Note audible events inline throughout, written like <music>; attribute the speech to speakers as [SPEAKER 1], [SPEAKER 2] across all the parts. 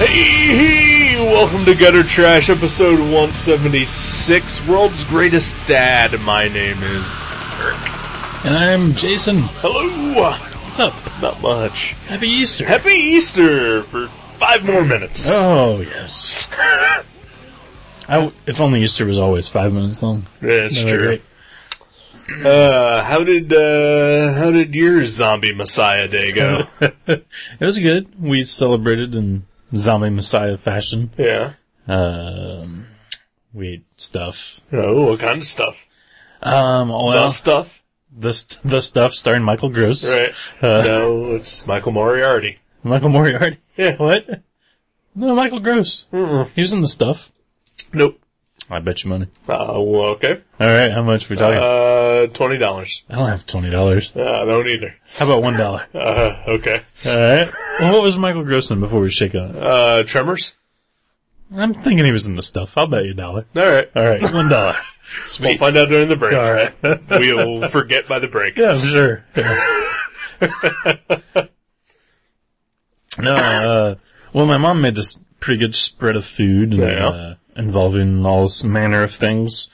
[SPEAKER 1] Hey, welcome to Gutter Trash, episode 176, world's greatest dad. My name is Kirk.
[SPEAKER 2] And I'm Jason.
[SPEAKER 1] Hello,
[SPEAKER 2] What's up?
[SPEAKER 1] not much.
[SPEAKER 2] Happy Easter.
[SPEAKER 1] Happy Easter for five more minutes.
[SPEAKER 2] oh, yes. I w- if only Easter was always five minutes long.
[SPEAKER 1] <laughs> That's
[SPEAKER 2] That'd be
[SPEAKER 1] true.
[SPEAKER 2] great.
[SPEAKER 1] Uh, how did uh, how did your zombie messiah day
[SPEAKER 2] <laughs>
[SPEAKER 1] go?
[SPEAKER 2] It was good. We celebrated in zombie messiah fashion.
[SPEAKER 1] yeah.
[SPEAKER 2] Um, we ate stuff.
[SPEAKER 1] Oh, what kind of stuff?
[SPEAKER 2] Um, well,
[SPEAKER 1] Not stuff,
[SPEAKER 2] the, st- the stuff starring Michael Gross.
[SPEAKER 1] right?
[SPEAKER 2] Uh,
[SPEAKER 1] no, it's Michael Moriarty.
[SPEAKER 2] Michael Moriarty. <laughs>
[SPEAKER 1] Yeah.
[SPEAKER 2] What? No, Michael Gross. He was in the stuff.
[SPEAKER 1] Nope.
[SPEAKER 2] I bet you money.
[SPEAKER 1] Uh, well, okay.
[SPEAKER 2] All right, how much we talking?
[SPEAKER 1] Uh, twenty dollars.
[SPEAKER 2] I don't have twenty dollars.
[SPEAKER 1] Uh, I don't either.
[SPEAKER 2] How about one <laughs> dollar?
[SPEAKER 1] Uh, okay.
[SPEAKER 2] All right. Well, what was Michael Gross in before we shake on it?
[SPEAKER 1] Uh, Tremors?
[SPEAKER 2] I'm thinking he was in the stuff. I'll bet you a dollar.
[SPEAKER 1] Alright.
[SPEAKER 2] All right, one
[SPEAKER 1] <laughs>
[SPEAKER 2] dollar.
[SPEAKER 1] We'll find out during the break.
[SPEAKER 2] All right.
[SPEAKER 1] <laughs> We'll forget by the break.
[SPEAKER 2] Yeah, I'm sure. <laughs> no, uh, well, my mom made this pretty good spread of food and,
[SPEAKER 1] Yeah.
[SPEAKER 2] uh, involving all s- manner of things.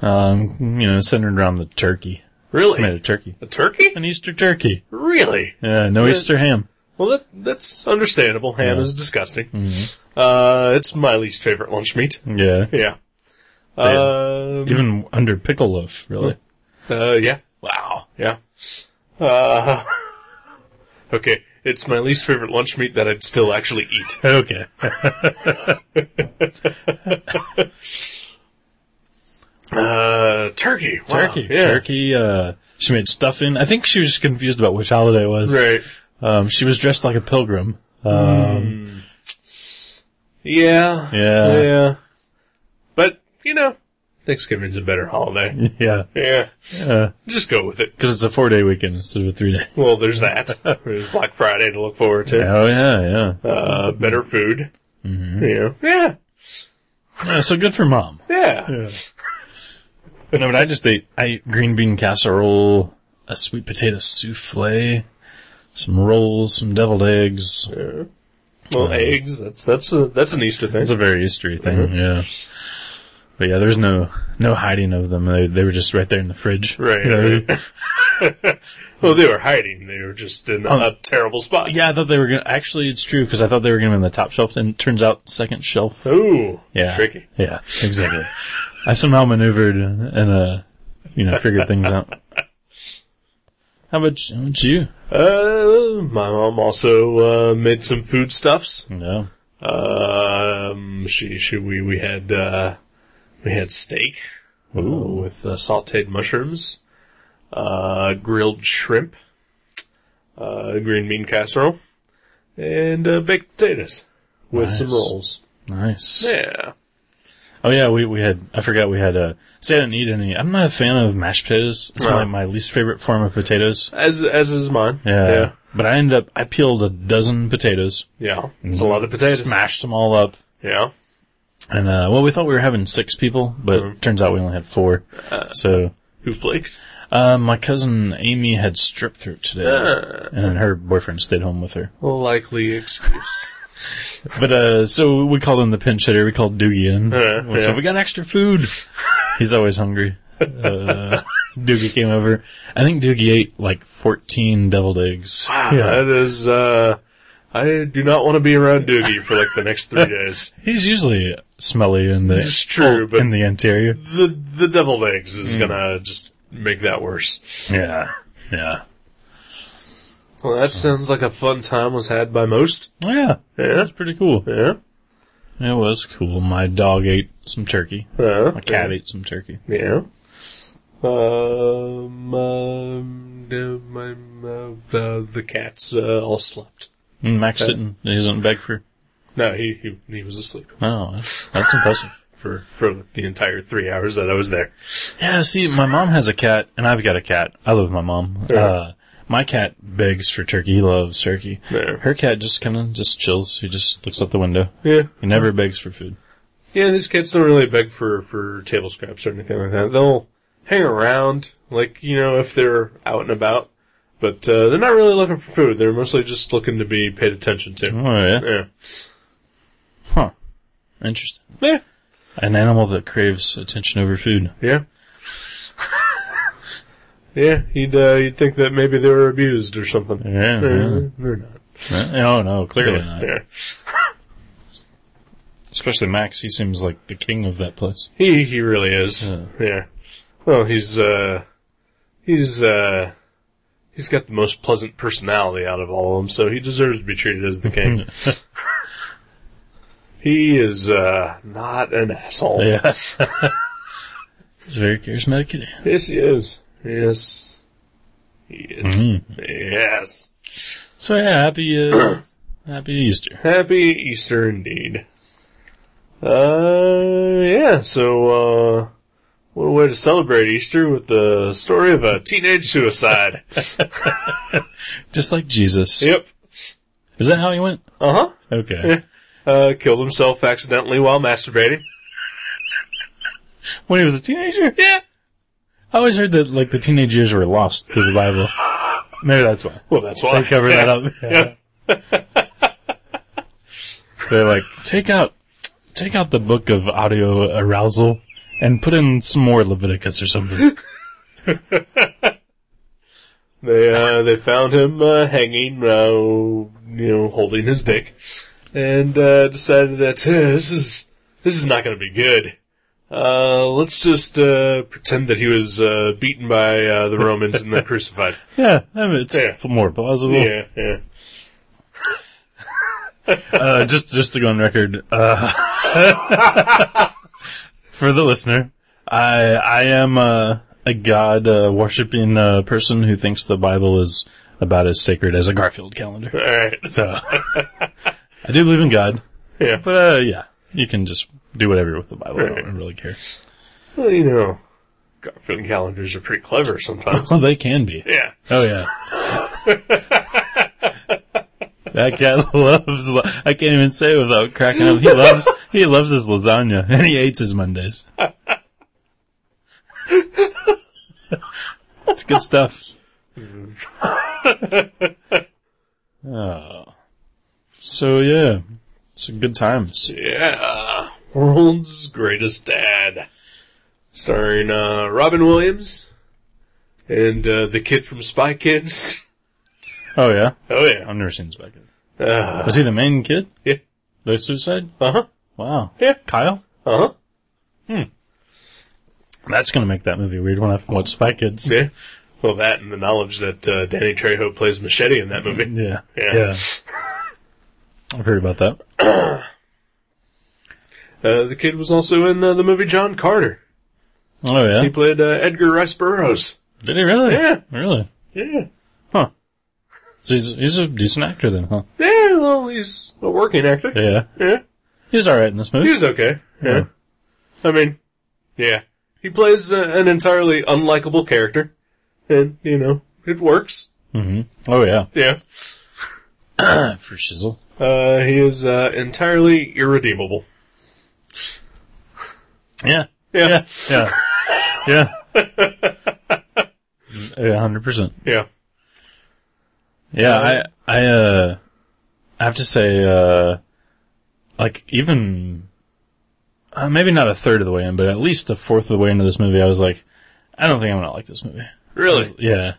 [SPEAKER 2] Um, you know, centered around the turkey.
[SPEAKER 1] Really?
[SPEAKER 2] Made a turkey,
[SPEAKER 1] A turkey?
[SPEAKER 2] an Easter turkey.
[SPEAKER 1] Really?
[SPEAKER 2] Yeah, no Easter ham.
[SPEAKER 1] Well, that, that's understandable. Ham is disgusting. Uh, it's my least favorite lunch meat.
[SPEAKER 2] Yeah,
[SPEAKER 1] Yeah. Um,
[SPEAKER 2] even under pickle loaf, really.
[SPEAKER 1] uh, yeah. Wow. Yeah. Uh, <laughs> okay. It's my least favorite lunch meat that I'd still actually eat.
[SPEAKER 2] Okay.
[SPEAKER 1] Uh, turkey. Wow.
[SPEAKER 2] Turkey.
[SPEAKER 1] Yeah.
[SPEAKER 2] Turkey, uh, she made stuffing. I think she was just confused about which holiday it was.
[SPEAKER 1] Right.
[SPEAKER 2] Um, she was dressed like a pilgrim. Um,
[SPEAKER 1] Yeah.
[SPEAKER 2] Yeah.
[SPEAKER 1] Yeah. Uh, But, you know, Thanksgiving's a better holiday.
[SPEAKER 2] <laughs> yeah.
[SPEAKER 1] Yeah.
[SPEAKER 2] Uh,
[SPEAKER 1] Just go with it.
[SPEAKER 2] cause it's a four day weekend instead of a three day.
[SPEAKER 1] Well, there's
[SPEAKER 2] <laughs>
[SPEAKER 1] that. There's Black Friday to look forward to.
[SPEAKER 2] Oh yeah, yeah. Mm-hmm.
[SPEAKER 1] Uh, better food. Yeah. Yeah.
[SPEAKER 2] Yeah, Uh, so good for <laughs> mom.
[SPEAKER 1] Yeah.
[SPEAKER 2] No, but I just ate, I ate green bean casserole, a sweet potato souffle, some rolls, some deviled eggs.
[SPEAKER 1] Well, eggs, that's, that's a, that's an Easter thing.
[SPEAKER 2] It's a very Eastery thing. Yeah. But yeah, there's no, no hiding of them. They, they were just right there in the fridge.
[SPEAKER 1] Right,
[SPEAKER 2] You know,
[SPEAKER 1] right. <laughs> well, they were hiding. They were just in a
[SPEAKER 2] Um,
[SPEAKER 1] terrible spot.
[SPEAKER 2] Yeah, I thought they were gonna. Actually, it's true because I thought they were gonna be on the top shelf, and it turns out second shelf.
[SPEAKER 1] Ooh.
[SPEAKER 2] Yeah,
[SPEAKER 1] Tricky.
[SPEAKER 2] Yeah, exactly. I somehow maneuvered and uh, you know, figured
[SPEAKER 1] <laughs>
[SPEAKER 2] things out. How about you? how about you?
[SPEAKER 1] Uh, my mom also, uh, made some foodstuffs.
[SPEAKER 2] No.
[SPEAKER 1] Um, she, she, we, we had, uh, we had steak uh, with uh, sauteed mushrooms, uh, grilled shrimp, uh, green bean casserole, and uh, baked potatoes with some
[SPEAKER 2] Nice.
[SPEAKER 1] rolls.
[SPEAKER 2] Nice.
[SPEAKER 1] Yeah.
[SPEAKER 2] Oh yeah, we we had. I forgot we had. Uh, see, I didn't eat any. I'm not a fan of mashed potatoes. It's
[SPEAKER 1] No.
[SPEAKER 2] my my least favorite form of potatoes.
[SPEAKER 1] As, as is mine.
[SPEAKER 2] Yeah. But I ended up. I peeled a dozen potatoes.
[SPEAKER 1] Yeah. Yeah. It's a lot
[SPEAKER 2] Mm-hmm.
[SPEAKER 1] of potatoes.
[SPEAKER 2] Smashed them all up.
[SPEAKER 1] Yeah.
[SPEAKER 2] And uh, well, we thought we were having six people, but
[SPEAKER 1] Mhm.
[SPEAKER 2] turns out we only had four.
[SPEAKER 1] Uh.
[SPEAKER 2] so
[SPEAKER 1] Who flaked?
[SPEAKER 2] Um, my cousin Amy had strep throat today, and her boyfriend stayed home with her.
[SPEAKER 1] Uh, Likely
[SPEAKER 2] <laughs>
[SPEAKER 1] excuse.
[SPEAKER 2] But uh, so we called him the pinch hitter. We called Doogie in.
[SPEAKER 1] Uh,
[SPEAKER 2] We said,
[SPEAKER 1] yeah.
[SPEAKER 2] we got extra food.
[SPEAKER 1] <laughs>
[SPEAKER 2] He's always hungry. Uh, Doogie came over. I think Doogie ate like fourteen deviled eggs.
[SPEAKER 1] Wow. Ah, That is, uh, I do not want to be around Doogie for like the next
[SPEAKER 2] <laughs>
[SPEAKER 1] three days.
[SPEAKER 2] He's usually smelly in the
[SPEAKER 1] It's true, but
[SPEAKER 2] in the interior.
[SPEAKER 1] the the deviled eggs is gonna just make that worse.
[SPEAKER 2] Yeah, yeah,
[SPEAKER 1] Well, that sounds like a fun time was had by most.
[SPEAKER 2] Oh, yeah.
[SPEAKER 1] Yeah,
[SPEAKER 2] That's pretty cool.
[SPEAKER 1] yeah,
[SPEAKER 2] It was cool. My dog ate some turkey.
[SPEAKER 1] yeah.
[SPEAKER 2] My cat ate some turkey.
[SPEAKER 1] Yeah. Um, um, the- my, my- the, the cats uh, all slept.
[SPEAKER 2] And Max didn't. He doesn't beg for.
[SPEAKER 1] No, he, he he was asleep
[SPEAKER 2] Wow, that's, that's impressive.
[SPEAKER 1] for for the entire three hours that I was there.
[SPEAKER 2] Yeah, see, my mom has a cat, and I've got a cat. I live with my mom.
[SPEAKER 1] Yeah.
[SPEAKER 2] Uh, my cat begs for turkey. He loves turkey.
[SPEAKER 1] Yeah.
[SPEAKER 2] Her cat just kind of just chills. He just looks out the window.
[SPEAKER 1] Yeah,
[SPEAKER 2] He never begs for food.
[SPEAKER 1] yeah. These cats don't really beg for for table scraps or anything like that. They'll hang around, like you know, if they're out and about. But uh, they're not really looking for food. They're mostly just looking to be paid attention to.
[SPEAKER 2] Oh yeah.
[SPEAKER 1] Yeah.
[SPEAKER 2] Oh, Huh. Interesting.
[SPEAKER 1] Yeah.
[SPEAKER 2] An animal that craves attention over food. <laughs>
[SPEAKER 1] Yeah. yeah, you'd, uh, you'd think that maybe they were abused or something.
[SPEAKER 2] Yeah,
[SPEAKER 1] They're,
[SPEAKER 2] yeah.
[SPEAKER 1] they're not.
[SPEAKER 2] No, no, clearly
[SPEAKER 1] Yeah,
[SPEAKER 2] not.
[SPEAKER 1] yeah.
[SPEAKER 2] Especially Max, he seems like the king of that place.
[SPEAKER 1] He, he really is.
[SPEAKER 2] Yeah.
[SPEAKER 1] Yeah. Well, he's, uh, he's, uh, he's got the most pleasant personality out of all of them, so he deserves to be treated as the
[SPEAKER 2] <laughs>
[SPEAKER 1] king. he is, uh, not an asshole.
[SPEAKER 2] yeah. <laughs> He's a very charismatic kitty.
[SPEAKER 1] Yes, he is. Yes. He is.
[SPEAKER 2] Mm-hmm.
[SPEAKER 1] Yes.
[SPEAKER 2] So yeah, happy, uh, <clears throat> happy Easter.
[SPEAKER 1] Happy Easter indeed. Uh, yeah, so, uh, what a way to celebrate Easter with the story of a teenage
[SPEAKER 2] <laughs>
[SPEAKER 1] suicide.
[SPEAKER 2] Just like Jesus.
[SPEAKER 1] yep.
[SPEAKER 2] Is that how he went?
[SPEAKER 1] Uh-huh.
[SPEAKER 2] Okay.
[SPEAKER 1] Uh, killed himself accidentally while masturbating.
[SPEAKER 2] when he was a teenager?
[SPEAKER 1] Yeah.
[SPEAKER 2] I always heard that, like, the teenage years were lost to the Bible. Maybe that's <laughs> why.
[SPEAKER 1] Well, that's why.
[SPEAKER 2] They cover that up.
[SPEAKER 1] Yeah.
[SPEAKER 2] They're like, take out, take out the book of audio arousal and put in some more Leviticus or something.
[SPEAKER 1] <laughs> They, uh, they found him, uh, hanging, uh, you know, holding his dick. And, uh, decided that, "Eh, this is, this is not gonna be good. Uh, let's just, uh, pretend that he was, uh, beaten by, uh, the Romans
[SPEAKER 2] <laughs>
[SPEAKER 1] and then crucified.
[SPEAKER 2] <laughs> yeah, I mean, it's
[SPEAKER 1] Yeah.
[SPEAKER 2] more plausible.
[SPEAKER 1] Yeah, yeah.
[SPEAKER 2] Uh, just, just to go on record, uh, <laughs> for the listener, I, I am a, a God uh, worshiping uh, person who thinks the Bible is about as sacred as a Garfield calendar.
[SPEAKER 1] Alright.
[SPEAKER 2] So I do believe in God,
[SPEAKER 1] Yeah.
[SPEAKER 2] but uh, yeah, you can just do whatever with the Bible. I
[SPEAKER 1] Right.
[SPEAKER 2] don't really care.
[SPEAKER 1] Well, you know, Garfield calendars are pretty clever
[SPEAKER 2] <laughs>
[SPEAKER 1] sometimes.
[SPEAKER 2] Well, they can be.
[SPEAKER 1] yeah.
[SPEAKER 2] Oh yeah.
[SPEAKER 1] <laughs>
[SPEAKER 2] that cat <laughs> loves. la- I can't even say it without cracking up. He loves. He loves his lasagna, <laughs> and he hates
[SPEAKER 1] <laughs>
[SPEAKER 2] his Mondays. It's
[SPEAKER 1] <laughs>
[SPEAKER 2] good stuff. oh. So yeah, it's a good times.
[SPEAKER 1] Yeah. World's Greatest Dad. Starring, uh, Robin Williams and, uh, the kid from Spy Kids. <laughs>
[SPEAKER 2] Oh yeah,
[SPEAKER 1] Oh yeah.
[SPEAKER 2] I've never seen Spaghetti.
[SPEAKER 1] Uh,
[SPEAKER 2] Was he the main kid?
[SPEAKER 1] yeah.
[SPEAKER 2] The suicide?
[SPEAKER 1] Uh-huh.
[SPEAKER 2] Wow.
[SPEAKER 1] Yeah.
[SPEAKER 2] Kyle.
[SPEAKER 1] Uh-huh.
[SPEAKER 2] That's gonna make that movie weird when I watch Spy Kids.
[SPEAKER 1] Yeah. Well, that and the knowledge that uh, Danny Trejo plays Machete in that movie.
[SPEAKER 2] Yeah.
[SPEAKER 1] Yeah.
[SPEAKER 2] I've heard about that.
[SPEAKER 1] Uh, the kid was also in uh, the movie John Carter.
[SPEAKER 2] Oh yeah.
[SPEAKER 1] He played uh, Edgar Rice Burroughs.
[SPEAKER 2] Did he really?
[SPEAKER 1] Yeah.
[SPEAKER 2] Really?
[SPEAKER 1] Yeah.
[SPEAKER 2] Huh. So he's he's a decent actor then, huh?
[SPEAKER 1] Yeah, well, he's a working actor.
[SPEAKER 2] Yeah.
[SPEAKER 1] Yeah.
[SPEAKER 2] He's alright in this
[SPEAKER 1] He
[SPEAKER 2] movie.
[SPEAKER 1] was okay. Yeah. I mean, yeah. He plays uh, an entirely unlikable character. And, you know, it works.
[SPEAKER 2] hmm Oh yeah. <clears throat>
[SPEAKER 1] Yeah.
[SPEAKER 2] For shizzle.
[SPEAKER 1] Uh, he is uh, entirely irredeemable.
[SPEAKER 2] Yeah.
[SPEAKER 1] Yeah.
[SPEAKER 2] Yeah. Yeah.
[SPEAKER 1] <laughs>
[SPEAKER 2] yeah. Yeah, hundred percent.
[SPEAKER 1] Yeah.
[SPEAKER 2] Yeah, I I uh I have to say uh like even uh, maybe not a third of the way in, but at least a fourth of the way into this movie, I was like, I don't think I'm gonna like this movie.
[SPEAKER 1] Really?
[SPEAKER 2] Yeah.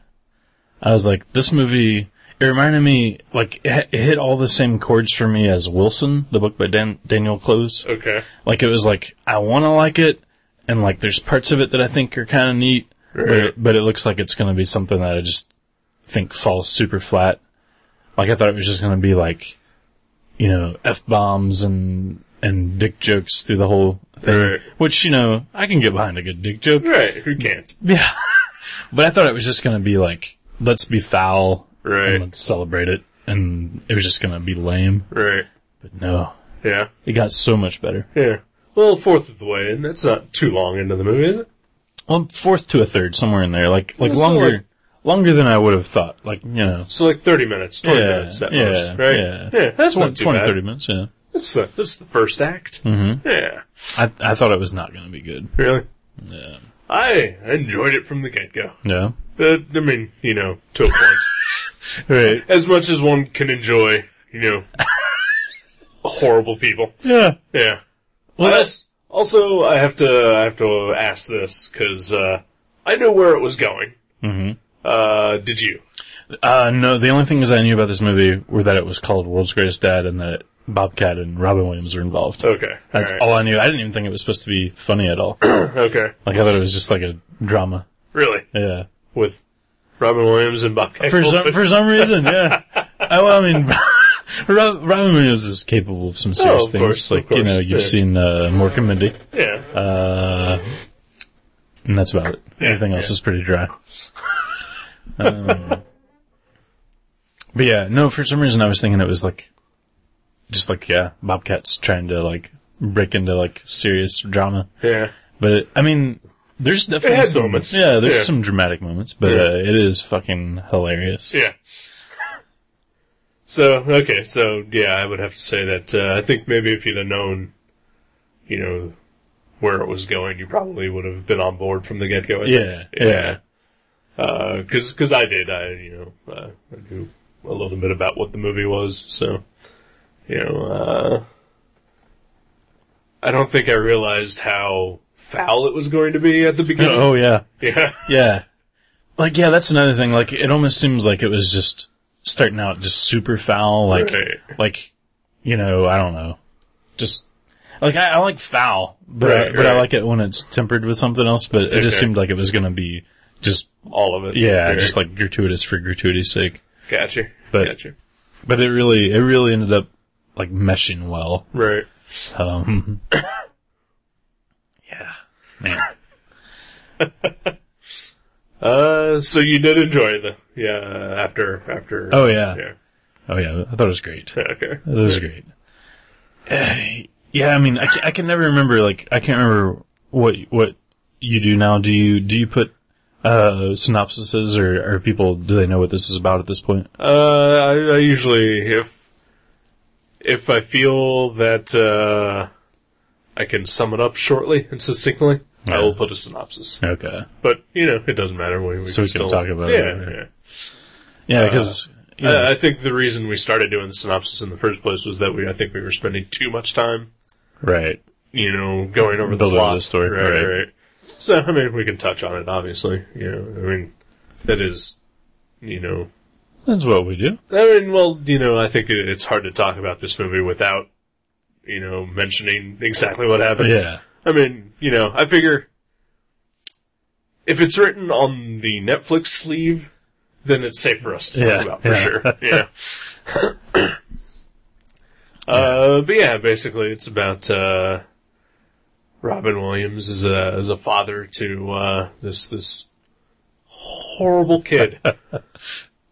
[SPEAKER 2] I was like, this movie, it reminded me, like, it, it hit all the same chords for me as Wilson, the book by Dan- Daniel Close.
[SPEAKER 1] Okay.
[SPEAKER 2] Like, it was like, I want to like it, and like, there's parts of it that I think are kind of neat, but,
[SPEAKER 1] Right.
[SPEAKER 2] it, but it looks like it's going to be something that I just think falls super flat. Like, I thought it was just going to be like, you know, F-bombs and, and dick jokes through the whole thing.
[SPEAKER 1] Right.
[SPEAKER 2] Which, you know, I can get behind a good dick joke.
[SPEAKER 1] Right. Who can't?
[SPEAKER 2] Yeah. but I thought it was just going to be like, let's be foul.
[SPEAKER 1] Right.
[SPEAKER 2] And let's celebrate it. And it was just going to be lame.
[SPEAKER 1] Right.
[SPEAKER 2] But no.
[SPEAKER 1] Yeah.
[SPEAKER 2] It got so much better.
[SPEAKER 1] Yeah. Well, fourth of the way, and that's not too long into the movie, is it?
[SPEAKER 2] Well, fourth to a third, somewhere in there. Like, like
[SPEAKER 1] Yeah, so
[SPEAKER 2] longer,
[SPEAKER 1] like-
[SPEAKER 2] longer than I would have thought. Like, you know.
[SPEAKER 1] So like 30 minutes, 20 minutes at
[SPEAKER 2] yeah,
[SPEAKER 1] most, right?
[SPEAKER 2] Yeah.
[SPEAKER 1] that's
[SPEAKER 2] Twen-
[SPEAKER 1] not too
[SPEAKER 2] 20,
[SPEAKER 1] bad.
[SPEAKER 2] 30 minutes, yeah.
[SPEAKER 1] That's the, that's the first act. Mm-hmm. Yeah.
[SPEAKER 2] I, I thought it was not going to be good.
[SPEAKER 1] Really?
[SPEAKER 2] Yeah.
[SPEAKER 1] I enjoyed it from the get-go.
[SPEAKER 2] No.
[SPEAKER 1] Uh, I mean, you know, to a
[SPEAKER 2] <laughs>
[SPEAKER 1] point.
[SPEAKER 2] Right.
[SPEAKER 1] as much as one can enjoy, you know, horrible people.
[SPEAKER 2] Yeah.
[SPEAKER 1] Yeah.
[SPEAKER 2] Well,
[SPEAKER 1] I
[SPEAKER 2] that's-
[SPEAKER 1] als- also, I have to I have to ask this because uh, I knew where it was going. Mm-hmm. Uh, did you?
[SPEAKER 2] Uh, no, the only things I knew about this movie were that it was called World's Greatest Dad and that Bobcat and Robin Williams were involved.
[SPEAKER 1] Okay.
[SPEAKER 2] That's all I knew. I didn't even think it was supposed to be funny at
[SPEAKER 1] <clears throat>
[SPEAKER 2] all.
[SPEAKER 1] all. Okay.
[SPEAKER 2] Like I thought it was just like a drama.
[SPEAKER 1] Really?
[SPEAKER 2] Yeah.
[SPEAKER 1] With Robin Williams and Bobcat
[SPEAKER 2] For some
[SPEAKER 1] Goldthwait?
[SPEAKER 2] for some reason, yeah. I, well, I mean, <laughs> Rob, Robin Williams is capable of some serious
[SPEAKER 1] Oh, of
[SPEAKER 2] things.
[SPEAKER 1] course, of
[SPEAKER 2] like you know,
[SPEAKER 1] course,
[SPEAKER 2] you've
[SPEAKER 1] yeah.
[SPEAKER 2] seen uh, Mork and Mindy,
[SPEAKER 1] <laughs> yeah.
[SPEAKER 2] uh, and that's about it.
[SPEAKER 1] Yeah,
[SPEAKER 2] Everything else
[SPEAKER 1] yeah.
[SPEAKER 2] is pretty dry. um, but yeah, no. For some reason, I was thinking it was like, just like yeah, Bobcats trying to like break into like serious drama.
[SPEAKER 1] yeah.
[SPEAKER 2] But I mean, there's definitely
[SPEAKER 1] had
[SPEAKER 2] some
[SPEAKER 1] moments.
[SPEAKER 2] Yeah, there's
[SPEAKER 1] Yeah.
[SPEAKER 2] some dramatic moments, but
[SPEAKER 1] Yeah.
[SPEAKER 2] uh, it is fucking hilarious.
[SPEAKER 1] Yeah. So okay, so yeah, I would have to say that uh, I think maybe if you'd have known, you know, where it was going, you probably would have been on board from the get go.
[SPEAKER 2] Yeah, yeah.
[SPEAKER 1] Because because Uh, I did, I you know, uh, I knew a little bit about what the movie was, so you know, uh, I don't think I realized how foul it was going to be at the beginning.
[SPEAKER 2] Oh yeah,
[SPEAKER 1] <laughs> Yeah,
[SPEAKER 2] yeah. Like yeah, that's another thing. Like it almost seems like it was just starting out just super foul. Like
[SPEAKER 1] Right.
[SPEAKER 2] like you know I don't know. Just like I, I like foul, but I,
[SPEAKER 1] Right,
[SPEAKER 2] but I
[SPEAKER 1] right.
[SPEAKER 2] like it when it's tempered with something else. But it just
[SPEAKER 1] Okay.
[SPEAKER 2] seemed like it was gonna be just
[SPEAKER 1] all of it.
[SPEAKER 2] yeah,
[SPEAKER 1] Right.
[SPEAKER 2] just like gratuitous for gratuity's sake.
[SPEAKER 1] gotcha,
[SPEAKER 2] But-
[SPEAKER 1] gotcha,
[SPEAKER 2] But it really it really ended up like meshing well.
[SPEAKER 1] right. <laughs>
[SPEAKER 2] Um, <laughs> yeah, man.
[SPEAKER 1] Uh, so you did enjoy it, though. Yeah, after, after.
[SPEAKER 2] Oh yeah.
[SPEAKER 1] Yeah.
[SPEAKER 2] Oh yeah. I thought it was great.
[SPEAKER 1] Yeah, Okay.
[SPEAKER 2] That was great. Eh, <sighs> Yeah, I mean, I can, I can never remember. Like, I can't remember what what you do now. Do you do you put uh synopsises or or people do they know what this is about at this point?
[SPEAKER 1] Uh, I, I usually, if, if I feel that, uh, I can sum it up shortly and succinctly, I
[SPEAKER 2] Yeah.
[SPEAKER 1] will put a synopsis.
[SPEAKER 2] Okay.
[SPEAKER 1] But, you know, it doesn't matter. We, we
[SPEAKER 2] So we can
[SPEAKER 1] still,
[SPEAKER 2] talk about
[SPEAKER 1] yeah,
[SPEAKER 2] it later.
[SPEAKER 1] Yeah.
[SPEAKER 2] Uh, Yeah, because
[SPEAKER 1] I, I think the reason we started doing the synopsis in the first place was that we, I think we were spending too much time,
[SPEAKER 2] right.
[SPEAKER 1] you know, going over
[SPEAKER 2] Build
[SPEAKER 1] the
[SPEAKER 2] over
[SPEAKER 1] plot.
[SPEAKER 2] the story,
[SPEAKER 1] Right,
[SPEAKER 2] right.
[SPEAKER 1] right. So, I mean, we can touch on it, obviously. You know, I mean, that is, you know,
[SPEAKER 2] That's what we do.
[SPEAKER 1] I mean, well, you know, I think it, it's hard to talk about this movie without, you know, mentioning exactly what happens.
[SPEAKER 2] Yeah.
[SPEAKER 1] I mean, you know, I figure if it's written on the Netflix sleeve, then it's safe for us to
[SPEAKER 2] Yeah,
[SPEAKER 1] talk about for
[SPEAKER 2] yeah.
[SPEAKER 1] sure. Yeah. Uh, but yeah, basically, it's about uh, Robin Williams as a as a father to uh, this this horrible kid,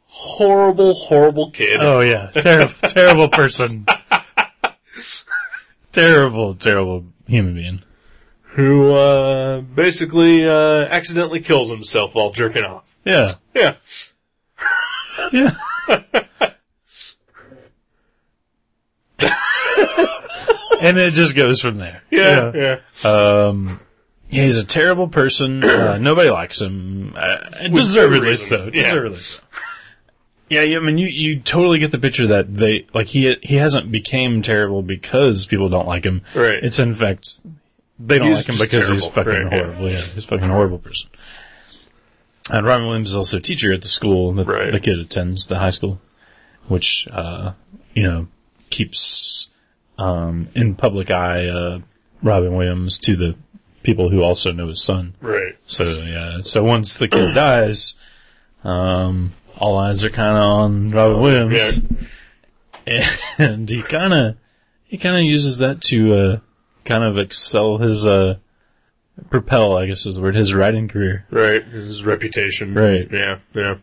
[SPEAKER 1] horrible, horrible kid.
[SPEAKER 2] Oh yeah. <laughs> Terrible, terrible person. <laughs> terrible, terrible human being.
[SPEAKER 1] who uh, basically uh, accidentally kills himself while jerking off.
[SPEAKER 2] Yeah.
[SPEAKER 1] Yeah,
[SPEAKER 2] Yeah. <laughs> and it just goes from there.
[SPEAKER 1] yeah, yeah.
[SPEAKER 2] Um, yeah, he's a terrible person. Uh, nobody likes him. Uh, and
[SPEAKER 1] With good
[SPEAKER 2] deservedly
[SPEAKER 1] reason.
[SPEAKER 2] so.
[SPEAKER 1] Yeah.
[SPEAKER 2] Deservedly so. Yeah, yeah, I mean, you, you totally get the picture that they, like, he, he hasn't became terrible because people don't like him.
[SPEAKER 1] Right.
[SPEAKER 2] It's in fact, they don't
[SPEAKER 1] He's
[SPEAKER 2] like him
[SPEAKER 1] just
[SPEAKER 2] because he's
[SPEAKER 1] terrible.
[SPEAKER 2] fucking
[SPEAKER 1] Right, yeah.
[SPEAKER 2] horrible. Yeah. he's a fucking horrible person. And Robin Williams is also a teacher at the school that
[SPEAKER 1] Right.
[SPEAKER 2] the kid attends, the high school, which, uh, you know, keeps, um, in public eye, uh, Robin Williams to the people who also know his son.
[SPEAKER 1] Right.
[SPEAKER 2] So yeah, so once
[SPEAKER 1] <clears throat>
[SPEAKER 2] the kid dies, um, all eyes are kind of on Robin Williams, and he kind of he kind of uses that to uh, kind of excel his uh, propel, I guess is the word, his writing career.
[SPEAKER 1] Right. His reputation.
[SPEAKER 2] Right.
[SPEAKER 1] Yeah. Yeah.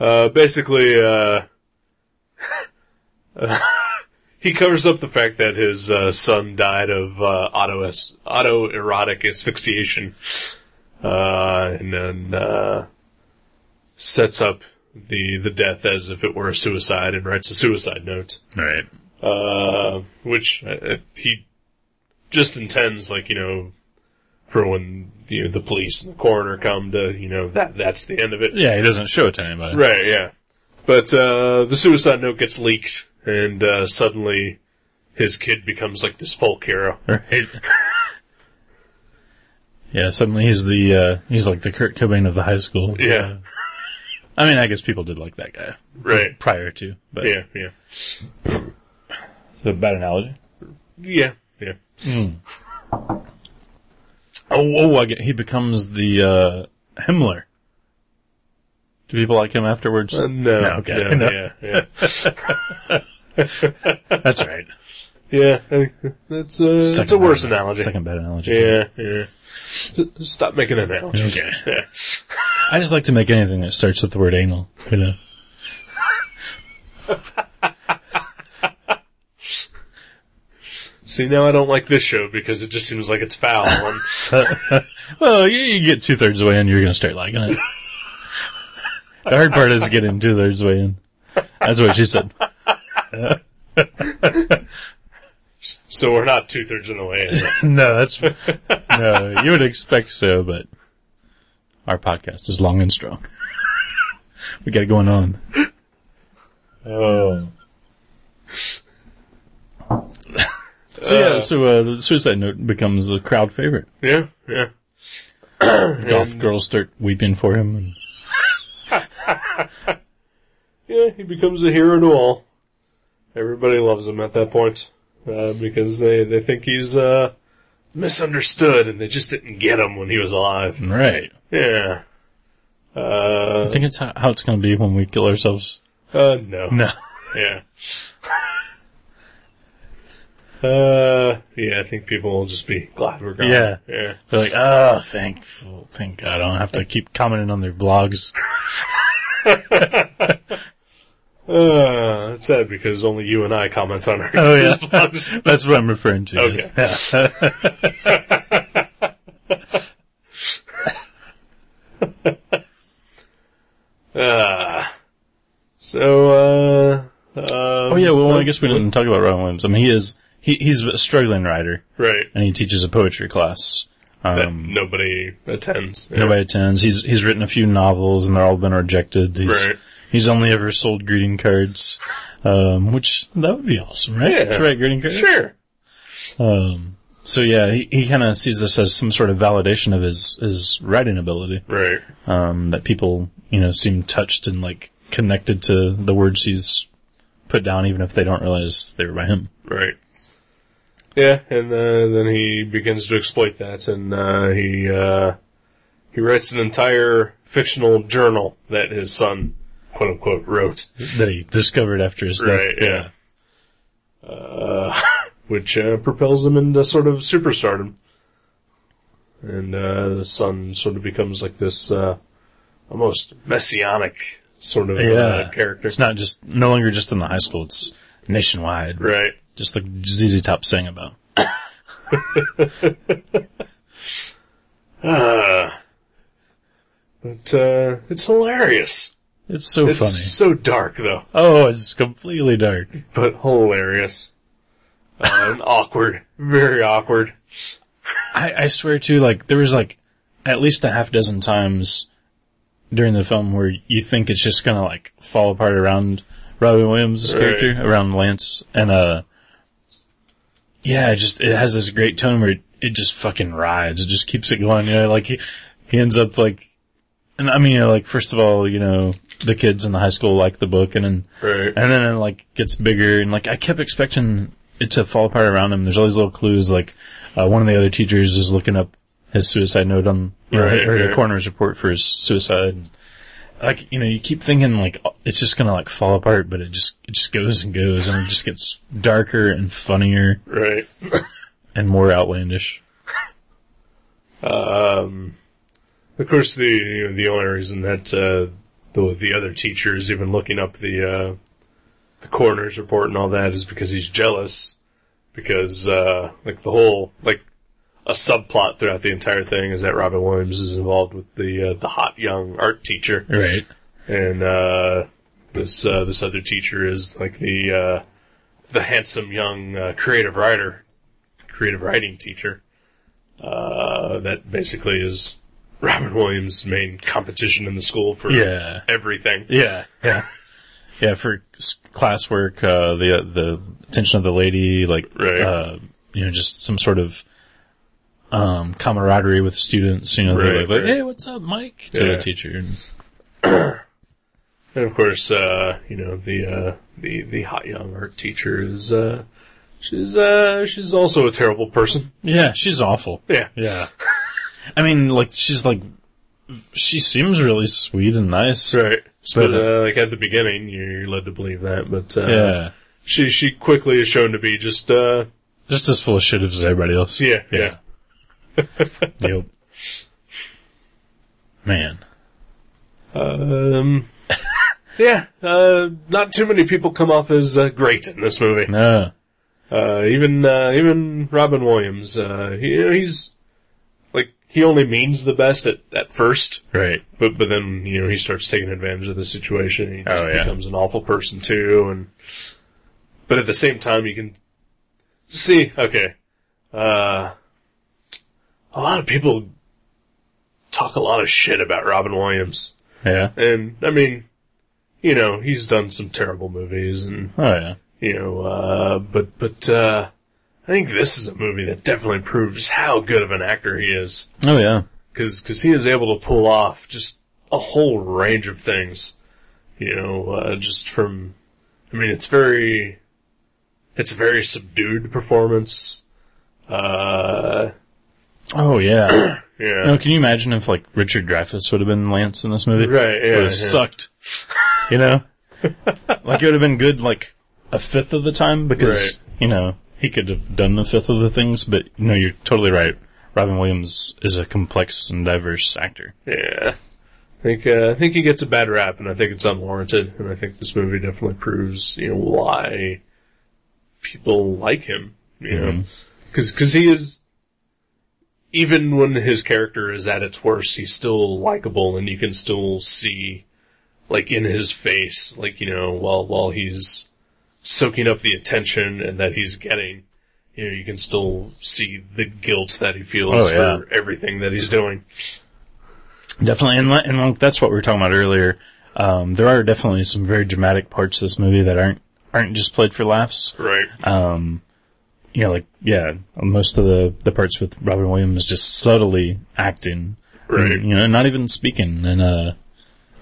[SPEAKER 1] Uh, basically, uh, <laughs> he covers up the fact that his uh, son died of uh, auto autoerotic asphyxiation, uh, and then uh, sets up the the death as if it were a suicide and writes a suicide note.
[SPEAKER 2] Right.
[SPEAKER 1] uh, which uh, he just intends, like you know, for when you know the police and the coroner come to, you know, that that's the end of it.
[SPEAKER 2] Yeah, he doesn't show it to anybody.
[SPEAKER 1] Right? Yeah. But uh, the suicide note gets leaked, and uh, suddenly his kid becomes like this folk hero.
[SPEAKER 2] Right. yeah, suddenly he's the uh he's like the Kurt Cobain of the high school.
[SPEAKER 1] <laughs> Yeah.
[SPEAKER 2] I mean, I guess people did like that guy
[SPEAKER 1] Right.
[SPEAKER 2] prior to, but
[SPEAKER 1] Yeah, yeah.
[SPEAKER 2] it's a bad analogy.
[SPEAKER 1] Yeah, yeah.
[SPEAKER 2] Oh, oh, I get, he becomes the uh Himmler. Do people like him afterwards?
[SPEAKER 1] Uh, no,
[SPEAKER 2] okay.
[SPEAKER 1] no,
[SPEAKER 2] No.
[SPEAKER 1] yeah, yeah.
[SPEAKER 2] That's right.
[SPEAKER 1] Yeah, I think that's uh, a, that's a
[SPEAKER 2] Second
[SPEAKER 1] worse
[SPEAKER 2] bad-
[SPEAKER 1] analogy.
[SPEAKER 2] Second bad analogy.
[SPEAKER 1] Yeah, yeah. S- Stop making analogies.
[SPEAKER 2] Okay.
[SPEAKER 1] <laughs> Yeah.
[SPEAKER 2] I just like to make anything that starts with the word anal. You know.
[SPEAKER 1] See, now I don't like this show because it just seems like it's
[SPEAKER 2] <laughs>
[SPEAKER 1] foul. And
[SPEAKER 2] Well, you, you get two thirds way in, you're going to start liking
[SPEAKER 1] <laughs>
[SPEAKER 2] it. the hard part is getting two thirds way in. That's what she said.
[SPEAKER 1] so we're not two thirds of the way. in.
[SPEAKER 2] no, that's no. You would expect so, but our podcast is long and strong. <laughs> we got it going on. Oh. so yeah, so uh, the suicide note becomes a crowd favorite.
[SPEAKER 1] Yeah, yeah.
[SPEAKER 2] Goth girls start weeping for him. And,
[SPEAKER 1] Yeah, he becomes a hero to all. Everybody loves him at that point uh, because they, they think he's uh, misunderstood and they just didn't get him when he was alive.
[SPEAKER 2] right.
[SPEAKER 1] Yeah.
[SPEAKER 2] I
[SPEAKER 1] Uh,
[SPEAKER 2] think it's how, how it's going to be when we kill ourselves.
[SPEAKER 1] uh, no.
[SPEAKER 2] No.
[SPEAKER 1] Yeah. <laughs> uh, yeah, I think people will just be glad we're gone.
[SPEAKER 2] Yeah.
[SPEAKER 1] Yeah.
[SPEAKER 2] They're like, oh, thankful, thank God, I don't have to keep commenting on their blogs.
[SPEAKER 1] Uh, it's sad because only you and I comment on our
[SPEAKER 2] <laughs> <laughs> Oh, yeah.
[SPEAKER 1] blogs.
[SPEAKER 2] That's what I'm referring to.
[SPEAKER 1] Okay.
[SPEAKER 2] Oh.
[SPEAKER 1] Uh, so, uh, um,
[SPEAKER 2] Oh yeah, well, I guess we didn't talk about Robin Williams. I mean, he is he he's a struggling writer,
[SPEAKER 1] right.
[SPEAKER 2] and he teaches a poetry class.
[SPEAKER 1] That
[SPEAKER 2] Um,
[SPEAKER 1] nobody attends. Yeah.
[SPEAKER 2] nobody attends. He's he's written a few novels, and they're all been rejected. He's,
[SPEAKER 1] Right.
[SPEAKER 2] He's only ever sold greeting cards, um, which that would be awesome, right?
[SPEAKER 1] Yeah.
[SPEAKER 2] To write greeting cards.
[SPEAKER 1] Sure.
[SPEAKER 2] Um, so yeah, he, he kind of sees this as some sort of validation of his, his writing ability.
[SPEAKER 1] Right.
[SPEAKER 2] Um, that people, you know, seem touched and like connected to the words he's put down, even if they don't realize they were by him.
[SPEAKER 1] Right. Yeah, and uh, then he begins to exploit that, and uh, he uh, he writes an entire fictional journal that his son, quote unquote, wrote.
[SPEAKER 2] That he discovered after his death.
[SPEAKER 1] Right. Yeah. Uh, which uh, <laughs> propels him into sort of superstardom, and uh, the son sort of becomes like this uh, almost messianic sort of
[SPEAKER 2] Yeah.
[SPEAKER 1] uh, character.
[SPEAKER 2] It's not just, no longer just in the high school, it's nationwide.
[SPEAKER 1] Right.
[SPEAKER 2] Just like ZZ Top sang about.
[SPEAKER 1] Uh, But uh, it's hilarious.
[SPEAKER 2] It's so
[SPEAKER 1] It's
[SPEAKER 2] funny.
[SPEAKER 1] so dark though.
[SPEAKER 2] Oh, it's completely dark.
[SPEAKER 1] but hilarious. Uh, and <laughs> awkward. Very awkward.
[SPEAKER 2] I, I swear too, like there was like at least a half dozen times during the film where you think it's just gonna like fall apart around Robbie Williams'
[SPEAKER 1] Right.
[SPEAKER 2] character, around Lance, and uh, yeah, it just it has this great tone where it, it just fucking rides, it just keeps it going. You know, like he, he ends up like, and I mean, you know, like first of all, you know, the kids in the high school like the book, and then
[SPEAKER 1] Right.
[SPEAKER 2] and then it like gets bigger and like I kept expecting it to fall apart around him. There's all these little clues like uh, one of the other teachers is looking up his suicide note on you know,
[SPEAKER 1] Right,
[SPEAKER 2] or the
[SPEAKER 1] right.
[SPEAKER 2] coroner's report for his suicide. And, like you know, you keep thinking like oh, it's just gonna like fall apart, but it just it just goes and goes and it just gets darker and funnier
[SPEAKER 1] Right.
[SPEAKER 2] and more outlandish.
[SPEAKER 1] Um, of course, the you know, the only reason that uh, the the other teacher is even looking up the uh, the coroner's report and all that is because he's jealous. Because uh, like the whole like a subplot throughout the entire thing is that Robin Williams is involved with the uh, the hot young art teacher.
[SPEAKER 2] Right.
[SPEAKER 1] and uh, this uh, this other teacher is like the uh, the handsome young uh, creative writer, creative writing teacher. Uh, that basically is Robin Williams' main competition in the school for
[SPEAKER 2] Yeah.
[SPEAKER 1] everything.
[SPEAKER 2] Yeah. Yeah. yeah, for s- classwork, uh, the the attention of the lady, like
[SPEAKER 1] Right.
[SPEAKER 2] uh, you know, just some sort of um, camaraderie with students. You know, they're
[SPEAKER 1] Right,
[SPEAKER 2] like,
[SPEAKER 1] right.
[SPEAKER 2] "Hey, what's up, Mike?" to
[SPEAKER 1] Yeah.
[SPEAKER 2] the teacher. And,
[SPEAKER 1] <laughs> And of course, uh, you know the uh, the the hot young art teacher is uh, she's uh, she's also a terrible person.
[SPEAKER 2] yeah, she's awful.
[SPEAKER 1] Yeah,
[SPEAKER 2] Yeah, <laughs> I mean, like she's like, she seems really sweet and nice.
[SPEAKER 1] right. But
[SPEAKER 2] But,
[SPEAKER 1] uh, like at the beginning, you're led to believe that, but uh,
[SPEAKER 2] Yeah,
[SPEAKER 1] she she quickly is shown to be just uh,
[SPEAKER 2] just as full of shit as everybody else.
[SPEAKER 1] yeah, yeah,
[SPEAKER 2] yep. Man.
[SPEAKER 1] Um, <laughs> yeah, uh, not too many people come off as uh, great in this movie.
[SPEAKER 2] No.
[SPEAKER 1] Uh, even uh, even Robin Williams, uh, he, he's like he only means the best at, at first,
[SPEAKER 2] Right.
[SPEAKER 1] but but then you know he starts taking advantage of the situation. And he just
[SPEAKER 2] Oh, yeah.
[SPEAKER 1] becomes an awful person too, and but at the same time you can see okay, uh, a lot of people talk a lot of shit about Robin Williams.
[SPEAKER 2] Yeah.
[SPEAKER 1] And I mean, you know, he's done some terrible movies and
[SPEAKER 2] Oh yeah.
[SPEAKER 1] you know, uh but but uh I think this is a movie that definitely proves how good of an actor he is
[SPEAKER 2] Oh yeah.
[SPEAKER 1] cuz cuz he is able to pull off just a whole range of things. You know, uh just from I mean, it's very it's a very subdued performance. Uh
[SPEAKER 2] Oh yeah.
[SPEAKER 1] yeah.
[SPEAKER 2] no, can you imagine if like Richard Dreyfuss would have been Lance in this movie?
[SPEAKER 1] Right, yeah,
[SPEAKER 2] Would have
[SPEAKER 1] yeah.
[SPEAKER 2] sucked. You know? like it would have been good like a fifth of the time because you know, he could have done a fifth of the things, but no, you're totally right. Robin Williams is a complex and diverse actor.
[SPEAKER 1] Yeah. I think uh, I think he gets a bad rap, and I think it's unwarranted. And I think this movie definitely proves you know why people like him. You know, because he is even when his character is at its worst, he's still likable, and you can still see like in his face, like you know, while while he's soaking up the attention and that he's getting, you know, you can still see the guilt that he feels
[SPEAKER 2] Oh, yeah.
[SPEAKER 1] for everything that he's doing.
[SPEAKER 2] Definitely, and, li- and like, that's what we were talking about earlier. Um, there are definitely some very dramatic parts of this movie that aren't aren't just played for laughs.
[SPEAKER 1] Right.
[SPEAKER 2] Um, you know, like yeah, most of the the parts with Robin Williams just subtly acting,
[SPEAKER 1] Right.
[SPEAKER 2] And, you know, not even speaking, and uh,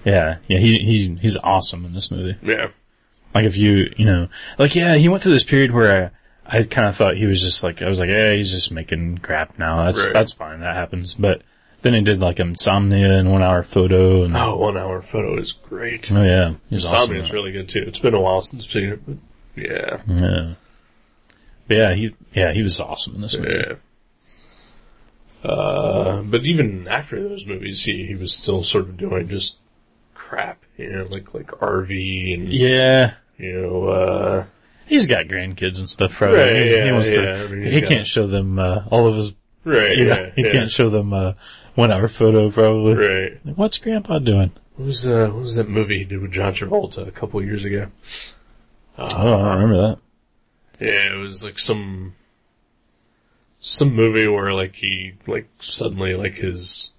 [SPEAKER 2] yeah, yeah, he he he's awesome in this movie.
[SPEAKER 1] Yeah.
[SPEAKER 2] Like if you you know, like yeah, he went through this period where I I kind of thought he was just like I was like yeah, he's just making crap now. That's
[SPEAKER 1] Right.
[SPEAKER 2] that's fine, that happens, but. Then he did like insomnia and one hour photo and
[SPEAKER 1] Oh, one hour photo is great.
[SPEAKER 2] Oh yeah, he's awesome.
[SPEAKER 1] Zombie is really good too. It's been a while since I've seen it, but yeah,
[SPEAKER 2] yeah, But yeah, he yeah he was awesome in this movie.
[SPEAKER 1] yeah. Uh, but even after those movies, he, he was still sort of doing just crap, you know, like like RV and
[SPEAKER 2] Yeah,
[SPEAKER 1] you know, uh,
[SPEAKER 2] he's got grandkids and stuff. Probably.
[SPEAKER 1] Right,
[SPEAKER 2] he, he
[SPEAKER 1] yeah,
[SPEAKER 2] wants to-
[SPEAKER 1] yeah, I mean, he's
[SPEAKER 2] he
[SPEAKER 1] got-
[SPEAKER 2] can't show them uh, all of his.
[SPEAKER 1] right,
[SPEAKER 2] You know,
[SPEAKER 1] yeah,
[SPEAKER 2] he
[SPEAKER 1] yeah,
[SPEAKER 2] can't show them uh, one hour photo. Probably.
[SPEAKER 1] right.
[SPEAKER 2] Like, What's Grandpa doing?
[SPEAKER 1] What was uh, what was that movie he did with John Travolta a couple years ago?
[SPEAKER 2] oh, I don't remember that.
[SPEAKER 1] Yeah, it was like some some movie where like he like suddenly like his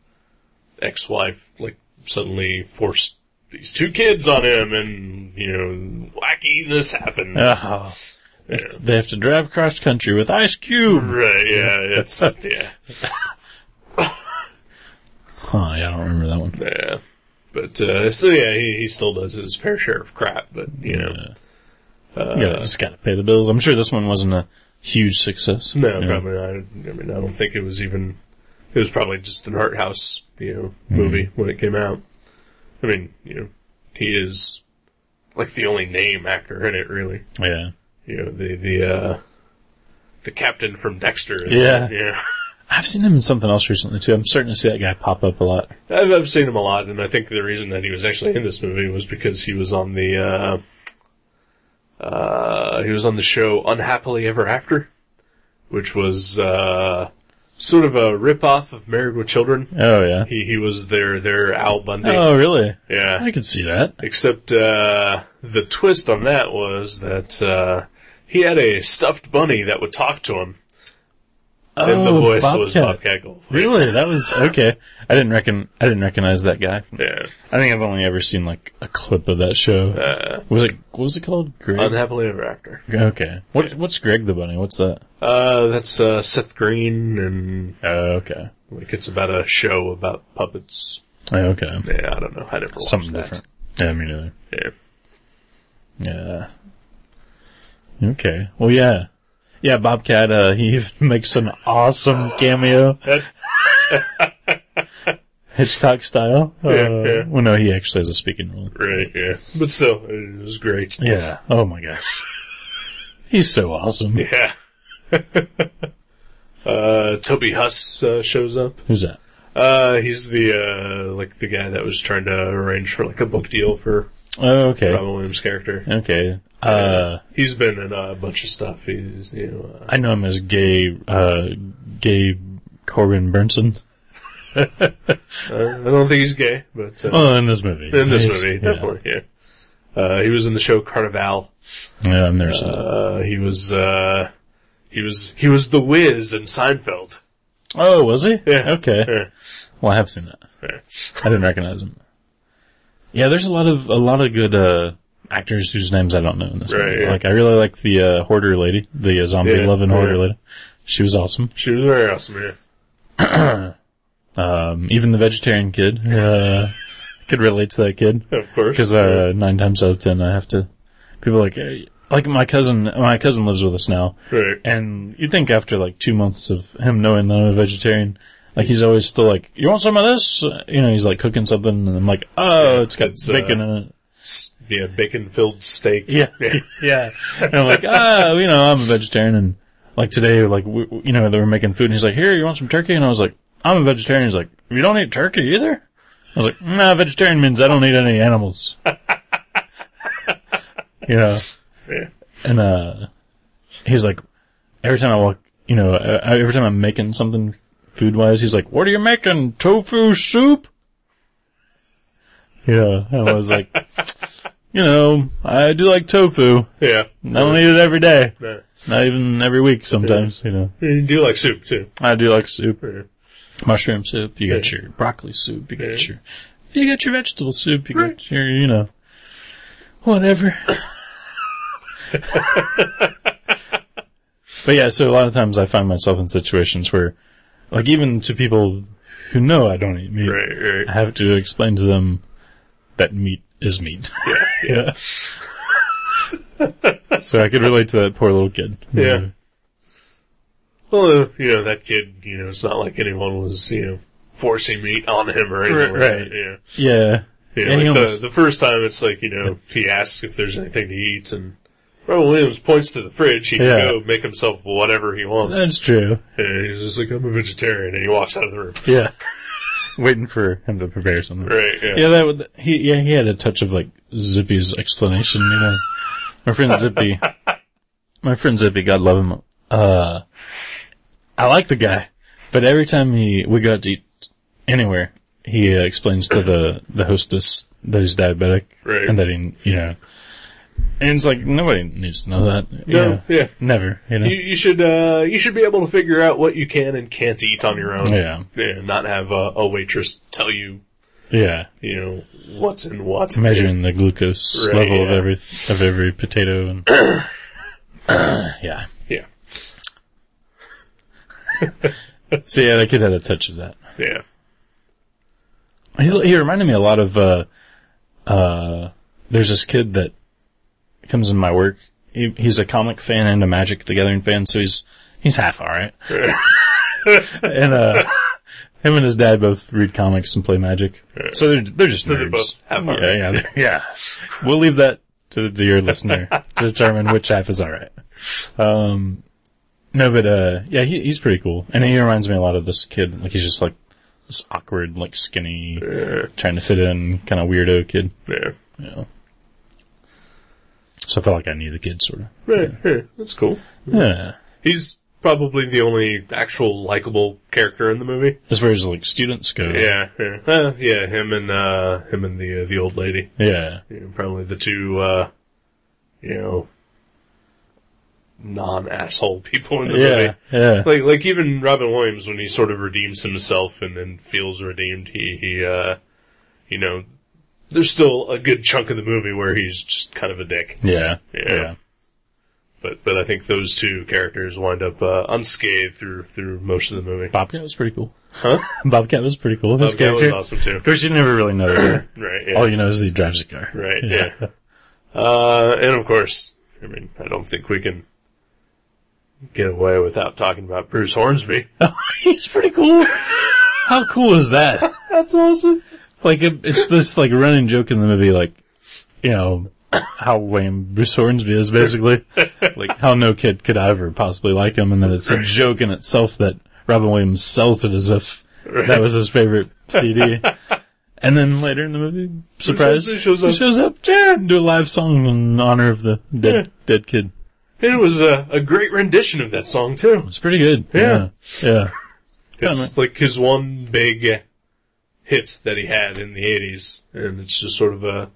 [SPEAKER 1] ex-wife like suddenly forced these two kids on him and you know wackiness happened.
[SPEAKER 2] Oh,
[SPEAKER 1] Yeah.
[SPEAKER 2] they have to drive across country with Ice Cube.
[SPEAKER 1] Right, yeah, it's yeah.
[SPEAKER 2] Huh, yeah, I don't remember that one.
[SPEAKER 1] Yeah. But uh so yeah, he, he still does his fair share of crap, but you know.
[SPEAKER 2] yeah,
[SPEAKER 1] Uh,
[SPEAKER 2] you just gotta pay the bills. I'm sure this one wasn't a huge success.
[SPEAKER 1] No,
[SPEAKER 2] Yeah.
[SPEAKER 1] probably not. I mean, I don't think it was even. It was probably just an art house, you know, movie when it came out. I mean, you know, he is like the only name actor in it, really.
[SPEAKER 2] Yeah.
[SPEAKER 1] You know, the the uh, the captain from Dexter. Is
[SPEAKER 2] Yeah.
[SPEAKER 1] in it, yeah.
[SPEAKER 2] I've seen him in something else recently too. I'm starting to see that guy pop up a lot.
[SPEAKER 1] I've, I've seen him a lot, and I think the reason that he was actually in this movie was because he was on the uh, uh, he was on the show Unhappily Ever After, which was uh, sort of a ripoff of Married with Children.
[SPEAKER 2] Oh yeah.
[SPEAKER 1] He he was their their Al Bundy.
[SPEAKER 2] Oh really?
[SPEAKER 1] Yeah.
[SPEAKER 2] I could see that.
[SPEAKER 1] Except uh, the twist on that was that uh, he had a stuffed bunny that would talk to him. and the
[SPEAKER 2] Oh,
[SPEAKER 1] voice was Bobcat
[SPEAKER 2] Bobcat.
[SPEAKER 1] Goldthwait.
[SPEAKER 2] Really? That was okay. I didn't reckon. I didn't recognize that guy.
[SPEAKER 1] Yeah.
[SPEAKER 2] I think I've only ever seen like a clip of that show.
[SPEAKER 1] Uh,
[SPEAKER 2] was it? What was it called? Greg.
[SPEAKER 1] Unhappily Ever After.
[SPEAKER 2] okay. What? What's Greg the Bunny? What's that?
[SPEAKER 1] Uh, that's uh, Seth Green, and
[SPEAKER 2] Oh, okay.
[SPEAKER 1] like it's about a show about puppets.
[SPEAKER 2] Oh, okay.
[SPEAKER 1] Yeah, I don't know. I never watched
[SPEAKER 2] Something
[SPEAKER 1] that.
[SPEAKER 2] different. Yeah, me neither.
[SPEAKER 1] Yeah.
[SPEAKER 2] Yeah. Okay. Well, yeah. Yeah, Bobcat, uh, he <laughs> even makes an awesome
[SPEAKER 1] <laughs>
[SPEAKER 2] cameo. Hitchcock style. Uh,
[SPEAKER 1] <laughs> Yeah, yeah.
[SPEAKER 2] Well, no, he actually has a speaking role.
[SPEAKER 1] Right. Yeah. But still, it was great.
[SPEAKER 2] Yeah. Oh my gosh. <laughs> He's so awesome.
[SPEAKER 1] Yeah. <laughs> uh, Toby Huss uh, shows up.
[SPEAKER 2] Who's that?
[SPEAKER 1] Uh, he's the uh, like the guy that was trying to arrange for like a book deal for
[SPEAKER 2] Oh, okay.
[SPEAKER 1] Robin Williams' character.
[SPEAKER 2] Okay. Uh,
[SPEAKER 1] He's been in uh, a bunch of stuff. He's you know uh,
[SPEAKER 2] I know him as Gay, uh, Gay Corbin Burnson.
[SPEAKER 1] I don't think he's gay, but uh,
[SPEAKER 2] Oh, in this movie.
[SPEAKER 1] in this
[SPEAKER 2] He's-
[SPEAKER 1] movie
[SPEAKER 2] yeah.
[SPEAKER 1] definitely. Yeah. Uh, he was in the show Carnival.
[SPEAKER 2] Yeah, I've never seen that.
[SPEAKER 1] Uh, he was uh, he was he was the Wiz in Seinfeld.
[SPEAKER 2] Oh, was he?
[SPEAKER 1] Yeah.
[SPEAKER 2] Okay.
[SPEAKER 1] Yeah.
[SPEAKER 2] Well, I have seen that.
[SPEAKER 1] Yeah.
[SPEAKER 2] I didn't recognize him. Yeah, there's a lot of a lot of good uh, actors whose names I don't know in this.
[SPEAKER 1] Right,
[SPEAKER 2] movie.
[SPEAKER 1] yeah.
[SPEAKER 2] Like I really like the uh, hoarder lady, the uh, zombie
[SPEAKER 1] Yeah,
[SPEAKER 2] loving hoarder
[SPEAKER 1] yeah.
[SPEAKER 2] lady. She was awesome.
[SPEAKER 1] She was very awesome. Yeah.
[SPEAKER 2] Um, even the vegetarian kid uh, <laughs> could relate to that kid
[SPEAKER 1] Of course.
[SPEAKER 2] because uh, nine times out of ten I have to. People are like "Hey," like my cousin. My cousin lives with us now,
[SPEAKER 1] right.
[SPEAKER 2] and you'd think after like two months of him knowing that I'm a vegetarian. Like he's always still like, you want some of this? You know, he's like cooking something, and I'm like, oh,
[SPEAKER 1] Yeah,
[SPEAKER 2] it's got
[SPEAKER 1] it's, uh,
[SPEAKER 2] bacon in it.
[SPEAKER 1] S- Yeah, bacon filled uh, steak.
[SPEAKER 2] Yeah.
[SPEAKER 1] <laughs> Yeah.
[SPEAKER 2] Yeah. And I'm like, ah, you know, I'm a vegetarian and like today, like, we, we- you know, they were making food and he's like, here, you want some turkey? And I was like, I'm a vegetarian. He's like, you don't eat turkey either? I was like, nah, vegetarian means I don't eat any animals. <laughs> you know,
[SPEAKER 1] Yeah.
[SPEAKER 2] and, uh, he's like, every time I walk, you know, uh, every time I'm making something food wise, he's like, what are you making? Tofu soup? Yeah. And I was like, you know, I do like tofu.
[SPEAKER 1] Yeah.
[SPEAKER 2] I don't eat it every day.
[SPEAKER 1] Yeah.
[SPEAKER 2] Not even every week sometimes, you know.
[SPEAKER 1] You do like soup too.
[SPEAKER 2] I do like soup.
[SPEAKER 1] Yeah.
[SPEAKER 2] Mushroom soup, you got
[SPEAKER 1] Yeah.
[SPEAKER 2] your broccoli soup, you got
[SPEAKER 1] Yeah.
[SPEAKER 2] your you got your vegetable soup, you
[SPEAKER 1] Right.
[SPEAKER 2] got your you know whatever.
[SPEAKER 1] <laughs>
[SPEAKER 2] but yeah, so a lot of times I find myself in situations where like even to people who know I don't eat meat,
[SPEAKER 1] Right,
[SPEAKER 2] I
[SPEAKER 1] right.
[SPEAKER 2] have to explain to them that meat is meat.
[SPEAKER 1] Yeah. Yeah.
[SPEAKER 2] <laughs> so I could relate to that poor little kid.
[SPEAKER 1] Yeah. Well, uh, you know, that kid, you know, it's not like anyone was, you know, forcing meat on him or anything.
[SPEAKER 2] Right,
[SPEAKER 1] Like
[SPEAKER 2] right.
[SPEAKER 1] that, you know.
[SPEAKER 2] Yeah.
[SPEAKER 1] Yeah,
[SPEAKER 2] And he
[SPEAKER 1] like the,
[SPEAKER 2] almost-
[SPEAKER 1] the first time it's like, you know, he asks if there's anything to eat and Robin Williams points to the fridge, he
[SPEAKER 2] Yeah.
[SPEAKER 1] can go make himself whatever he wants.
[SPEAKER 2] That's true.
[SPEAKER 1] and he's just like, I'm a vegetarian and he walks out of the room.
[SPEAKER 2] Yeah. Waiting for him to prepare something.
[SPEAKER 1] Right, yeah.
[SPEAKER 2] Yeah, that would, he, yeah, he had a touch of like Zippy's explanation, you know. My friend Zippy, my friend Zippy, God love him. Uh, I like the guy, but every time he, we go out to eat anywhere, he uh, explains to the, the hostess that he's diabetic.
[SPEAKER 1] Right.
[SPEAKER 2] And that he, you know, and it's like, nobody needs to know that.
[SPEAKER 1] No,
[SPEAKER 2] yeah.
[SPEAKER 1] yeah.
[SPEAKER 2] Never, you know.
[SPEAKER 1] You, you should, uh, you should be able to figure out what you can and can't eat on your own.
[SPEAKER 2] Yeah.
[SPEAKER 1] And not have a, a waitress tell you,
[SPEAKER 2] yeah.
[SPEAKER 1] you know, what's in what.
[SPEAKER 2] measuring the glucose
[SPEAKER 1] Right,
[SPEAKER 2] level of
[SPEAKER 1] yeah.
[SPEAKER 2] every of every potato
[SPEAKER 1] <clears throat>
[SPEAKER 2] and yeah.
[SPEAKER 1] Yeah.
[SPEAKER 2] So yeah, that kid had a touch of that.
[SPEAKER 1] Yeah.
[SPEAKER 2] He, he reminded me a lot of uh, uh, there's this kid that comes in my work. He, he's a comic fan and a Magic the Gathering fan, so he's he's half
[SPEAKER 1] <laughs>
[SPEAKER 2] all right. and uh, him and his dad both read comics and play Magic, so they're they're just
[SPEAKER 1] they're
[SPEAKER 2] nerds.
[SPEAKER 1] both half all
[SPEAKER 2] yeah,
[SPEAKER 1] right.
[SPEAKER 2] yeah, they're-
[SPEAKER 1] <laughs>
[SPEAKER 2] yeah. We'll leave that to, to your listener to determine which half is all right. Um, no, but uh, yeah, he, he's pretty cool, and he reminds me a lot of this kid. Like he's just like this awkward, like skinny,
[SPEAKER 1] Yeah.
[SPEAKER 2] trying to fit in, kind of weirdo kid.
[SPEAKER 1] Yeah.
[SPEAKER 2] Yeah. So I felt like I knew the kid, sort of.
[SPEAKER 1] Right. Yeah. That's cool.
[SPEAKER 2] Yeah.
[SPEAKER 1] He's probably the only actual likable character in the movie.
[SPEAKER 2] As far as like students go.
[SPEAKER 1] Yeah, yeah, Uh, yeah. Him and uh, him and the uh, the old lady.
[SPEAKER 2] Yeah.
[SPEAKER 1] You know, probably the two, uh, you know, non-asshole people in the movie.
[SPEAKER 2] Yeah,
[SPEAKER 1] <laughs>
[SPEAKER 2] yeah.
[SPEAKER 1] Like, like even Robin Williams, when he sort of redeems himself and, and feels redeemed, he, he, uh, you know, there's still a good chunk of the movie where he's just kind of a dick.
[SPEAKER 2] Yeah.
[SPEAKER 1] Yeah. But, but I think those two characters wind up, uh, unscathed through, through most of the movie.
[SPEAKER 2] Bobcat was pretty cool.
[SPEAKER 1] Huh?
[SPEAKER 2] <laughs> Bobcat was pretty cool. His
[SPEAKER 1] That was
[SPEAKER 2] character.
[SPEAKER 1] awesome too.
[SPEAKER 2] Of course, you never really know. that.
[SPEAKER 1] Right. <coughs> Yeah.
[SPEAKER 2] All you know is that he drives a car.
[SPEAKER 1] Right. Oh, Yeah. Uh, and of course, I mean, I don't think we can get away without talking about Bruce Hornsby.
[SPEAKER 2] He's pretty cool. How cool is that?
[SPEAKER 1] That's awesome.
[SPEAKER 2] Like, it, it's this, like, running joke in the movie, like, you know, how lame Bruce Hornsby is, basically. like, how no kid could ever possibly like him, and then it's a joke in itself that Robin Williams sells it as if that was his favorite CD. and then later in the movie, surprise,
[SPEAKER 1] Hornsby shows up.
[SPEAKER 2] he shows up yeah, and do a live song in honor of the dead, dead kid.
[SPEAKER 1] And it was a, a great rendition of that song too.
[SPEAKER 2] It's pretty good.
[SPEAKER 1] Yeah.
[SPEAKER 2] Yeah. yeah.
[SPEAKER 1] It's like his one big hit that he had in the 80s. And it's just sort of a,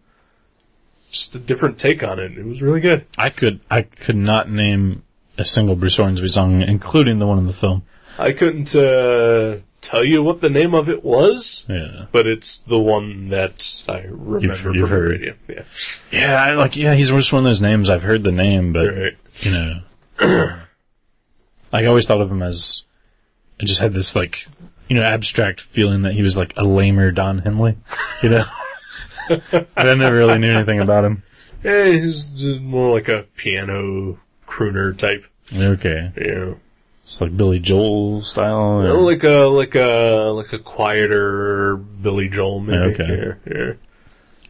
[SPEAKER 1] just a different take on it. It was really good.
[SPEAKER 2] I could I could not name a single Bruce Hornsby song, including the one in the film.
[SPEAKER 1] I couldn't, uh, tell you what the name of it was,
[SPEAKER 2] Yeah,
[SPEAKER 1] but it's the one that I remember
[SPEAKER 2] you've
[SPEAKER 1] from the
[SPEAKER 2] heard.
[SPEAKER 1] radio. Yeah.
[SPEAKER 2] yeah, I, like yeah, he's just one of those names I've heard the name, but
[SPEAKER 1] Right.
[SPEAKER 2] you know, like I always thought of him as I just had this like you know abstract feeling that he was like a lamer Don Henley, you know. <laughs> but I never really knew anything about him.
[SPEAKER 1] Yeah, he's more like a piano crooner type.
[SPEAKER 2] Okay,
[SPEAKER 1] You know,
[SPEAKER 2] it's like Billy Joel style. or-
[SPEAKER 1] like a like a like a quieter Billy Joel maybe.
[SPEAKER 2] Okay.
[SPEAKER 1] Yeah,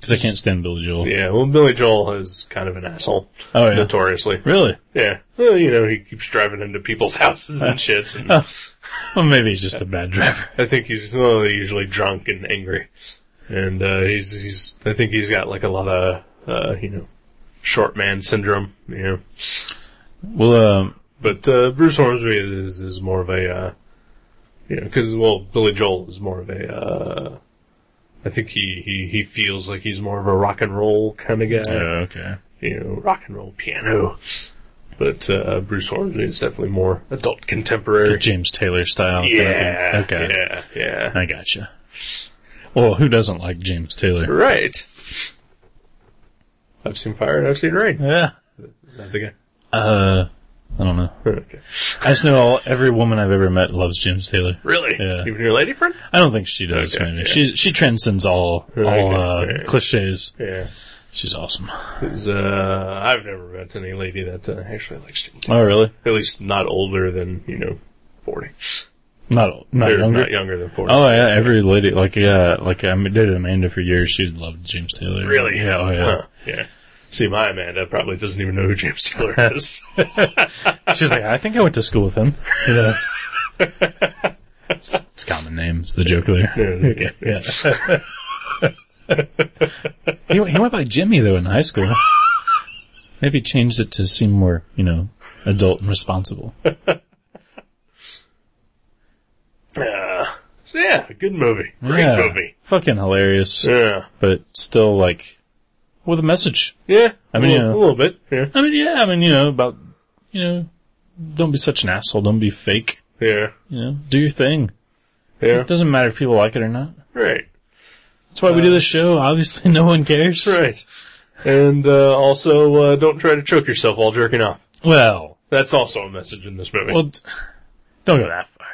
[SPEAKER 2] Cause I can't stand Billy Joel.
[SPEAKER 1] yeah, yeah. Well, Billy Joel is kind of an asshole,
[SPEAKER 2] Oh yeah,
[SPEAKER 1] notoriously.
[SPEAKER 2] really?
[SPEAKER 1] Yeah, well, you know, he keeps driving into people's <laughs> houses and shit. And
[SPEAKER 2] Oh. Well, maybe he's just a bad driver.
[SPEAKER 1] I think he's well, usually drunk and angry, and uh, he's he's. I think he's got like a lot of uh, you know, short man syndrome. You know.
[SPEAKER 2] Well, um,
[SPEAKER 1] But uh, Bruce Hornsby is is more of a, uh, you know, because well, Billy Joel is more of a. Uh, I think he, he he feels like he's more of a rock and roll kind of guy,
[SPEAKER 2] yeah, okay.
[SPEAKER 1] you know, rock and roll piano. But uh, Bruce Hornsby is definitely more adult
[SPEAKER 2] The
[SPEAKER 1] contemporary.
[SPEAKER 2] James Taylor style. kind of
[SPEAKER 1] Yeah,
[SPEAKER 2] thing. Okay.
[SPEAKER 1] yeah, yeah.
[SPEAKER 2] I gotcha. Well, who doesn't like James Taylor?
[SPEAKER 1] Right. I've seen fire and I've seen rain.
[SPEAKER 2] Yeah.
[SPEAKER 1] Is that the guy?
[SPEAKER 2] Uh, I don't know.
[SPEAKER 1] Okay.
[SPEAKER 2] I just know all, every woman I've ever met loves James Taylor.
[SPEAKER 1] Really?
[SPEAKER 2] Yeah.
[SPEAKER 1] Even your lady friend?
[SPEAKER 2] I don't think she does.
[SPEAKER 1] Okay,
[SPEAKER 2] maybe
[SPEAKER 1] yeah.
[SPEAKER 2] she she transcends all all
[SPEAKER 1] Okay,
[SPEAKER 2] uh,
[SPEAKER 1] yeah.
[SPEAKER 2] cliches.
[SPEAKER 1] Yeah.
[SPEAKER 2] She's awesome.
[SPEAKER 1] 'Cause, Uh, I've never met any lady that uh, actually likes Jim
[SPEAKER 2] Oh, really?
[SPEAKER 1] At least not older than, you know, 40.
[SPEAKER 2] Not old- not
[SPEAKER 1] Or
[SPEAKER 2] younger.
[SPEAKER 1] Not younger than 40.
[SPEAKER 2] Oh yeah, every lady like yeah, like I dated Amanda for years. She loved James Taylor.
[SPEAKER 1] really?
[SPEAKER 2] Yeah, oh yeah.
[SPEAKER 1] Huh, yeah. See, my Amanda probably doesn't even know who James <laughs> Taylor is.
[SPEAKER 2] She's like, I think I went to school
[SPEAKER 1] <laughs>
[SPEAKER 2] with him. You know. it's a common name. It's the joke there.
[SPEAKER 1] Yeah,
[SPEAKER 2] Yeah. he, went- he went by Jimmy though in high school. Maybe changed it to seem more, you know, adult and responsible.
[SPEAKER 1] Uh, so yeah, good movie. Great
[SPEAKER 2] Yeah.
[SPEAKER 1] movie.
[SPEAKER 2] Fucking hilarious,
[SPEAKER 1] Yeah.
[SPEAKER 2] but still like with a message.
[SPEAKER 1] Yeah.
[SPEAKER 2] I mean,
[SPEAKER 1] a
[SPEAKER 2] yeah.
[SPEAKER 1] little, a little bit. Yeah.
[SPEAKER 2] I mean, yeah, I mean, you know, about you know, don't be such an asshole. Don't be fake.
[SPEAKER 1] Yeah.
[SPEAKER 2] You know, do your thing.
[SPEAKER 1] Yeah.
[SPEAKER 2] It doesn't matter if people like it or not.
[SPEAKER 1] Right.
[SPEAKER 2] That's why we do this show. Obviously, <laughs> no one cares.
[SPEAKER 1] Right. And, uh, also, uh, don't try to choke yourself while jerking off.
[SPEAKER 2] Well,
[SPEAKER 1] That's also a message in this movie.
[SPEAKER 2] Well, d- don't go that far.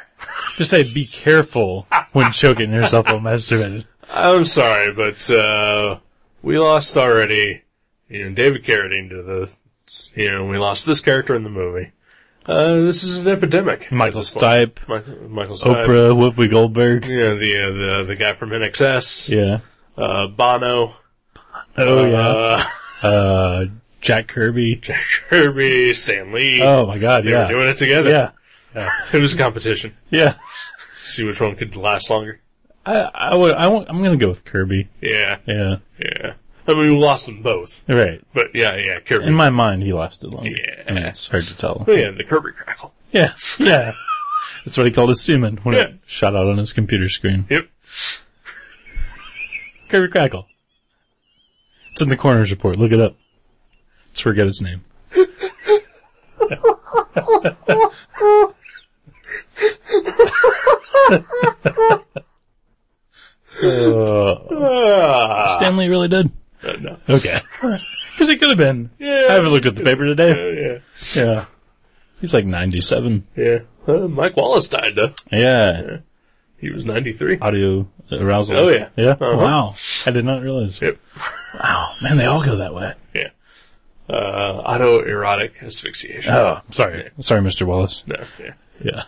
[SPEAKER 2] Just say be careful when choking
[SPEAKER 1] <laughs>
[SPEAKER 2] yourself while masturbating.
[SPEAKER 1] I'm sorry, but uh, we lost already. You know, David Carradine to the. You know, we lost this character in the movie. Uh, this is an epidemic.
[SPEAKER 2] Michael Stipe,
[SPEAKER 1] Michael, Michael Stipe.
[SPEAKER 2] Oprah, Whoopi Goldberg.
[SPEAKER 1] Yeah, the uh, the the guy from NXS.
[SPEAKER 2] Yeah.
[SPEAKER 1] Uh, Bono.
[SPEAKER 2] Oh yeah.
[SPEAKER 1] Uh,
[SPEAKER 2] Uh, Jack Kirby.
[SPEAKER 1] Jack Kirby, Stan Lee.
[SPEAKER 2] Oh my God.
[SPEAKER 1] they were
[SPEAKER 2] Yeah.
[SPEAKER 1] doing it together.
[SPEAKER 2] Yeah.
[SPEAKER 1] It was a competition.
[SPEAKER 2] Yeah.
[SPEAKER 1] See which one could last longer.
[SPEAKER 2] <laughs> I, I would. I want, I'm gonna go with Kirby.
[SPEAKER 1] Yeah,
[SPEAKER 2] Yeah.
[SPEAKER 1] yeah. I mean, we lost them both,
[SPEAKER 2] Right.
[SPEAKER 1] but yeah, yeah, Kirby.
[SPEAKER 2] In my mind, he lasted longer.
[SPEAKER 1] Yeah.
[SPEAKER 2] I mean, it's hard to tell.
[SPEAKER 1] yeah, the Kirby crackle.
[SPEAKER 2] Yeah. <laughs> Yeah. That's what he called his semen when
[SPEAKER 1] Yeah.
[SPEAKER 2] it shot out on his computer screen.
[SPEAKER 1] Yep.
[SPEAKER 2] Kirby Crackle. It's in the coroner's report. Look it up. Let's forget its name.
[SPEAKER 1] Ah.
[SPEAKER 2] Stanley really did.
[SPEAKER 1] Uh, no.
[SPEAKER 2] Okay. <laughs> Because it could have been.
[SPEAKER 1] Yeah.
[SPEAKER 2] I haven't looked at the paper today.
[SPEAKER 1] Oh, Yeah, yeah.
[SPEAKER 2] Yeah. He's like 97.
[SPEAKER 1] Yeah. Uh, Mike Wallace died, though.
[SPEAKER 2] Yeah.
[SPEAKER 1] He was 93.
[SPEAKER 2] Audio arousal.
[SPEAKER 1] Oh, yeah.
[SPEAKER 2] Yeah.
[SPEAKER 1] Uh-huh.
[SPEAKER 2] Wow. I did not realize.
[SPEAKER 1] Yep.
[SPEAKER 2] Wow. Man, they all go that way.
[SPEAKER 1] Yeah. Uh, autoerotic asphyxiation.
[SPEAKER 2] Oh, sorry. Sorry, Mr. Wallace.
[SPEAKER 1] No, yeah. <laughs>
[SPEAKER 2] Yeah.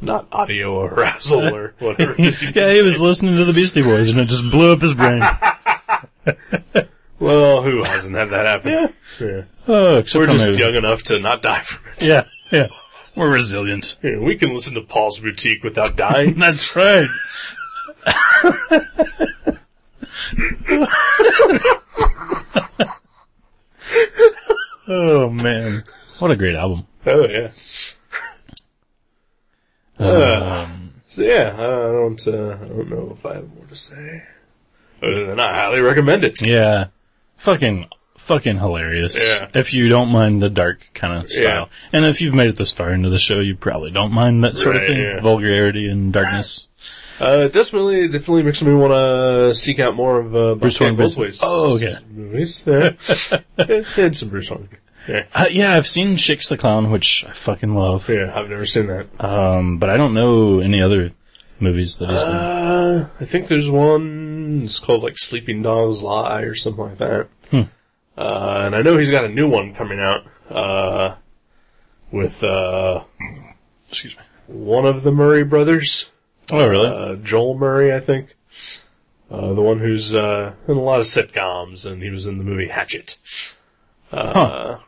[SPEAKER 1] Not audio arousal or whatever. it is you
[SPEAKER 2] <laughs> yeah, he was listening to the Beastie Boys and it just blew up
[SPEAKER 1] <laughs>
[SPEAKER 2] his brain.
[SPEAKER 1] Well, who hasn't had that happen?
[SPEAKER 2] Yeah.
[SPEAKER 1] Yeah.
[SPEAKER 2] Oh, except
[SPEAKER 1] We're
[SPEAKER 2] for
[SPEAKER 1] just
[SPEAKER 2] me.
[SPEAKER 1] young enough to not die from it.
[SPEAKER 2] Yeah. Yeah. We're resilient.
[SPEAKER 1] Yeah, we can listen to Paul's Boutique without dying.
[SPEAKER 2] That's right. <laughs> oh man. What a great album.
[SPEAKER 1] <laughs> oh, yeah. Uh, so, yeah, I don't, uh, I don't know if I have more to say. Other than I highly recommend it.
[SPEAKER 2] Yeah. Fucking fucking hilarious.
[SPEAKER 1] Yeah.
[SPEAKER 2] If you don't mind the dark kind of style. And if you've made it this far into the show, you probably don't mind that sort of
[SPEAKER 1] Right,
[SPEAKER 2] thing.
[SPEAKER 1] yeah.
[SPEAKER 2] Vulgarity
[SPEAKER 1] <laughs>
[SPEAKER 2] and darkness.
[SPEAKER 1] Uh, definitely, definitely makes me want to seek out more of uh,
[SPEAKER 2] Bruce
[SPEAKER 1] Bobcat Goldthwait's
[SPEAKER 2] Hornsby's- Oh, okay.
[SPEAKER 1] movies. <laughs> Yeah. and some Bruce Hornsby. Yeah.
[SPEAKER 2] Uh, yeah, I've seen Shakes the Clown, which I fucking love.
[SPEAKER 1] yeah, I've never seen that.
[SPEAKER 2] Um, but I don't know any other movies that he's done.
[SPEAKER 1] Uh, I think there's one. It's called like Sleeping Dogs Lie or something like that. Uh, and I know he's got a new one coming out uh, with uh,
[SPEAKER 2] Excuse me.
[SPEAKER 1] one of the Murray brothers,
[SPEAKER 2] Oh, really?
[SPEAKER 1] uh, Joel Murray, I think. Uh, the one who's uh, in a lot of sitcoms, and he was in the movie Hatchet. Uh,
[SPEAKER 2] huh.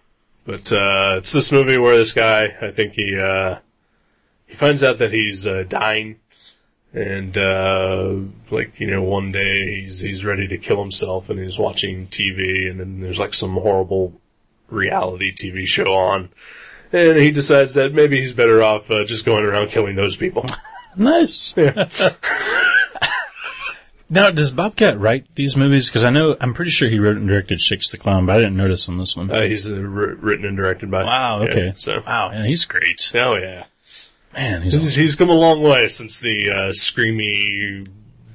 [SPEAKER 1] But uh, it's this movie where this guy, I think he uh, he finds out that he's uh, dying, and uh, like you know, one day he's he's ready to kill himself, and he's watching TV, and then there's like some horrible reality TV show on, and he decides that maybe he's better off uh, just going around killing those people.
[SPEAKER 2] Nice.
[SPEAKER 1] Yeah.
[SPEAKER 2] <laughs> now, does Bobcat write these movies? Because I know, I'm pretty sure he wrote and directed Shakes the Clown, but I didn't notice on this one.
[SPEAKER 1] Uh, he's uh, wr- written and directed by.
[SPEAKER 2] wow,
[SPEAKER 1] yeah,
[SPEAKER 2] okay.
[SPEAKER 1] so.
[SPEAKER 2] Wow, yeah, he's great.
[SPEAKER 1] Oh yeah.
[SPEAKER 2] Man, he's
[SPEAKER 1] He's, he's come a long way since the uh, screamy,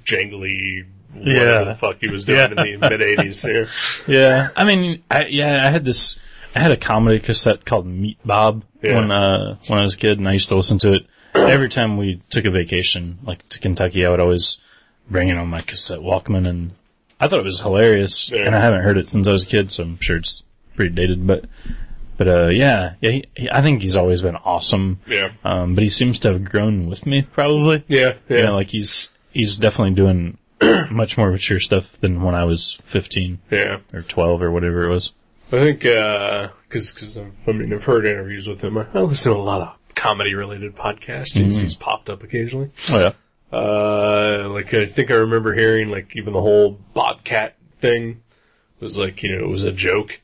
[SPEAKER 1] jangly,
[SPEAKER 2] Yeah.
[SPEAKER 1] whatever the fuck he was doing
[SPEAKER 2] <laughs> Yeah.
[SPEAKER 1] in the mid '80s. There,
[SPEAKER 2] Yeah. I mean, I, yeah, I had this, I had a comedy cassette called Meat Bob
[SPEAKER 1] Yeah.
[SPEAKER 2] when, uh, when I was a kid and I used to listen to it every time we took a vacation, like to Kentucky, I would always bring in on my cassette Walkman and I thought it was hilarious
[SPEAKER 1] Yeah.
[SPEAKER 2] and I haven't heard it since I was a kid, so I'm sure it's pretty dated, but, but, uh, yeah, yeah, he, he, I think he's always been awesome.
[SPEAKER 1] yeah,
[SPEAKER 2] Um, but he seems to have grown with me probably.
[SPEAKER 1] yeah, yeah,
[SPEAKER 2] You know, like he's, he's definitely doing <clears throat> much more mature stuff than when I was 15
[SPEAKER 1] yeah.
[SPEAKER 2] or 12 or whatever it was.
[SPEAKER 1] I think uh, because because I've, I mean I've heard interviews with him. I, I listen to a lot of comedy related podcasts.
[SPEAKER 2] Mm-hmm.
[SPEAKER 1] He's, he's popped up occasionally.
[SPEAKER 2] Oh, yeah.
[SPEAKER 1] Uh, like I think I remember hearing like even the whole Bobcat thing was like you know it was a joke.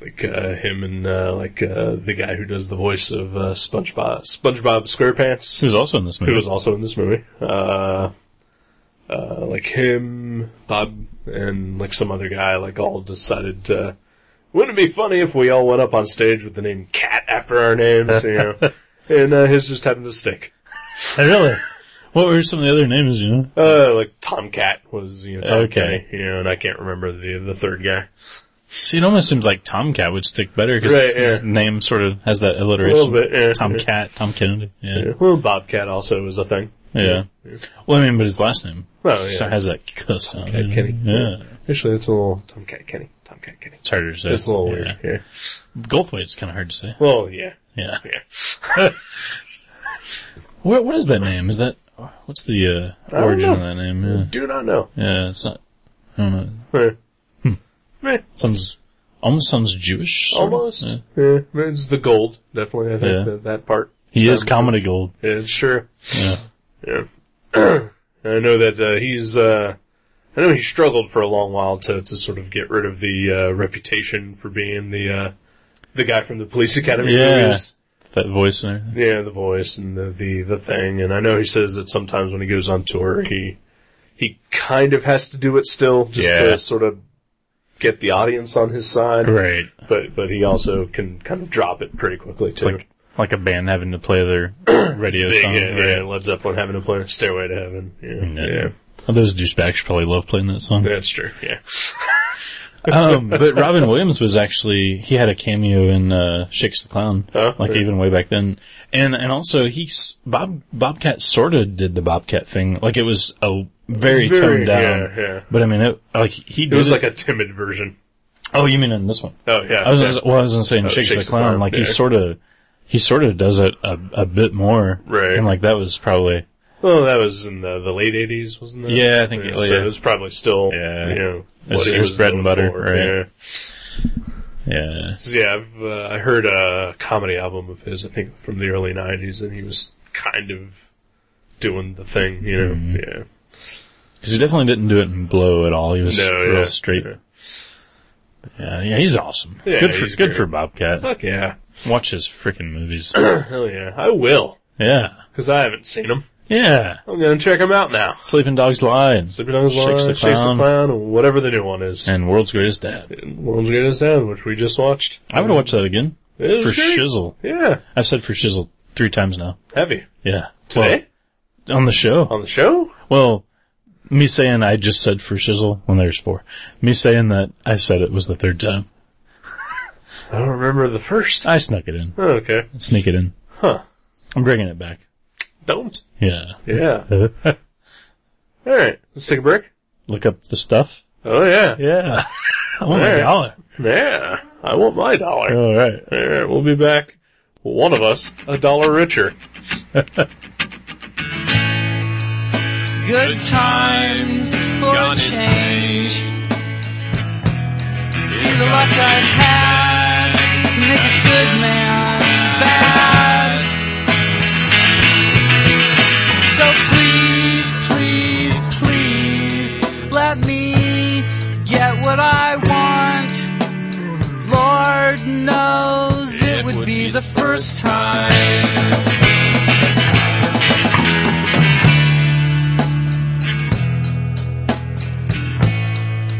[SPEAKER 1] Like uh, him and uh, like uh, the guy who does the voice of uh, SpongeBob SpongeBob SquarePants.
[SPEAKER 2] He was also in this movie. <laughs>
[SPEAKER 1] who was also in this movie. Uh, uh, like him, Bob, and like some other guy, like all decided, uh, wouldn't it be funny if we all went up on stage with the name Cat after our names, you know? And uh, his just happened to stick.
[SPEAKER 2] really? What were some of the other names, you know?
[SPEAKER 1] Uh, like Tomcat was, you know, Tom
[SPEAKER 2] Okay.
[SPEAKER 1] Kenny, you know, and I can't remember the the third guy.
[SPEAKER 2] See, it almost seems like Tomcat would stick better because
[SPEAKER 1] Right,
[SPEAKER 2] his
[SPEAKER 1] yeah.
[SPEAKER 2] name sort of has that alliteration.
[SPEAKER 1] little bit, yeah.
[SPEAKER 2] Tomcat, Tom Kennedy. Yeah.
[SPEAKER 1] Well, Bobcat also was a thing.
[SPEAKER 2] yeah. Well, I mean, but his last name
[SPEAKER 1] Well,
[SPEAKER 2] sort of
[SPEAKER 1] yeah.
[SPEAKER 2] has that k sound.
[SPEAKER 1] Cat Kenny.
[SPEAKER 2] Yeah.
[SPEAKER 1] Actually, that's a little Tomcat Kenny. Tomcat Kenny.
[SPEAKER 2] It's harder to say.
[SPEAKER 1] It's a little
[SPEAKER 2] yeah.
[SPEAKER 1] weird. Yeah.
[SPEAKER 2] Goldthwait's kind of hard
[SPEAKER 1] <laughs>
[SPEAKER 2] to say.
[SPEAKER 1] Well, yeah.
[SPEAKER 2] Yeah.
[SPEAKER 1] Yeah.
[SPEAKER 2] What, what is that name? Is that, what's the uh,
[SPEAKER 1] don't
[SPEAKER 2] origin of
[SPEAKER 1] know.
[SPEAKER 2] that name? Yeah.
[SPEAKER 1] Do not know.
[SPEAKER 2] Yeah, it's not, I don't know.
[SPEAKER 1] Huh. Hmm. Meh.
[SPEAKER 2] Sounds, almost sounds Jewish. sort of.
[SPEAKER 1] Almost.
[SPEAKER 2] Yeah.
[SPEAKER 1] Yeah. It's the gold, definitely. I think
[SPEAKER 2] Yeah.
[SPEAKER 1] that, that part.
[SPEAKER 2] He is
[SPEAKER 1] Um,
[SPEAKER 2] comedy gold.
[SPEAKER 1] Yeah, sure.
[SPEAKER 2] Yeah.
[SPEAKER 1] Yeah. <clears throat> I know that uh, he's. Uh, I know he struggled for a long while to, to sort of get rid of the uh, reputation for being the uh, the guy from the police academy
[SPEAKER 2] Yeah.
[SPEAKER 1] movies.
[SPEAKER 2] That voice and everything.
[SPEAKER 1] Yeah, the voice and the, the the thing. And I know he says that sometimes when he goes on tour, he he kind of has to do it still just
[SPEAKER 2] Yeah.
[SPEAKER 1] to sort of get the audience on his side,
[SPEAKER 2] Right.
[SPEAKER 1] but but he also can kind of drop it pretty quickly too.
[SPEAKER 2] Like like a band having to play <coughs> their radio
[SPEAKER 1] yeah,
[SPEAKER 2] song.
[SPEAKER 1] yeah,
[SPEAKER 2] right?
[SPEAKER 1] yeah, Led Zeppelin having to play "Stairway to Heaven." Yeah,
[SPEAKER 2] Yeah.
[SPEAKER 1] yeah,
[SPEAKER 2] Well, those douchebags probably love playing that <laughs> song.
[SPEAKER 1] that's true. Yeah,
[SPEAKER 2] um, but Robin Williams was actually he had a cameo in uh, Shakes the Clown,
[SPEAKER 1] Oh,
[SPEAKER 2] like
[SPEAKER 1] yeah.
[SPEAKER 2] even way back then, and and also he s- Bob Bobcat sort of did the Bobcat thing, like it was a very,
[SPEAKER 1] Very-
[SPEAKER 2] toned down.
[SPEAKER 1] yeah, yeah.
[SPEAKER 2] But I mean, it like he did
[SPEAKER 1] it was like a timid version.
[SPEAKER 2] oh, you mean in this one?
[SPEAKER 1] Oh yeah,
[SPEAKER 2] I was
[SPEAKER 1] yeah.
[SPEAKER 2] gonna- well, I was gonna
[SPEAKER 1] Oh,
[SPEAKER 2] say in Shakes, the Clown, like he
[SPEAKER 1] yeah.
[SPEAKER 2] sort of he sort of does it a, a bit more,
[SPEAKER 1] Right.
[SPEAKER 2] And like that was probably
[SPEAKER 1] Well, that was in the, the late '80s, wasn't it?
[SPEAKER 2] Yeah, I think it-
[SPEAKER 1] so
[SPEAKER 2] yeah.
[SPEAKER 1] it was probably still,
[SPEAKER 2] Yeah.
[SPEAKER 1] you know,
[SPEAKER 2] It's-
[SPEAKER 1] what he
[SPEAKER 2] it's
[SPEAKER 1] was
[SPEAKER 2] bread and
[SPEAKER 1] known
[SPEAKER 2] butter,
[SPEAKER 1] for,
[SPEAKER 2] right.
[SPEAKER 1] Yeah,
[SPEAKER 2] yeah.
[SPEAKER 1] 'Cause, yeah. I've uh, I heard a comedy album of his, I think, from the early '90s, and he was kind of doing the thing, you know.
[SPEAKER 2] Mm-hmm.
[SPEAKER 1] Yeah,
[SPEAKER 2] Because he definitely didn't do it in blow at all. He was
[SPEAKER 1] No,
[SPEAKER 2] real
[SPEAKER 1] yeah.
[SPEAKER 2] straight.
[SPEAKER 1] Yeah.
[SPEAKER 2] Yeah, yeah, he's awesome.
[SPEAKER 1] Yeah,
[SPEAKER 2] good for
[SPEAKER 1] he's
[SPEAKER 2] good
[SPEAKER 1] great.
[SPEAKER 2] for Bobcat.
[SPEAKER 1] fuck yeah,
[SPEAKER 2] Watch his freaking movies. <coughs>
[SPEAKER 1] hell yeah, I will
[SPEAKER 2] yeah,
[SPEAKER 1] because I haven't seen him.
[SPEAKER 2] yeah.
[SPEAKER 1] I'm gonna check him out now.
[SPEAKER 2] Sleeping Dogs Lie and,
[SPEAKER 1] Sleeping Dogs
[SPEAKER 2] Shakes the
[SPEAKER 1] Line, Shakes the
[SPEAKER 2] Clown.
[SPEAKER 1] Clown, or whatever the new one is.
[SPEAKER 2] and World's Greatest Dad.
[SPEAKER 1] World's Greatest Down, which we just watched.
[SPEAKER 2] I would watch that again
[SPEAKER 1] It was
[SPEAKER 2] for
[SPEAKER 1] great.
[SPEAKER 2] Shizzle.
[SPEAKER 1] Yeah,
[SPEAKER 2] I've said for Shizzle three times now.
[SPEAKER 1] heavy
[SPEAKER 2] Yeah,
[SPEAKER 1] today
[SPEAKER 2] Well, on the show.
[SPEAKER 1] on the show.
[SPEAKER 2] Well, me saying I just said for Shizzle when there's four. Me saying that I said it was the third time.
[SPEAKER 1] I don't remember the first. Oh,
[SPEAKER 2] I snuck it in.
[SPEAKER 1] Okay.
[SPEAKER 2] Sneak it in.
[SPEAKER 1] Huh.
[SPEAKER 2] I'm bringing it back.
[SPEAKER 1] Don't.
[SPEAKER 2] Yeah. <laughs>
[SPEAKER 1] Yeah. All right. Let's take a break.
[SPEAKER 2] Look up the stuff.
[SPEAKER 1] Oh yeah.
[SPEAKER 2] <laughs> Yeah. I want
[SPEAKER 1] All
[SPEAKER 2] my
[SPEAKER 1] right.
[SPEAKER 2] dollar.
[SPEAKER 1] Yeah. I want my dollar.
[SPEAKER 2] All right.
[SPEAKER 1] All right. We'll be back. One of us a dollar richer.
[SPEAKER 3] Good times for a change. See the luck I've had can make a good man bad. So please, please, please let me get what I want. Lord knows it would be the first time.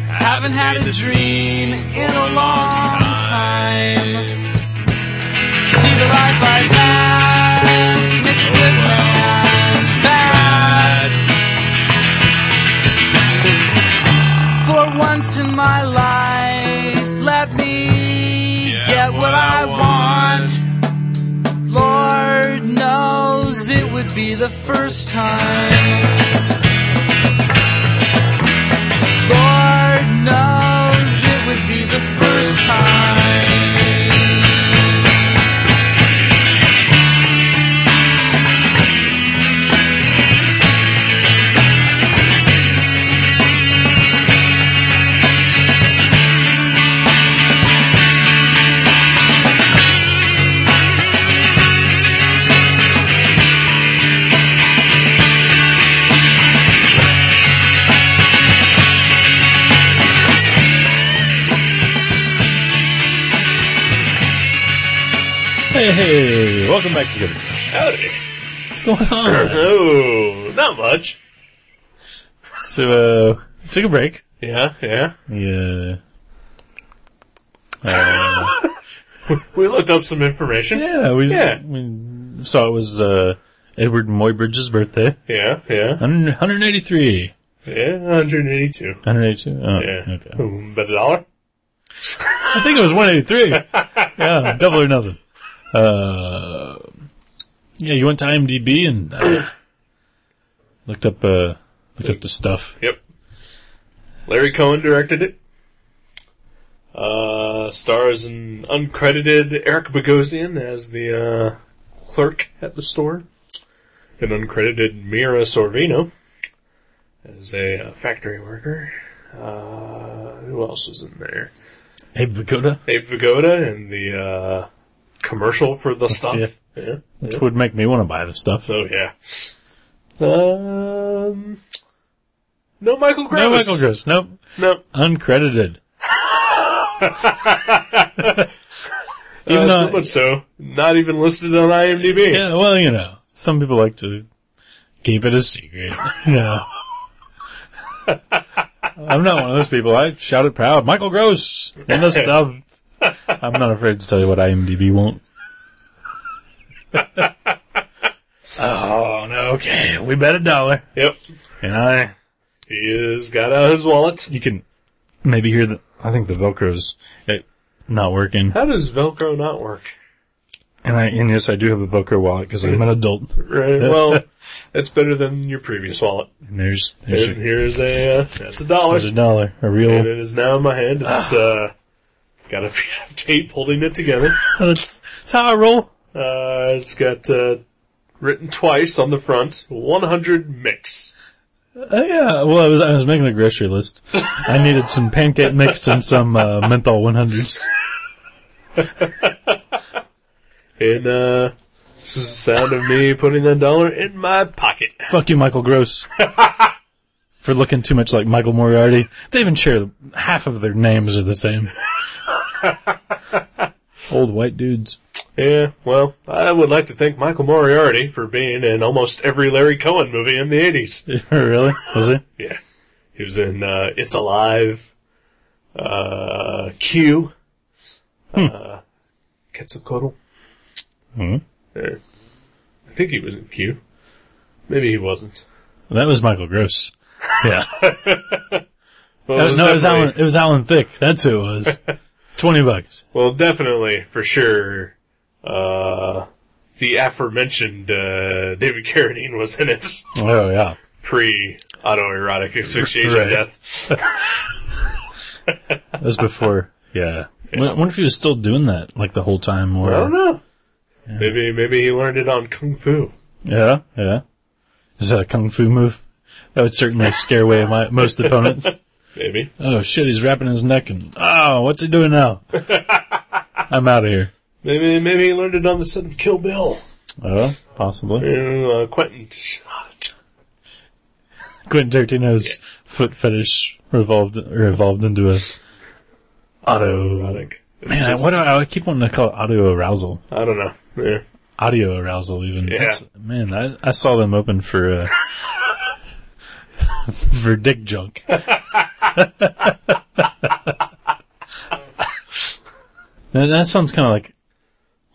[SPEAKER 3] Haven't had a dream in a long time. See the life I've had. Make a good man bad. For once in my life, let me get what I want. Lord knows it would be the first time. Lord knows it would be the first time.
[SPEAKER 2] Hey, hey, welcome back to Good. Times.
[SPEAKER 1] Howdy.
[SPEAKER 2] What's going on?
[SPEAKER 1] Oh, not much.
[SPEAKER 2] <clears throat> so, uh, took a break.
[SPEAKER 1] Yeah. Yeah.
[SPEAKER 2] Yeah.
[SPEAKER 1] We looked up some information.
[SPEAKER 2] Yeah, we,
[SPEAKER 1] Yeah.
[SPEAKER 2] we saw it was, uh, Edward Moybridge's birthday.
[SPEAKER 1] Yeah. Yeah.
[SPEAKER 2] 100, 183.
[SPEAKER 1] Yeah. 182.
[SPEAKER 2] 182? Oh,
[SPEAKER 1] Yeah.
[SPEAKER 2] okay.
[SPEAKER 1] Hmm, Bet a dollar.
[SPEAKER 2] I think it was <laughs> 183. yeah, double or nothing. Uh, yeah, you went to IMDb and, uh, <clears throat> looked up, uh, looked up the stuff.
[SPEAKER 1] Yep. Larry Cohen directed it. Uh, stars an uncredited Eric Bogosian as the uh, clerk at the store, an uncredited Mira Sorvino as a uh, factory worker. Uh, who else was in there?
[SPEAKER 2] Hey, Vakoda?
[SPEAKER 1] Abe Vigoda in the uh, commercial for <laughs> the stuff. yeah.
[SPEAKER 2] Which would make me want to buy the stuff.
[SPEAKER 1] Oh yeah. Um, no Michael Gravis.
[SPEAKER 2] No, Michael Gross. Nope.
[SPEAKER 1] No.
[SPEAKER 2] Uncredited. <laughs>
[SPEAKER 1] Uh,
[SPEAKER 2] Even
[SPEAKER 1] so
[SPEAKER 2] though-
[SPEAKER 1] much so, not even listed on IMDb.
[SPEAKER 2] <laughs> Yeah, well, you know, some people <laughs> like to keep it a secret. you know. I'm not one of those people. I shout it proud. Michael Gross and the stuff. I'm not afraid to tell you what IMDb won't. <laughs> oh no! Okay, we bet a dollar,
[SPEAKER 1] Yep.
[SPEAKER 2] and I
[SPEAKER 1] He's got out his wallet.
[SPEAKER 2] you can maybe hear the. I think the Velcro's eh, not working,
[SPEAKER 1] How does Velcro not work?
[SPEAKER 2] and I and yes, I do have a Velcro wallet because I'm an adult. <laughs>
[SPEAKER 1] Right. Well, that's better than your previous wallet.
[SPEAKER 2] And there's there's
[SPEAKER 1] And
[SPEAKER 2] a,
[SPEAKER 1] here's a uh, that's a dollar,
[SPEAKER 2] there's a dollar, a
[SPEAKER 1] and
[SPEAKER 2] real.
[SPEAKER 1] it is now in my hand.
[SPEAKER 2] Ah.
[SPEAKER 1] It's uh, got a <laughs> piece of tape holding it together.
[SPEAKER 2] That's, that's how I roll.
[SPEAKER 1] Uh, it's got uh, written twice on the front, 100 mix.
[SPEAKER 2] Uh, yeah, well, I was I was making a grocery list. I needed some pancake mix and some uh, menthol 100s.
[SPEAKER 1] And uh, this is the sound of me putting that dollar in my pocket.
[SPEAKER 2] Fuck you, Michael Gross, for looking too much like Michael Moriarty. They even share half of their names are the same. Old white dudes. <laughs>
[SPEAKER 1] Yeah, well, I would like to thank Michael Moriarty for being in almost every Larry Cohen movie in the 80s.
[SPEAKER 2] really? Was he?
[SPEAKER 1] Yeah. He was in uh, It's Alive, uh, Q, uh, Quetzalcoatl.
[SPEAKER 2] Hmm.
[SPEAKER 1] There. I think he was in Q. Maybe he wasn't.
[SPEAKER 2] That was Michael Gross. Yeah.
[SPEAKER 1] Well,
[SPEAKER 2] Uh, no, it was
[SPEAKER 1] definitely-
[SPEAKER 2] Alan. It was Alan Thick. That's who it was. Twenty bucks.
[SPEAKER 1] Well, definitely, for sure, uh, the aforementioned uh, David Carradine was in it <laughs>
[SPEAKER 2] Oh yeah.
[SPEAKER 1] pre autoerotic asphyxiation
[SPEAKER 2] Right.
[SPEAKER 1] death.
[SPEAKER 2] That was before. <laughs> Yeah. I wonder if he was still doing that like the whole time, or
[SPEAKER 1] I don't know. Maybe maybe he learned it on kung fu.
[SPEAKER 2] Yeah, yeah. Is that a kung fu move? That would certainly scare away my <laughs> most opponents.
[SPEAKER 1] Maybe
[SPEAKER 2] Oh shit, he's wrapping his neck and oh, what's he doing <laughs> now? I'm out of here.
[SPEAKER 1] maybe maybe he learned it on the set of Kill Bill.
[SPEAKER 2] Oh, possibly.
[SPEAKER 1] You know, uh, Quentin shot it.
[SPEAKER 2] Quentin Tarantino's foot fetish revolved or evolved into a auto.
[SPEAKER 1] Autoerotic.
[SPEAKER 2] Man, I, what do I, I keep wanting to call it auto arousal,
[SPEAKER 1] I don't know. Yeah.
[SPEAKER 2] audio arousal even.
[SPEAKER 1] Yeah.
[SPEAKER 2] That's- Man, I, I saw them open for uh, <laughs> for dick junk. <laughs> And that sounds kind of like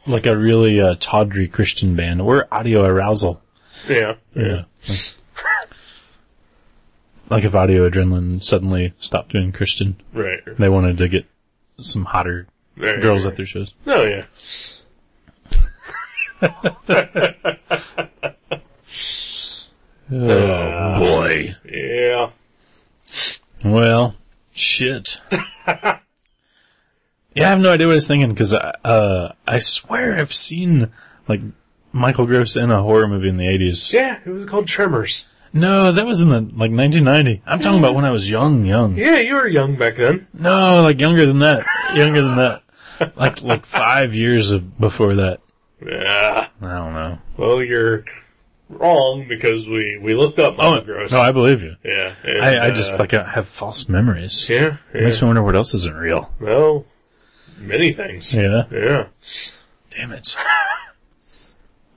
[SPEAKER 2] like a really uh, tawdry Christian band. We're audio arousal.
[SPEAKER 1] Yeah. Yeah.
[SPEAKER 2] like if audio adrenaline suddenly stopped doing Christian,
[SPEAKER 1] Right.
[SPEAKER 2] they wanted to get some hotter
[SPEAKER 1] Right.
[SPEAKER 2] girls at their shows.
[SPEAKER 1] Oh yeah.
[SPEAKER 2] Oh boy.
[SPEAKER 1] Yeah.
[SPEAKER 2] Well,
[SPEAKER 1] <laughs>
[SPEAKER 2] shit. yeah, I have no idea what I was thinking because I, uh, I swear I've seen like Michael Gross in a horror movie in the eighties.
[SPEAKER 1] Yeah. It was called Tremors.
[SPEAKER 2] No, that was in the like 1990. I'm talking about when I was young, young.
[SPEAKER 1] Yeah, you were young back then.
[SPEAKER 2] No, like younger than that, younger than that. Like like five years of, before that.
[SPEAKER 1] Yeah.
[SPEAKER 2] I don't know.
[SPEAKER 1] Well, you're wrong because we we looked up Michael
[SPEAKER 2] Oh,
[SPEAKER 1] Gross.
[SPEAKER 2] no, I believe you.
[SPEAKER 1] yeah, and,
[SPEAKER 2] I, I just
[SPEAKER 1] uh,
[SPEAKER 2] like I have false memories.
[SPEAKER 1] yeah, yeah.
[SPEAKER 2] It makes me wonder what else isn't real.
[SPEAKER 1] Well, many things.
[SPEAKER 2] Yeah.
[SPEAKER 1] yeah,
[SPEAKER 2] Damn it.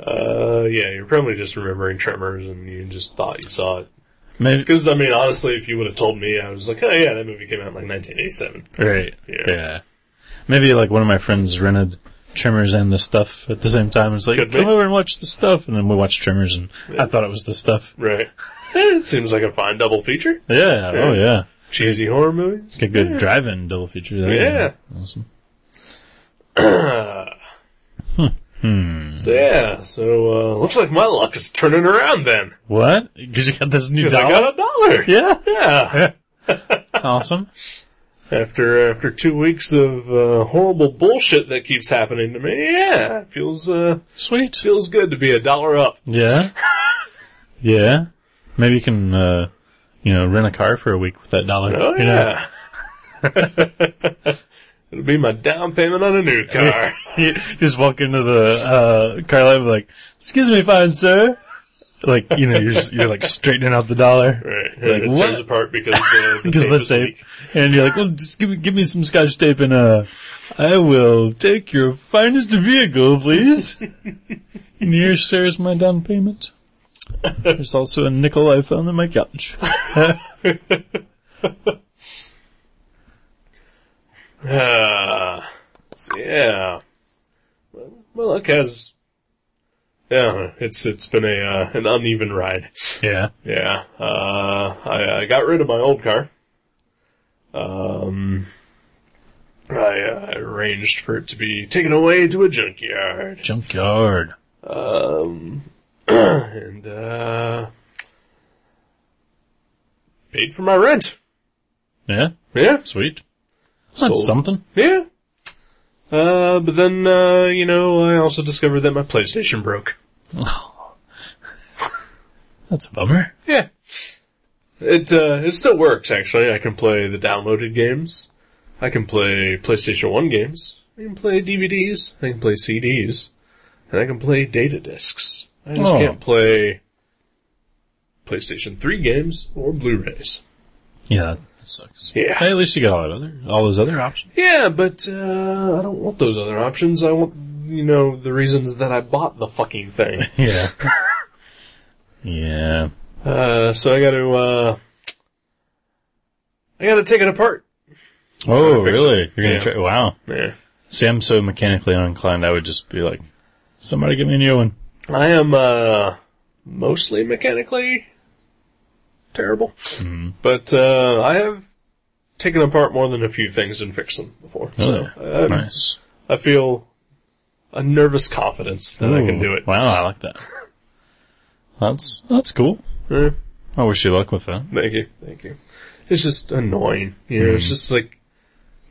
[SPEAKER 1] uh, yeah. You're probably just remembering Tremors, and you just thought you saw it.
[SPEAKER 2] Maybe
[SPEAKER 1] Because I mean, honestly, if you would have told me, I was like, oh yeah, that movie came out in like 1987.
[SPEAKER 2] Right.
[SPEAKER 1] Yeah.
[SPEAKER 2] Yeah. Maybe like one of my friends rented Tremors and the stuff at the same time. It's like,
[SPEAKER 1] Could be.
[SPEAKER 2] come over and watch the stuff. And then we watched Tremors and I thought it was the stuff.
[SPEAKER 1] Right. Eh, <laughs> it seems like a fine double feature.
[SPEAKER 2] Yeah. Oh, yeah.
[SPEAKER 1] Cheesy horror movies.
[SPEAKER 2] Like a good drive-in double feature. There.
[SPEAKER 1] Yeah.
[SPEAKER 2] Awesome.
[SPEAKER 1] So yeah. So uh, looks like my luck is turning around then.
[SPEAKER 2] What? Because you got this new
[SPEAKER 1] 'Cause
[SPEAKER 2] dollar?
[SPEAKER 1] I got a dollar.
[SPEAKER 2] yeah.
[SPEAKER 1] Yeah.
[SPEAKER 2] That's awesome.
[SPEAKER 1] after after two weeks of uh, horrible bullshit that keeps happening to me. Yeah, it feels uh,
[SPEAKER 2] Sweet.
[SPEAKER 1] feels good to be a dollar up. <laughs>
[SPEAKER 2] Yeah. Yeah. Maybe you can, uh, you know, rent a car for a week with that dollar.
[SPEAKER 1] Oh
[SPEAKER 2] you know?
[SPEAKER 1] yeah. <laughs> It'll be my down payment on a new <laughs> car.
[SPEAKER 2] <laughs> You just walk into the uh, car lot and be like, "Excuse me, fine sir." Like you know, you're just, you're like straightening out the <laughs> dollar
[SPEAKER 1] right. And
[SPEAKER 2] Like,
[SPEAKER 1] it
[SPEAKER 2] what?
[SPEAKER 1] tears apart because
[SPEAKER 2] <laughs>
[SPEAKER 1] the, the
[SPEAKER 2] because
[SPEAKER 1] tape
[SPEAKER 2] of the
[SPEAKER 1] is
[SPEAKER 2] tape,
[SPEAKER 1] leak.
[SPEAKER 2] and you're like, "Well, just give me give me some scotch tape and uh, I will take your finest vehicle, <laughs> please." and here, sir, is my down payment. There's also a nickel I found on my couch.
[SPEAKER 1] Uh, so yeah. Well, look, has yeah, it's it's been a uh, an uneven ride.
[SPEAKER 2] Yeah.
[SPEAKER 1] Yeah, uh, I, I got rid of my old car. Um, I, uh, arranged for it to be taken away to a junkyard. <clears throat>
[SPEAKER 2] Junkyard.
[SPEAKER 1] Um, and, uh, paid for my rent.
[SPEAKER 2] Yeah.
[SPEAKER 1] Yeah.
[SPEAKER 2] Sweet. That's
[SPEAKER 1] Sold.
[SPEAKER 2] something.
[SPEAKER 1] Yeah. Uh, but then, uh, you know, I also discovered that my PlayStation broke.
[SPEAKER 2] That's a bummer.
[SPEAKER 1] Yeah. It, uh, it still works, actually. I can play the downloaded games. I can play PlayStation 1 games. I can play DVDs. I can play CDs. And I can play data discs. I just
[SPEAKER 2] Oh.
[SPEAKER 1] can't play PlayStation 3 games or Blu-rays.
[SPEAKER 2] Yeah. That sucks.
[SPEAKER 1] Yeah.
[SPEAKER 2] Hey, at least you got all that other, all those other options.
[SPEAKER 1] Yeah, but, uh, I don't want those other options. I want, you know, the reasons that I bought the fucking thing.
[SPEAKER 2] Yeah. <laughs> yeah.
[SPEAKER 1] Uh, so I gotta, uh, I gotta take it apart. to
[SPEAKER 2] Oh,
[SPEAKER 1] fix
[SPEAKER 2] really?
[SPEAKER 1] it.
[SPEAKER 2] You're gonna
[SPEAKER 1] Yeah.
[SPEAKER 2] try? Wow.
[SPEAKER 1] Yeah.
[SPEAKER 2] See, I'm so mechanically uninclined. I would just be like, somebody give me a new one.
[SPEAKER 1] I am, uh, mostly mechanically terrible.
[SPEAKER 2] Mm-hmm.
[SPEAKER 1] But, uh, I have taken apart more than a few things and fixed them before.
[SPEAKER 2] Oh,
[SPEAKER 1] So, um,
[SPEAKER 2] nice.
[SPEAKER 1] I feel a nervous confidence that I can
[SPEAKER 2] Ooh,
[SPEAKER 1] do it.
[SPEAKER 2] Wow, I like that. That's that's cool.
[SPEAKER 1] Yeah.
[SPEAKER 2] I wish you luck with that.
[SPEAKER 1] Thank you. Mm-hmm. Thank you. It's just annoying. You know, it's just like,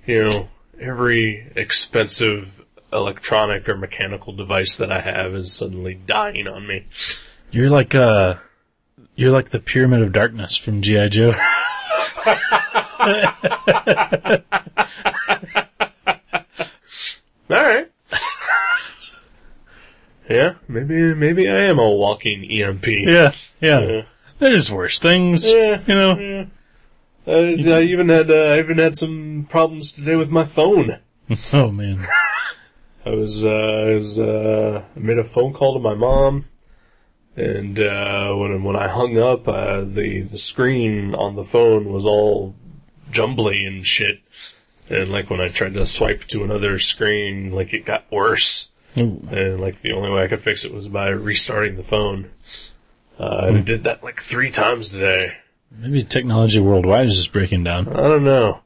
[SPEAKER 1] you know, every expensive electronic or mechanical device that I have is suddenly dying on me.
[SPEAKER 2] You're like uh, you're like the Pyramid of Darkness from GI Joe.
[SPEAKER 1] All right. <laughs> yeah, maybe maybe I am a walking E EMP.
[SPEAKER 2] <laughs> yeah, yeah,
[SPEAKER 1] Yeah.
[SPEAKER 2] There's worse things.
[SPEAKER 1] Yeah,
[SPEAKER 2] you know.
[SPEAKER 1] yeah. I, I even had uh, I even had some problems today with my phone.
[SPEAKER 2] <laughs> Oh man.
[SPEAKER 1] I was, uh, I was, uh, I made a phone call to my mom, and, uh, when, when I hung up, uh, the, the screen on the phone was all jumbly and shit. And like when I tried to swipe to another screen, like it got worse.
[SPEAKER 2] Ooh.
[SPEAKER 1] And like the only way I could fix it was by restarting the phone. Uh, and I did that like three times today.
[SPEAKER 2] Maybe technology worldwide is just breaking down.
[SPEAKER 1] I don't know.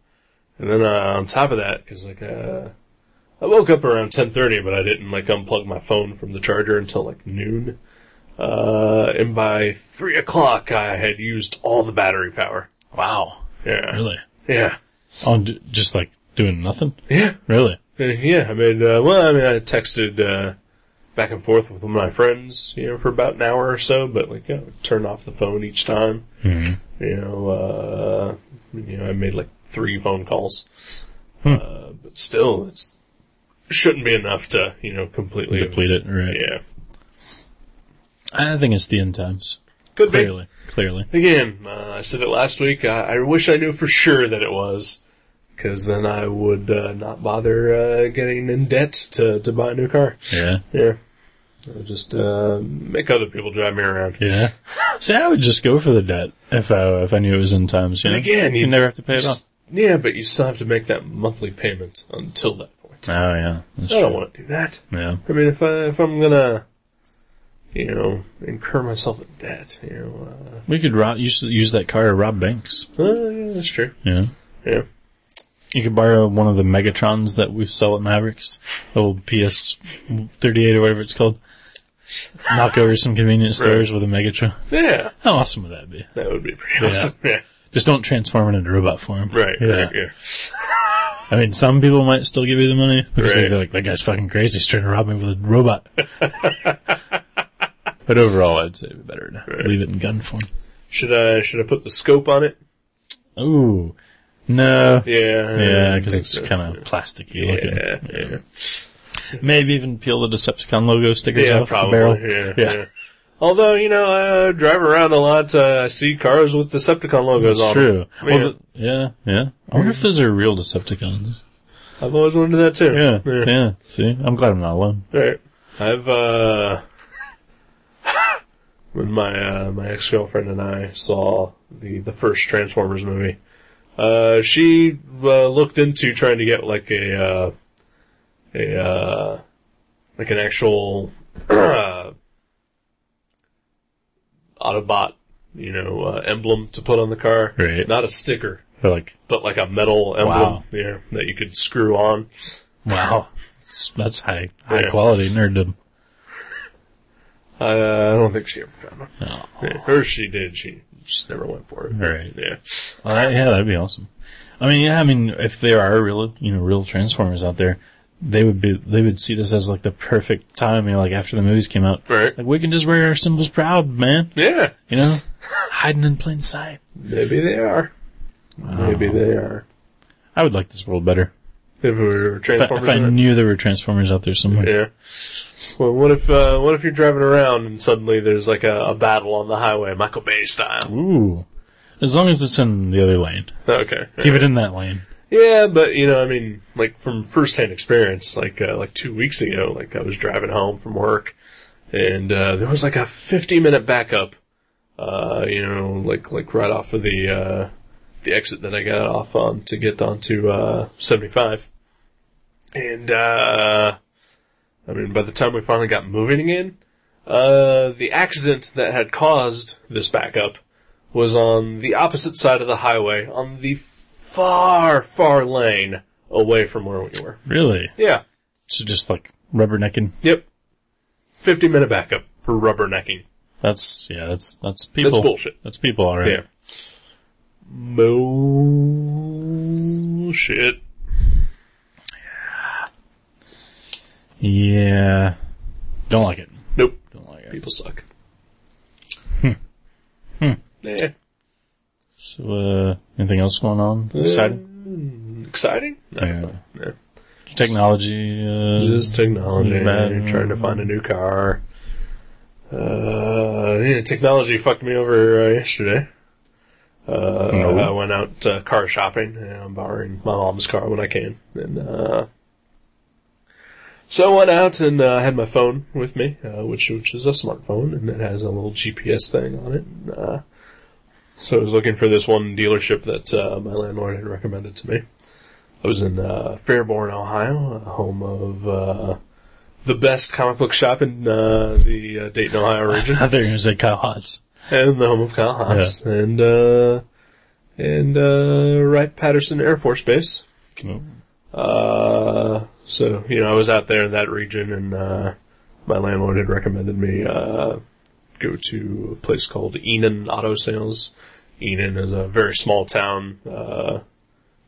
[SPEAKER 1] And then uh, on top of that, because like uh, I woke up around ten thirty, but I didn't like unplug my phone from the charger until like noon. Uh, and by three o'clock, I had used all the battery power.
[SPEAKER 2] Wow.
[SPEAKER 1] Yeah,
[SPEAKER 2] Really?
[SPEAKER 1] yeah,
[SPEAKER 2] Oh, d- just like doing nothing.
[SPEAKER 1] yeah,
[SPEAKER 2] Really?
[SPEAKER 1] Uh, yeah. I mean, uh, well, I mean, I texted uh, back and forth with my friends, you know, for about an hour or so, but like, yeah, turn off the phone each time.
[SPEAKER 2] hmm
[SPEAKER 1] you know, uh, you know, I made like three phone calls.
[SPEAKER 2] Hmm.
[SPEAKER 1] Uh, but still, it's shouldn't be enough to, you know, completely
[SPEAKER 2] Deplete it. Right.
[SPEAKER 1] Yeah,
[SPEAKER 2] I think it's the end times.
[SPEAKER 1] could
[SPEAKER 2] Clearly. Clearly.
[SPEAKER 1] be. Again, uh, I said it last week. I, I wish I knew for sure that it was, because then I would uh, not bother uh, getting in debt to to buy a new car.
[SPEAKER 2] Yeah.
[SPEAKER 1] Yeah, I would just uh, make other people drive me around.
[SPEAKER 2] <laughs> Yeah. See, I would just go for the debt if I if I knew it was in times. You know?
[SPEAKER 1] And again,
[SPEAKER 2] you
[SPEAKER 1] you-
[SPEAKER 2] never have to pay it off.
[SPEAKER 1] Just- yeah, but you still have to make that monthly payment until that point.
[SPEAKER 2] Oh yeah. That's
[SPEAKER 1] I don't
[SPEAKER 2] true.
[SPEAKER 1] want to do that.
[SPEAKER 2] Yeah.
[SPEAKER 1] I mean, if I if I'm gonna, you know, incur myself in debt, you know,
[SPEAKER 2] We could rob, use use that car to rob banks.
[SPEAKER 1] uh, uh, yeah, that's true.
[SPEAKER 2] Yeah.
[SPEAKER 1] Yeah,
[SPEAKER 2] You could borrow one of the Megatrons that we sell at Mavericks, the old PS38 or whatever it's called. Knock over some convenience stores with a Megatron.
[SPEAKER 1] yeah,
[SPEAKER 2] How awesome would that be?
[SPEAKER 1] that would be pretty awesome. <laughs> Yeah,
[SPEAKER 2] Just don't transform it into robot form.
[SPEAKER 1] right.
[SPEAKER 2] Yeah.
[SPEAKER 1] right, yeah.
[SPEAKER 2] I mean, some people might still give you the money because
[SPEAKER 1] Right.
[SPEAKER 2] they're like, that guy's fucking crazy. He's trying to rob me with a
[SPEAKER 1] <laughs>
[SPEAKER 2] robot. but overall, I'd say it'd be better to leave it in gun form.
[SPEAKER 1] Should I should I put the scope on it?
[SPEAKER 2] Ooh. No.
[SPEAKER 1] Yeah,
[SPEAKER 2] Yeah, because it's kind of plasticky
[SPEAKER 1] yeah,
[SPEAKER 2] looking.
[SPEAKER 1] yeah, yeah,
[SPEAKER 2] Maybe even peel the Decepticon logo stickers off
[SPEAKER 1] probably.
[SPEAKER 2] the barrel.
[SPEAKER 1] Yeah,
[SPEAKER 2] Yeah.
[SPEAKER 1] yeah. Although you know, I uh, drive around a lot. Uh, I see cars with Decepticon logos
[SPEAKER 2] That's
[SPEAKER 1] on.
[SPEAKER 2] true.
[SPEAKER 1] Them.
[SPEAKER 2] Well,
[SPEAKER 1] Yeah.
[SPEAKER 2] the- yeah, yeah. I wonder if those are real Decepticons.
[SPEAKER 1] I've always wondered that too.
[SPEAKER 2] Yeah, yeah. See, I'm glad I'm not alone.
[SPEAKER 1] Right. I've uh when my uh, my ex girlfriend and I saw the the first Transformers movie, Uh, she uh, looked into trying to get like a uh, a uh, like an actual uh, <clears throat> Autobot, you know, uh, emblem to put on the car.
[SPEAKER 2] Right.
[SPEAKER 1] Not a sticker,
[SPEAKER 2] They're like,
[SPEAKER 1] but like a metal emblem,
[SPEAKER 2] Wow.
[SPEAKER 1] yeah, that you could screw on. <laughs>
[SPEAKER 2] wow, that's, that's high high
[SPEAKER 1] Yeah.
[SPEAKER 2] quality nerddom.
[SPEAKER 1] Uh, I don't think she ever found one.
[SPEAKER 2] Oh,
[SPEAKER 1] Yeah, Or she did. She just never went for it.
[SPEAKER 2] Right.
[SPEAKER 1] Yeah.
[SPEAKER 2] Well, that- yeah, that'd be awesome. I mean, yeah, I mean, if there are real, you know, real Transformers out there, they would be, they would see this as like the perfect time, you know, like after the movies came out.
[SPEAKER 1] Right.
[SPEAKER 2] Like, we can just wear our symbols proud, man.
[SPEAKER 1] Yeah. <laughs>
[SPEAKER 2] You know? Hiding in plain sight.
[SPEAKER 1] Maybe they are. Maybe they are.
[SPEAKER 2] I would like this world better.
[SPEAKER 1] If we were
[SPEAKER 2] If I,
[SPEAKER 1] Transformers.
[SPEAKER 2] if I
[SPEAKER 1] in it.
[SPEAKER 2] knew there were Transformers out there somewhere.
[SPEAKER 1] <laughs> Yeah. Well, what if uh, what if you're driving around and suddenly there's like a, a battle on the highway, Michael Bay style?
[SPEAKER 2] Ooh. As long as it's in the other lane.
[SPEAKER 1] Okay.
[SPEAKER 2] Keep it in that lane.
[SPEAKER 1] Yeah, but you know, I mean, like from firsthand experience, like uh, like two weeks ago, like I was driving home from work, and uh, there was like a 50 minute backup, uh, you know, like like right off of the uh, the exit that I got off on to get onto uh, 75, and uh, I mean, by the time we finally got moving again, uh, the accident that had caused this backup was on the opposite side of the highway, on the far, far lane away from where we were.
[SPEAKER 2] Really?
[SPEAKER 1] Yeah.
[SPEAKER 2] So just like rubbernecking.
[SPEAKER 1] Yep. 50 minute backup for rubbernecking.
[SPEAKER 2] That's, yeah, that's, that's people.
[SPEAKER 1] bullshit.
[SPEAKER 2] That's people, alright.
[SPEAKER 1] Yeah. Bullshit.
[SPEAKER 2] yeah. Don't like it.
[SPEAKER 1] Nope.
[SPEAKER 2] Don't like it.
[SPEAKER 1] People suck. Hmm. Yeah.
[SPEAKER 2] So, uh, anything else going on? Exciting?
[SPEAKER 1] Exciting? No.
[SPEAKER 2] Yeah.
[SPEAKER 1] No.
[SPEAKER 2] uh, Technology, uh,
[SPEAKER 1] Just technology.
[SPEAKER 2] Man.
[SPEAKER 1] Trying to find a new car. Uh, yeah, technology fucked me over uh, yesterday. Uh,
[SPEAKER 2] No.
[SPEAKER 1] I went out uh, car shopping. And I'm borrowing my mom's car when I can. And uh, so I went out and uh, had my phone with me, uh, which which is a smartphone, and it has a little GPS thing on it. And, uh, so I was looking for this one dealership that uh, my landlord had recommended to me. I was in uh, Fairborn, Ohio, uh, home of uh, the best comic book shop in uh, the uh, Dayton, Ohio region
[SPEAKER 2] I thought you were going to say Kyle Hodge.
[SPEAKER 1] and the home of Kyle Haas and uh, and uh, Wright Patterson Air Force Base. Uh, so you know, I was out there in that region, and uh, my landlord had recommended me uh, go to a place called Enon Auto Sales. Enon is a very small town uh,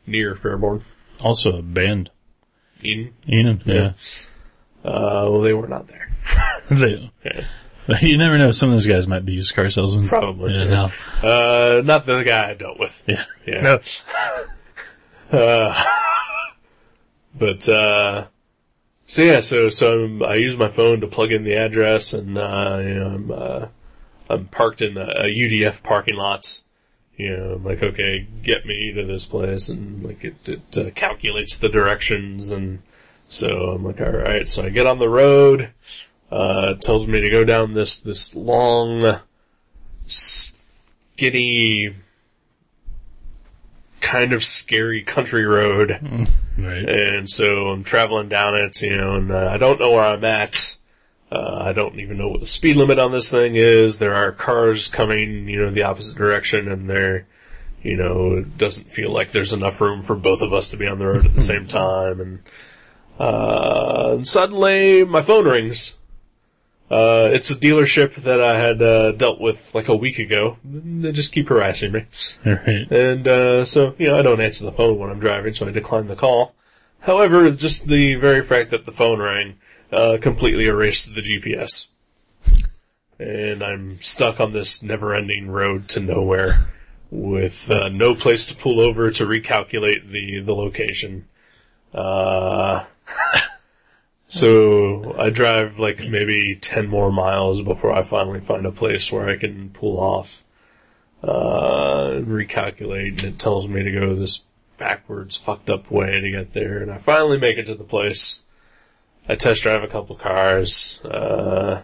[SPEAKER 1] near Fairborn.
[SPEAKER 2] Also a band.
[SPEAKER 1] Enon.
[SPEAKER 2] Enon, yeah.
[SPEAKER 1] Uh, well, they were not there.
[SPEAKER 2] <laughs> They-
[SPEAKER 1] Yeah.
[SPEAKER 2] you never know. Some of those guys might be used car salesmen.
[SPEAKER 1] Probably,
[SPEAKER 2] Yeah,
[SPEAKER 1] yeah.
[SPEAKER 2] no.
[SPEAKER 1] Uh, not the guy I dealt with.
[SPEAKER 2] Yeah. <laughs>
[SPEAKER 1] Yeah. <laughs>
[SPEAKER 2] No.
[SPEAKER 1] Uh, But uh, so yeah, so so I'm, I use my phone to plug in the address, and uh, you know I'm uh, I'm parked in a, a UDF parking lot. You know, I'm like okay, get me to this place, and like it it uh, calculates the directions, and so I'm like all right, so I get on the road. Uh, it tells me to go down this this long, skinny, kind of scary country road.
[SPEAKER 2] Hmm. Right.
[SPEAKER 1] And so I'm traveling down it, you know, and uh, I don't know where I'm at. Uh, I don't even know what the speed limit on this thing is. There are cars coming, you know, the opposite direction, and there, you know, it doesn't feel like there's enough room for both of us to be on the road at the same time. And, uh, and suddenly my phone rings. Uh, it's a dealership that I had uh, dealt with like a week ago. They just keep harassing me.
[SPEAKER 2] Right.
[SPEAKER 1] And uh, so, you know, I don't answer the phone when I'm driving, so I decline the call. However, just the very fact that the phone rang uh, completely erased the GPS. And I'm stuck on this never ending road to nowhere with uh, no place to pull over to recalculate the, the location. Uh, <laughs> so I drive like maybe 10 more miles before I finally find a place where I can pull off uh, recalculate, and it tells me to go this backwards, fucked up way to get there. And I finally make it to the place. I test drive a couple cars. Uh,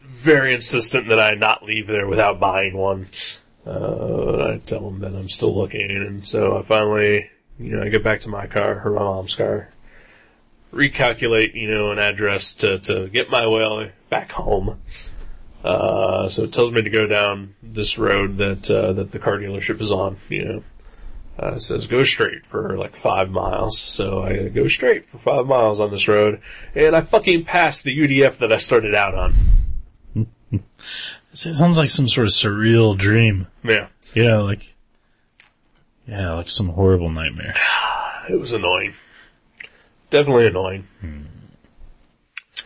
[SPEAKER 1] very insistent that I not leave there without buying one. Uh, I tell them that I'm still looking, and so I finally, you know, I get back to my car, her mom's car, recalculate, you know, an address to, to get my way back home. Uh, so it tells me to go down this road that uh, that the car dealership is on. You know, uh, it says go straight for like five miles. So I go straight for five miles on this road, and I fucking pass the UDF that I started out on.
[SPEAKER 2] It sounds like some sort of surreal dream.
[SPEAKER 1] Yeah,
[SPEAKER 2] Yeah, like, yeah, like some horrible nightmare.
[SPEAKER 1] it was annoying. Definitely annoying.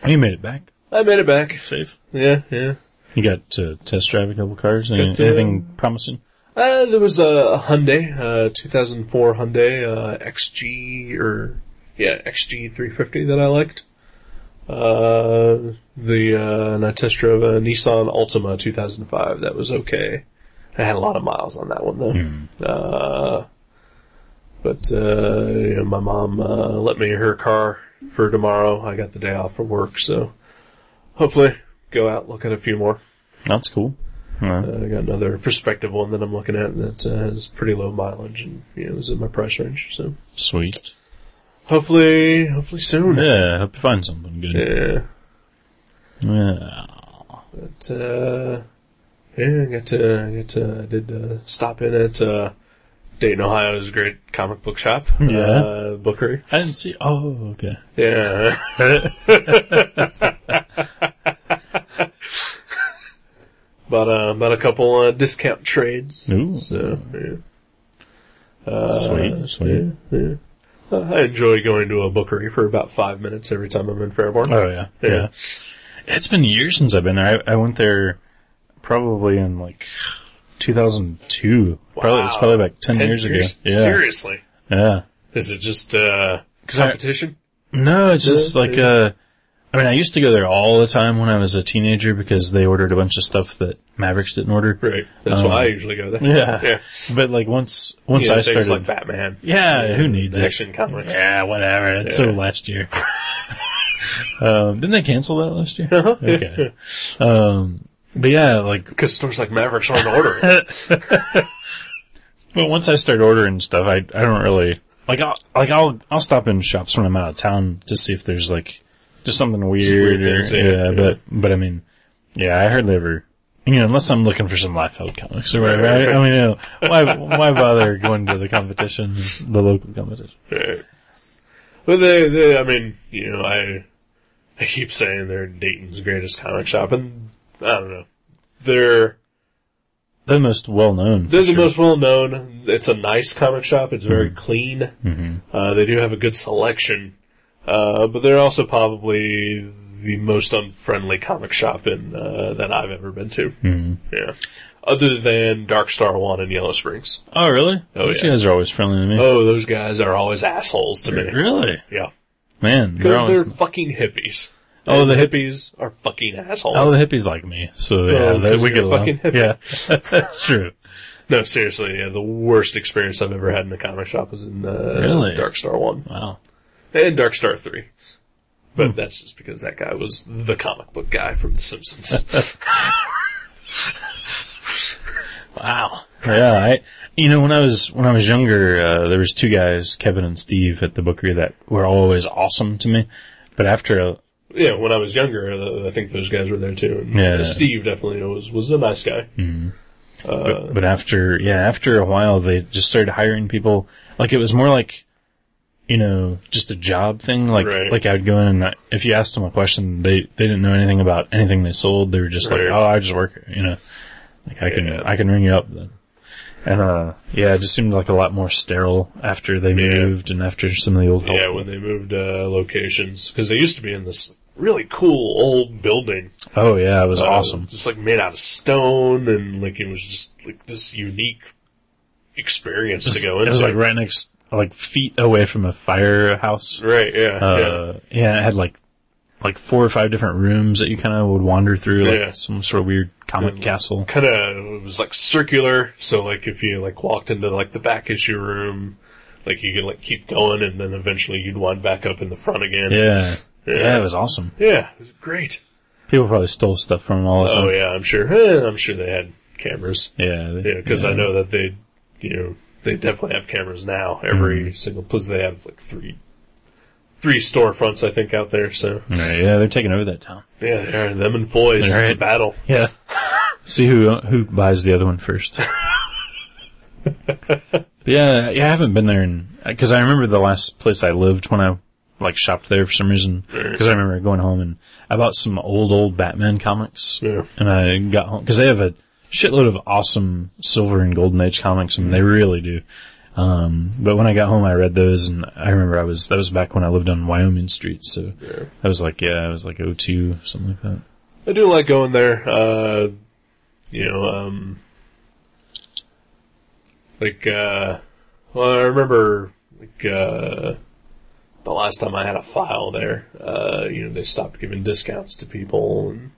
[SPEAKER 2] You made it back
[SPEAKER 1] I made it back.
[SPEAKER 2] safe.
[SPEAKER 1] Yeah, yeah.
[SPEAKER 2] You got to test drive a couple cars. Any-
[SPEAKER 1] Got to-
[SPEAKER 2] Anything promising?
[SPEAKER 1] Uh, there was a, a Hyundai, uh, 2004 Hyundai, uh, XG, or, yeah, XG350 that I liked. Uh, the, uh, and I test drove a Nissan Altima 2005. That was okay. I had a lot of miles on that one though. Uh, but, uh, you know, my mom, uh, let me her car for tomorrow. I got the day off from work, so hopefully go out, look at a few more.
[SPEAKER 2] That's cool. Yeah.
[SPEAKER 1] Uh, I got another prospective one that I'm looking at that uh, has pretty low mileage and you know is in my price range. So
[SPEAKER 2] Sweet.
[SPEAKER 1] hopefully, hopefully soon.
[SPEAKER 2] Yeah, hope you find something good.
[SPEAKER 1] Yeah.
[SPEAKER 2] Yeah.
[SPEAKER 1] But uh, yeah, I got to, I got to, I did uh, stop in at uh, Dayton, Ohio's great comic book shop,
[SPEAKER 2] Yeah.
[SPEAKER 1] uh, Bookery.
[SPEAKER 2] I didn't see. Oh, okay.
[SPEAKER 1] Yeah. <laughs> Bought uh, bought a couple uh, discount trades.
[SPEAKER 2] Ooh,
[SPEAKER 1] So yeah.
[SPEAKER 2] sweet, sweet.
[SPEAKER 1] Yeah. Uh, I enjoy going to a bookery for about five minutes every time I'm in Fairborn.
[SPEAKER 2] Oh yeah, yeah,
[SPEAKER 1] Yeah.
[SPEAKER 2] It's been years since I've been there. I, I went there probably in like 2002. Probably it's
[SPEAKER 1] Wow.
[SPEAKER 2] probably like 10, years, ago. Yeah,
[SPEAKER 1] Seriously.
[SPEAKER 2] yeah.
[SPEAKER 1] Is it just uh,
[SPEAKER 2] I-
[SPEAKER 1] competition?
[SPEAKER 2] No, it's just
[SPEAKER 1] Yeah,
[SPEAKER 2] like
[SPEAKER 1] yeah.
[SPEAKER 2] uh, I mean, I used to go there all the time when I was a teenager because they ordered a bunch of stuff that Mavericks didn't order.
[SPEAKER 1] right. That's
[SPEAKER 2] Um,
[SPEAKER 1] why I usually go there.
[SPEAKER 2] Yeah.
[SPEAKER 1] Yeah.
[SPEAKER 2] But like once once
[SPEAKER 1] You know,
[SPEAKER 2] I
[SPEAKER 1] things
[SPEAKER 2] started,
[SPEAKER 1] like Batman.
[SPEAKER 2] yeah, who needs it?
[SPEAKER 1] Action comics.
[SPEAKER 2] Yeah, whatever. That's so
[SPEAKER 1] Yeah.
[SPEAKER 2] last year. <laughs> um, didn't they cancel that last year?
[SPEAKER 1] Uh-huh.
[SPEAKER 2] Okay. um, but yeah, like,
[SPEAKER 1] Because stores like Mavericks aren't ordering.
[SPEAKER 2] <laughs>
[SPEAKER 1] it.
[SPEAKER 2] but once I start ordering stuff, I, I don't really, like, I'll, like, I'll, I'll stop in shops when I'm out of town to see if there's like, just something weird,
[SPEAKER 1] weird
[SPEAKER 2] or,
[SPEAKER 1] things,
[SPEAKER 2] yeah,
[SPEAKER 1] yeah, yeah.
[SPEAKER 2] but, but I mean, yeah, I hardly ever, you know, unless I'm looking for some Liefeld comics or whatever. I, I mean, you know, why, why bother going to the competition, the local competition?
[SPEAKER 1] But they, they, I mean, you know, I, I keep saying they're Dayton's greatest comic shop, and I don't know. They're
[SPEAKER 2] The most well known.
[SPEAKER 1] They're the most well known. It's a nice comic shop. It's
[SPEAKER 2] Mm-hmm.
[SPEAKER 1] very clean. Uh, they do have a good selection, uh, but they're also probably the most unfriendly comic shop in uh, that I've ever been to.
[SPEAKER 2] Mm-hmm.
[SPEAKER 1] Yeah, other than Dark Star One and Yellow Springs.
[SPEAKER 2] Oh, really?
[SPEAKER 1] Oh,
[SPEAKER 2] These
[SPEAKER 1] yeah.
[SPEAKER 2] guys are always friendly to me.
[SPEAKER 1] Oh, those guys are always assholes to me.
[SPEAKER 2] Really?
[SPEAKER 1] Yeah,
[SPEAKER 2] Man. they're
[SPEAKER 1] because they're
[SPEAKER 2] always-
[SPEAKER 1] fucking hippies.
[SPEAKER 2] Oh, the hip-
[SPEAKER 1] hippies are fucking assholes.
[SPEAKER 2] oh, the hippies like me. So, yeah,
[SPEAKER 1] Oh,
[SPEAKER 2] they-
[SPEAKER 1] 'cause
[SPEAKER 2] we
[SPEAKER 1] you're
[SPEAKER 2] get
[SPEAKER 1] a
[SPEAKER 2] along.
[SPEAKER 1] fucking hippie.
[SPEAKER 2] Yeah. <laughs> That's true.
[SPEAKER 1] no, seriously, yeah, the worst experience I've ever had in a comic shop was in uh,
[SPEAKER 2] Really?
[SPEAKER 1] Dark Star One.
[SPEAKER 2] Wow.
[SPEAKER 1] and Dark Star 3. But
[SPEAKER 2] Hmm.
[SPEAKER 1] that's just because that guy was the comic book guy from The Simpsons. <laughs>
[SPEAKER 2] Wow. Yeah, I, you know, when I was, when I was younger, uh, there was two guys, Kevin and Steve at the bookery that were always awesome to me. But after, a,
[SPEAKER 1] yeah, when I was younger, uh, I think those guys were there too. And
[SPEAKER 2] Yeah.
[SPEAKER 1] Steve definitely was was a nice guy. Uh,
[SPEAKER 2] but, but after, yeah, after a while, they just started hiring people. Like it was more like, you know, just a job thing. Like,
[SPEAKER 1] Right.
[SPEAKER 2] like I would go in and I, if you asked them a question, they, they didn't know anything about anything they sold. They were just like,
[SPEAKER 1] Right.
[SPEAKER 2] oh, I just work, here," you know, like I can,
[SPEAKER 1] Yeah.
[SPEAKER 2] I can ring you up then. And, uh, yeah, it just seemed like a lot more sterile after they
[SPEAKER 1] Yeah.
[SPEAKER 2] moved and after some of the old help.
[SPEAKER 1] Yeah, when they moved uh, locations because they used to be in this really cool old building.
[SPEAKER 2] oh yeah, it was
[SPEAKER 1] uh,
[SPEAKER 2] awesome.
[SPEAKER 1] just like made out of stone and like it was just like this unique experience to go
[SPEAKER 2] It
[SPEAKER 1] into.
[SPEAKER 2] was like right next, like feet away from a firehouse.
[SPEAKER 1] right, yeah, yeah.
[SPEAKER 2] Uh, yeah, it had like like four or five different rooms that you kind of would wander through, like
[SPEAKER 1] Yeah.
[SPEAKER 2] some sort of weird comic
[SPEAKER 1] Yeah.
[SPEAKER 2] castle.
[SPEAKER 1] kind of it was like circular. So like if you like walked into like the back issue room, like you could like keep going, and then eventually you'd wind back up in the front again.
[SPEAKER 2] Yeah. yeah,
[SPEAKER 1] Yeah.
[SPEAKER 2] it was awesome.
[SPEAKER 1] yeah, it was great.
[SPEAKER 2] People probably stole stuff from all the
[SPEAKER 1] Oh
[SPEAKER 2] time.
[SPEAKER 1] yeah, I'm sure. eh, I'm sure they had cameras.
[SPEAKER 2] Yeah. they-
[SPEAKER 1] Yeah, because I
[SPEAKER 2] yeah.
[SPEAKER 1] know that they, you know, they definitely have cameras now. Every
[SPEAKER 2] Mm-hmm.
[SPEAKER 1] single place they have like three, three storefronts I think out there. So
[SPEAKER 2] Right, yeah, they're taking over that town.
[SPEAKER 1] yeah, they are, them and Foy's,
[SPEAKER 2] They're
[SPEAKER 1] it's a
[SPEAKER 2] right.
[SPEAKER 1] battle.
[SPEAKER 2] Yeah. See who who buys the other
[SPEAKER 1] <laughs>
[SPEAKER 2] one first. But yeah, yeah, I haven't been there in because I remember the last place I lived when I like shopped there for some reason. Because I remember going home and I bought some old old Batman comics.
[SPEAKER 1] Yeah.
[SPEAKER 2] And I got home because they have a shitload of awesome Silver and Golden Age comics. I mean, they really do. Um, but when I got home, I read those, and I remember I was that was back when I lived on Wyoming Street. So I was like, yeah, I was like 02, something like that.
[SPEAKER 1] I do like going there. Uh, you know, um, like, uh, well, I remember, like, uh, the last time I had a file there, uh, you know, they stopped giving discounts to people and,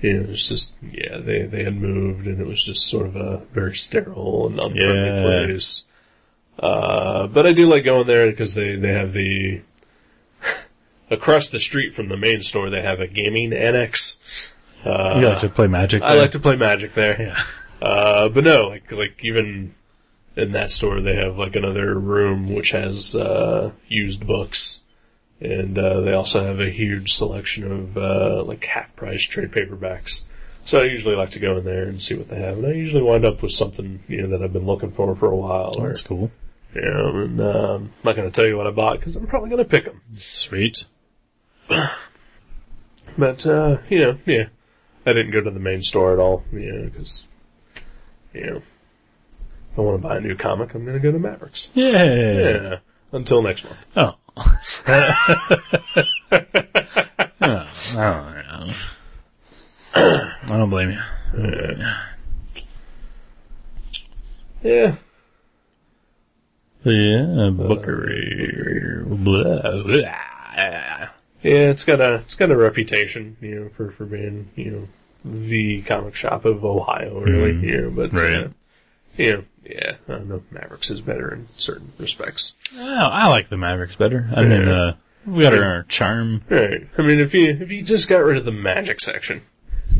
[SPEAKER 1] you know, it was just, yeah, they, they had moved and it was just sort of a very sterile and unfriendly
[SPEAKER 2] Yeah.
[SPEAKER 1] place. Uh, but I do like going there because they, they have the, <laughs> across the street from the main store, they have a gaming annex. Uh,
[SPEAKER 2] You like to play Magic?
[SPEAKER 1] I
[SPEAKER 2] there?
[SPEAKER 1] like to play Magic there.
[SPEAKER 2] Yeah.
[SPEAKER 1] <laughs> Uh, but no, like like even in that store, they have like another room which has uh, used books, and uh, they also have a huge selection of uh, like half price trade paperbacks. So I usually like to go in there and see what they have, and I usually wind up with something you know that I've been looking for for a while. Or,
[SPEAKER 2] That's cool.
[SPEAKER 1] you know, and um, I'm not going to tell you what I bought because I'm probably going to pick them.
[SPEAKER 2] Sweet.
[SPEAKER 1] But uh, you know, yeah, I didn't go to the main store at all, you know, because you know, if I want to buy a new comic, I'm going to go to Mavericks.
[SPEAKER 2] Yeah.
[SPEAKER 1] Yeah. Until next month.
[SPEAKER 2] Oh. <laughs> No, I don't know. I don't blame you.
[SPEAKER 1] Yeah.
[SPEAKER 2] Yeah, Bookery. Blah, blah.
[SPEAKER 1] Yeah, it's got a it's got a reputation, you know, for for being you know the comic shop of Ohio, really. You know, but
[SPEAKER 2] Right.
[SPEAKER 1] uh, you know, yeah, I don't know. Mavericks is better in certain respects.
[SPEAKER 2] Oh, I like the Mavericks better. I mean,
[SPEAKER 1] Yeah.
[SPEAKER 2] uh, we got our charm.
[SPEAKER 1] Right. I mean, if you if you just got rid of the magic section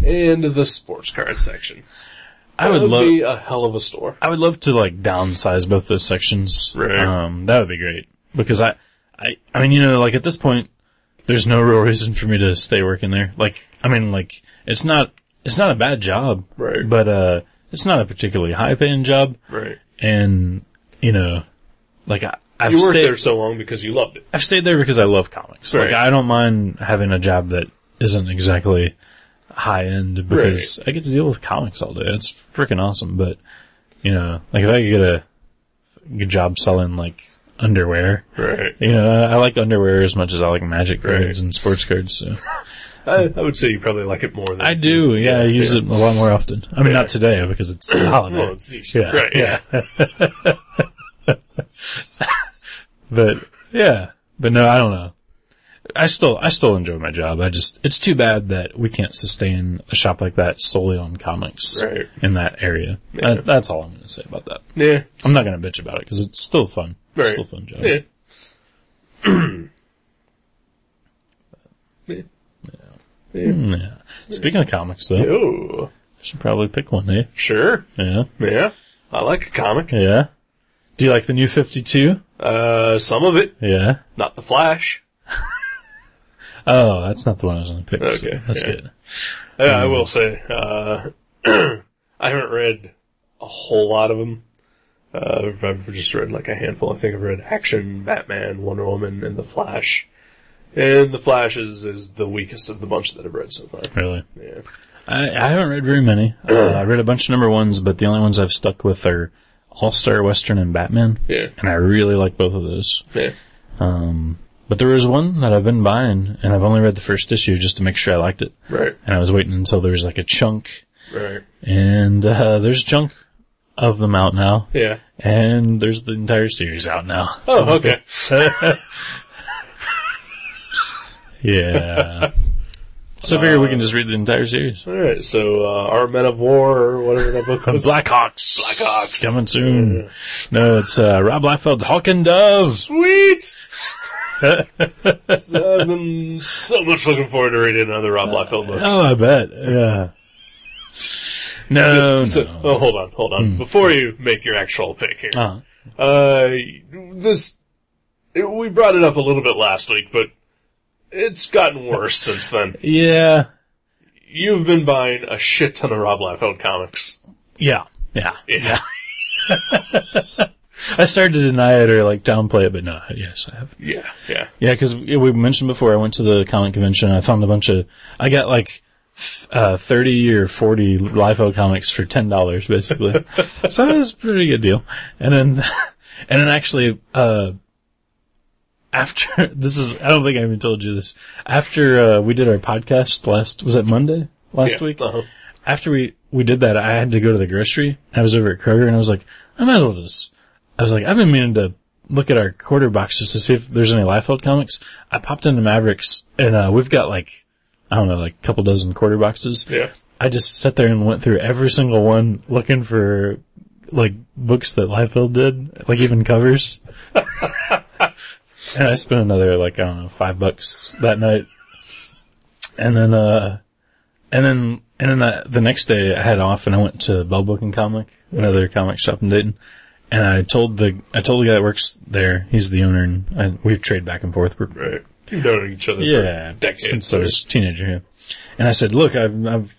[SPEAKER 1] and the sports card section,
[SPEAKER 2] I would
[SPEAKER 1] that
[SPEAKER 2] love.
[SPEAKER 1] be a hell of a store.
[SPEAKER 2] I would love to like downsize both those sections.
[SPEAKER 1] Right.
[SPEAKER 2] Um, that would be great because I, I, I mean, you know, like at this point, there's no real reason for me to stay working there. Like, I mean, like it's not, it's not a bad job,
[SPEAKER 1] Right.
[SPEAKER 2] But uh, it's not a particularly high paying job,
[SPEAKER 1] Right.
[SPEAKER 2] and you know, like I, I've
[SPEAKER 1] You worked
[SPEAKER 2] stayed,
[SPEAKER 1] there so long because you loved it.
[SPEAKER 2] I've stayed there because I love comics. Like
[SPEAKER 1] Right.
[SPEAKER 2] I don't mind having a job that isn't exactly high end because I get to deal with comics all day. It's freaking awesome. But you know, like if I could get a good job selling like underwear,
[SPEAKER 1] Right.
[SPEAKER 2] you know, I like underwear as much as I like magic cards
[SPEAKER 1] Right.
[SPEAKER 2] and sports cards. So
[SPEAKER 1] <laughs> I, I would say you probably like it more than
[SPEAKER 2] I do. Yeah, I use
[SPEAKER 1] yeah.
[SPEAKER 2] it a lot more often. I mean,
[SPEAKER 1] Yeah.
[SPEAKER 2] not today because it's a holiday.
[SPEAKER 1] Well, it's easy.
[SPEAKER 2] Yeah.
[SPEAKER 1] Right. Yeah.
[SPEAKER 2] but yeah, but no, I don't know. I still, I still enjoy my job. I just, it's too bad that we can't sustain a shop like that solely on comics
[SPEAKER 1] Right.
[SPEAKER 2] in that area.
[SPEAKER 1] Yeah.
[SPEAKER 2] That- that's all I'm going to say about that.
[SPEAKER 1] Yeah.
[SPEAKER 2] I'm not going to bitch about it because it's still fun.
[SPEAKER 1] Right.
[SPEAKER 2] It's still a fun job.
[SPEAKER 1] Yeah. yeah.
[SPEAKER 2] Yeah. Speaking of comics though,
[SPEAKER 1] Oh,
[SPEAKER 2] I should probably pick one, eh?
[SPEAKER 1] sure.
[SPEAKER 2] Yeah.
[SPEAKER 1] Yeah. I like a comic.
[SPEAKER 2] Yeah. Do you like the new 52?
[SPEAKER 1] Uh, some of it,
[SPEAKER 2] Yeah.
[SPEAKER 1] not the Flash.
[SPEAKER 2] Oh, that's not the one I was going to pick. so
[SPEAKER 1] Okay,
[SPEAKER 2] that's
[SPEAKER 1] yeah.
[SPEAKER 2] good.
[SPEAKER 1] Uh, I
[SPEAKER 2] Mm.
[SPEAKER 1] will say, uh, <clears throat> I haven't read a whole lot of them. Uh, I've- I've just read like a handful. I think I've read Action, Batman, Wonder Woman, and The Flash. And The Flash is, is the weakest of the bunch that I've read so far.
[SPEAKER 2] Really.
[SPEAKER 1] Yeah.
[SPEAKER 2] I, I haven't read very many. Uh, I read a bunch of number ones, but the only ones I've stuck with are All Star Western and Batman.
[SPEAKER 1] Yeah.
[SPEAKER 2] And I really like both of those.
[SPEAKER 1] Yeah.
[SPEAKER 2] Um, but there was one that I've been buying, and I've only read the first issue just to make sure I liked it.
[SPEAKER 1] Right.
[SPEAKER 2] And I was waiting until there was like a chunk,
[SPEAKER 1] Right.
[SPEAKER 2] and uh, there's a chunk of them out now,
[SPEAKER 1] Yeah.
[SPEAKER 2] and there's the entire series out now.
[SPEAKER 1] Oh, okay. <laughs>
[SPEAKER 2] Yeah. so I figure we can just read the entire series.
[SPEAKER 1] All right. So, uh, our Men of War or whatever that book was.
[SPEAKER 2] Blackhawks.
[SPEAKER 1] Blackhawks.
[SPEAKER 2] Coming soon. No, it's uh, Rob Liefeld's Hawk and Dove. <laughs>
[SPEAKER 1] Sweet. so, I've been so much looking forward to reading another Rob Liefeld book.
[SPEAKER 2] Oh, I bet. Yeah. No,
[SPEAKER 1] So,
[SPEAKER 2] no. Hmm.
[SPEAKER 1] oh, hold on, hold on. Before you make your actual pick here,
[SPEAKER 2] Uh-huh.
[SPEAKER 1] uh, this we brought it up a little bit last week, but it's gotten worse since then.
[SPEAKER 2] Yeah.
[SPEAKER 1] You've been buying a shit ton of Rob Liefeld comics.
[SPEAKER 2] Yeah. Yeah.
[SPEAKER 1] Yeah,
[SPEAKER 2] I started to deny it or like downplay it, but no, yes, I have.
[SPEAKER 1] yeah, yeah.
[SPEAKER 2] Yeah, because we mentioned before, I went to the comic convention and I found a bunch of, I got like f- uh, 30 or 40 LiFo comics for $10 <laughs> basically. so it was a pretty good deal. And then, <laughs> and then actually, uh, after, <laughs> this is, I don't think I even told you this. After, uh, we did our podcast last, was it Monday? Last
[SPEAKER 1] yeah.
[SPEAKER 2] week?
[SPEAKER 1] Uh-huh.
[SPEAKER 2] after we, we did that, I had to go to the grocery. I was over at Kroger and I was like, I might as well just, I was like, I've been meaning to look at our quarter box just to see if there's any Liefeld comics. I popped into Mavericks and, uh, we've got like, I don't know, like a couple dozen quarter boxes.
[SPEAKER 1] Yeah.
[SPEAKER 2] I just sat there and went through every single one looking for like books that Liefeld did, like even covers. <laughs> and I spent another like, I don't know, five bucks that night. And then, uh, and then, and then I, the next day I had off and I went to Bell Book and Comic, another comic shop in Dayton. And I told the, I told the guy that works there, he's the owner and I, we've traded back and forth. We're
[SPEAKER 1] Right. You've known each other
[SPEAKER 2] yeah,
[SPEAKER 1] for decades.
[SPEAKER 2] since I was a teenager. Yeah. And I said, "Look, I've I've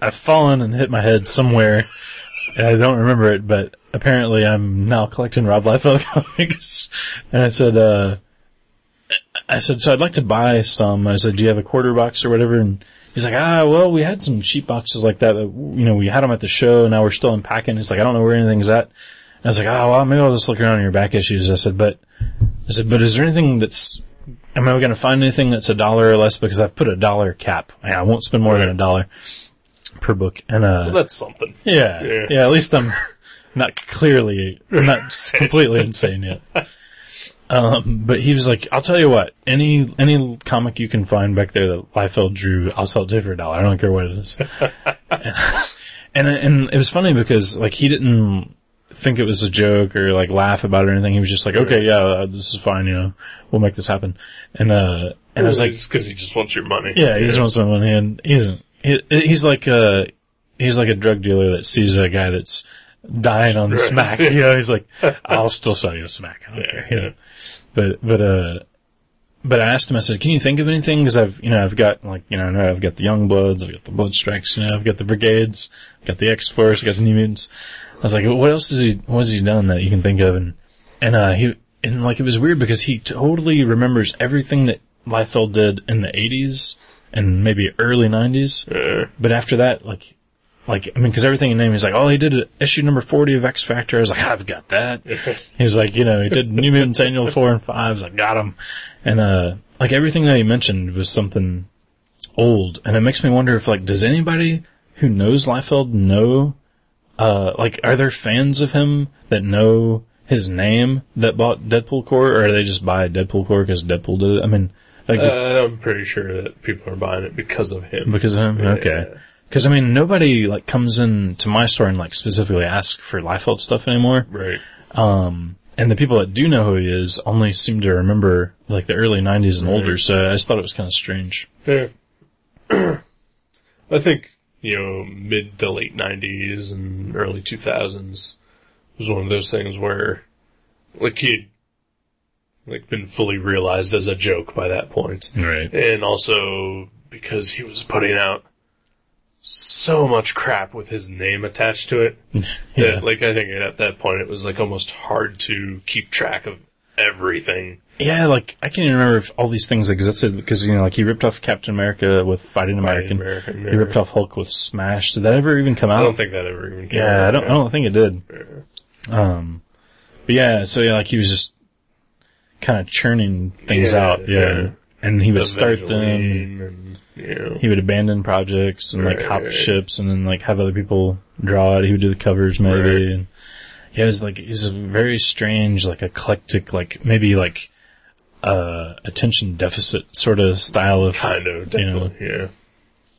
[SPEAKER 2] I've fallen and hit my head somewhere, and I don't remember it, but apparently I'm now collecting Rob Liefeld <laughs> comics." And I said, uh, "I said, so I'd like to buy some." I said, "Do you have a quarter box or whatever?" And he's like, "Ah, well, we had some cheap boxes like that, but you know, we had them at the show, and now we're still unpacking." He's like, "I don't know where anything's at." And I was like, "Ah, well, maybe I'll just look around in your back issues." I said, "But." I said, but is there anything that's am I going to find anything that's a dollar or less? Because I've put a dollar cap. I won't spend more than a
[SPEAKER 1] Right.
[SPEAKER 2] dollar per book. And uh,
[SPEAKER 1] Well, that's something.
[SPEAKER 2] yeah,
[SPEAKER 1] yeah.
[SPEAKER 2] yeah, At least I'm not clearly not completely insane yet. Um, but he was like, "I'll tell you what. Any any comic you can find back there that Liefeld drew, I'll sell it to you for a dollar. I don't care what it is." and and it was funny because like he didn't think it was a joke or like laugh about it or anything. He was just like, "Okay, yeah, uh, this is fine. You know, we'll make this happen." And uh, and I was like,
[SPEAKER 1] because he just wants your money.
[SPEAKER 2] yeah, he just wants my money, and he isn't. He, he's like a he's like a drug dealer that sees a guy that's dying on the
[SPEAKER 1] Right.
[SPEAKER 2] smack. You know, he's like, I'll still sell you a smack. I don't care. You know? But but uh, but I asked him. I said, Can you think of anything? Because I've you know I've got like you know I know I've got the Young Bloods, I've got the Blood Strikes, you know I've got the Brigades, I've got the X Force, I've got the New Mutants. I was like, What else has he what has he done that you can think of? And and uh, he and like it was weird because he totally remembers everything that Liefeld did in the '80s and maybe early '90s.
[SPEAKER 1] Uh,
[SPEAKER 2] But after that, like, like I mean, because everything in name, he's like, oh, he did a, issue number forty of X Factor. I was like, I've got that. he was like, you know, he did New Mutants Annual four and five. I was like, got him. And uh, like everything that he mentioned was something old, and it makes me wonder if like, does anybody who knows Liefeld know? Uh, like, are there fans of him that know his name that bought Deadpool core, or do they just buy Deadpool core because Deadpool did it? I mean, like,
[SPEAKER 1] uh, I'm pretty sure that people are buying it because of him.
[SPEAKER 2] because of him? Okay. Because, I mean, nobody, like, comes in to my store and, like, specifically ask for Liefeld stuff anymore.
[SPEAKER 1] Right.
[SPEAKER 2] Um, and the people that do know who he is only seem to remember, like, the early 90s and older, so I just thought it was kind of strange.
[SPEAKER 1] Yeah. <clears throat> I think, you know, mid to late 90s and early 2000s was one of those things where, like, he'd, like, been fully realized as a joke by that point.
[SPEAKER 2] Right.
[SPEAKER 1] And also because he was putting out so much crap with his name attached to it.
[SPEAKER 2] <laughs> Yeah.
[SPEAKER 1] That, like, I think at that point it was, like, almost hard to keep track of everything.
[SPEAKER 2] Yeah, like, I can't even remember if all these things existed, because, you know, like, he ripped off Captain America with Fighting American.
[SPEAKER 1] American,
[SPEAKER 2] He ripped off Hulk with Smash. Did that ever even come out?
[SPEAKER 1] I don't think that ever even came
[SPEAKER 2] Yeah, I
[SPEAKER 1] out.
[SPEAKER 2] don't. I don't think it did. Um, but yeah, so yeah, like he was just kind of churning things
[SPEAKER 1] Yeah,
[SPEAKER 2] out. Yeah.
[SPEAKER 1] yeah.
[SPEAKER 2] and he would start them.
[SPEAKER 1] Evangeline and, you know.
[SPEAKER 2] He would abandon projects and like
[SPEAKER 1] Right,
[SPEAKER 2] hop
[SPEAKER 1] right.
[SPEAKER 2] ships, and then like have other people draw it. He would do the covers maybe.
[SPEAKER 1] Right.
[SPEAKER 2] And yeah, it was like he's a very strange, like eclectic, like maybe like uh attention deficit sort of style of
[SPEAKER 1] kind of,
[SPEAKER 2] you know,
[SPEAKER 1] definitely, yeah.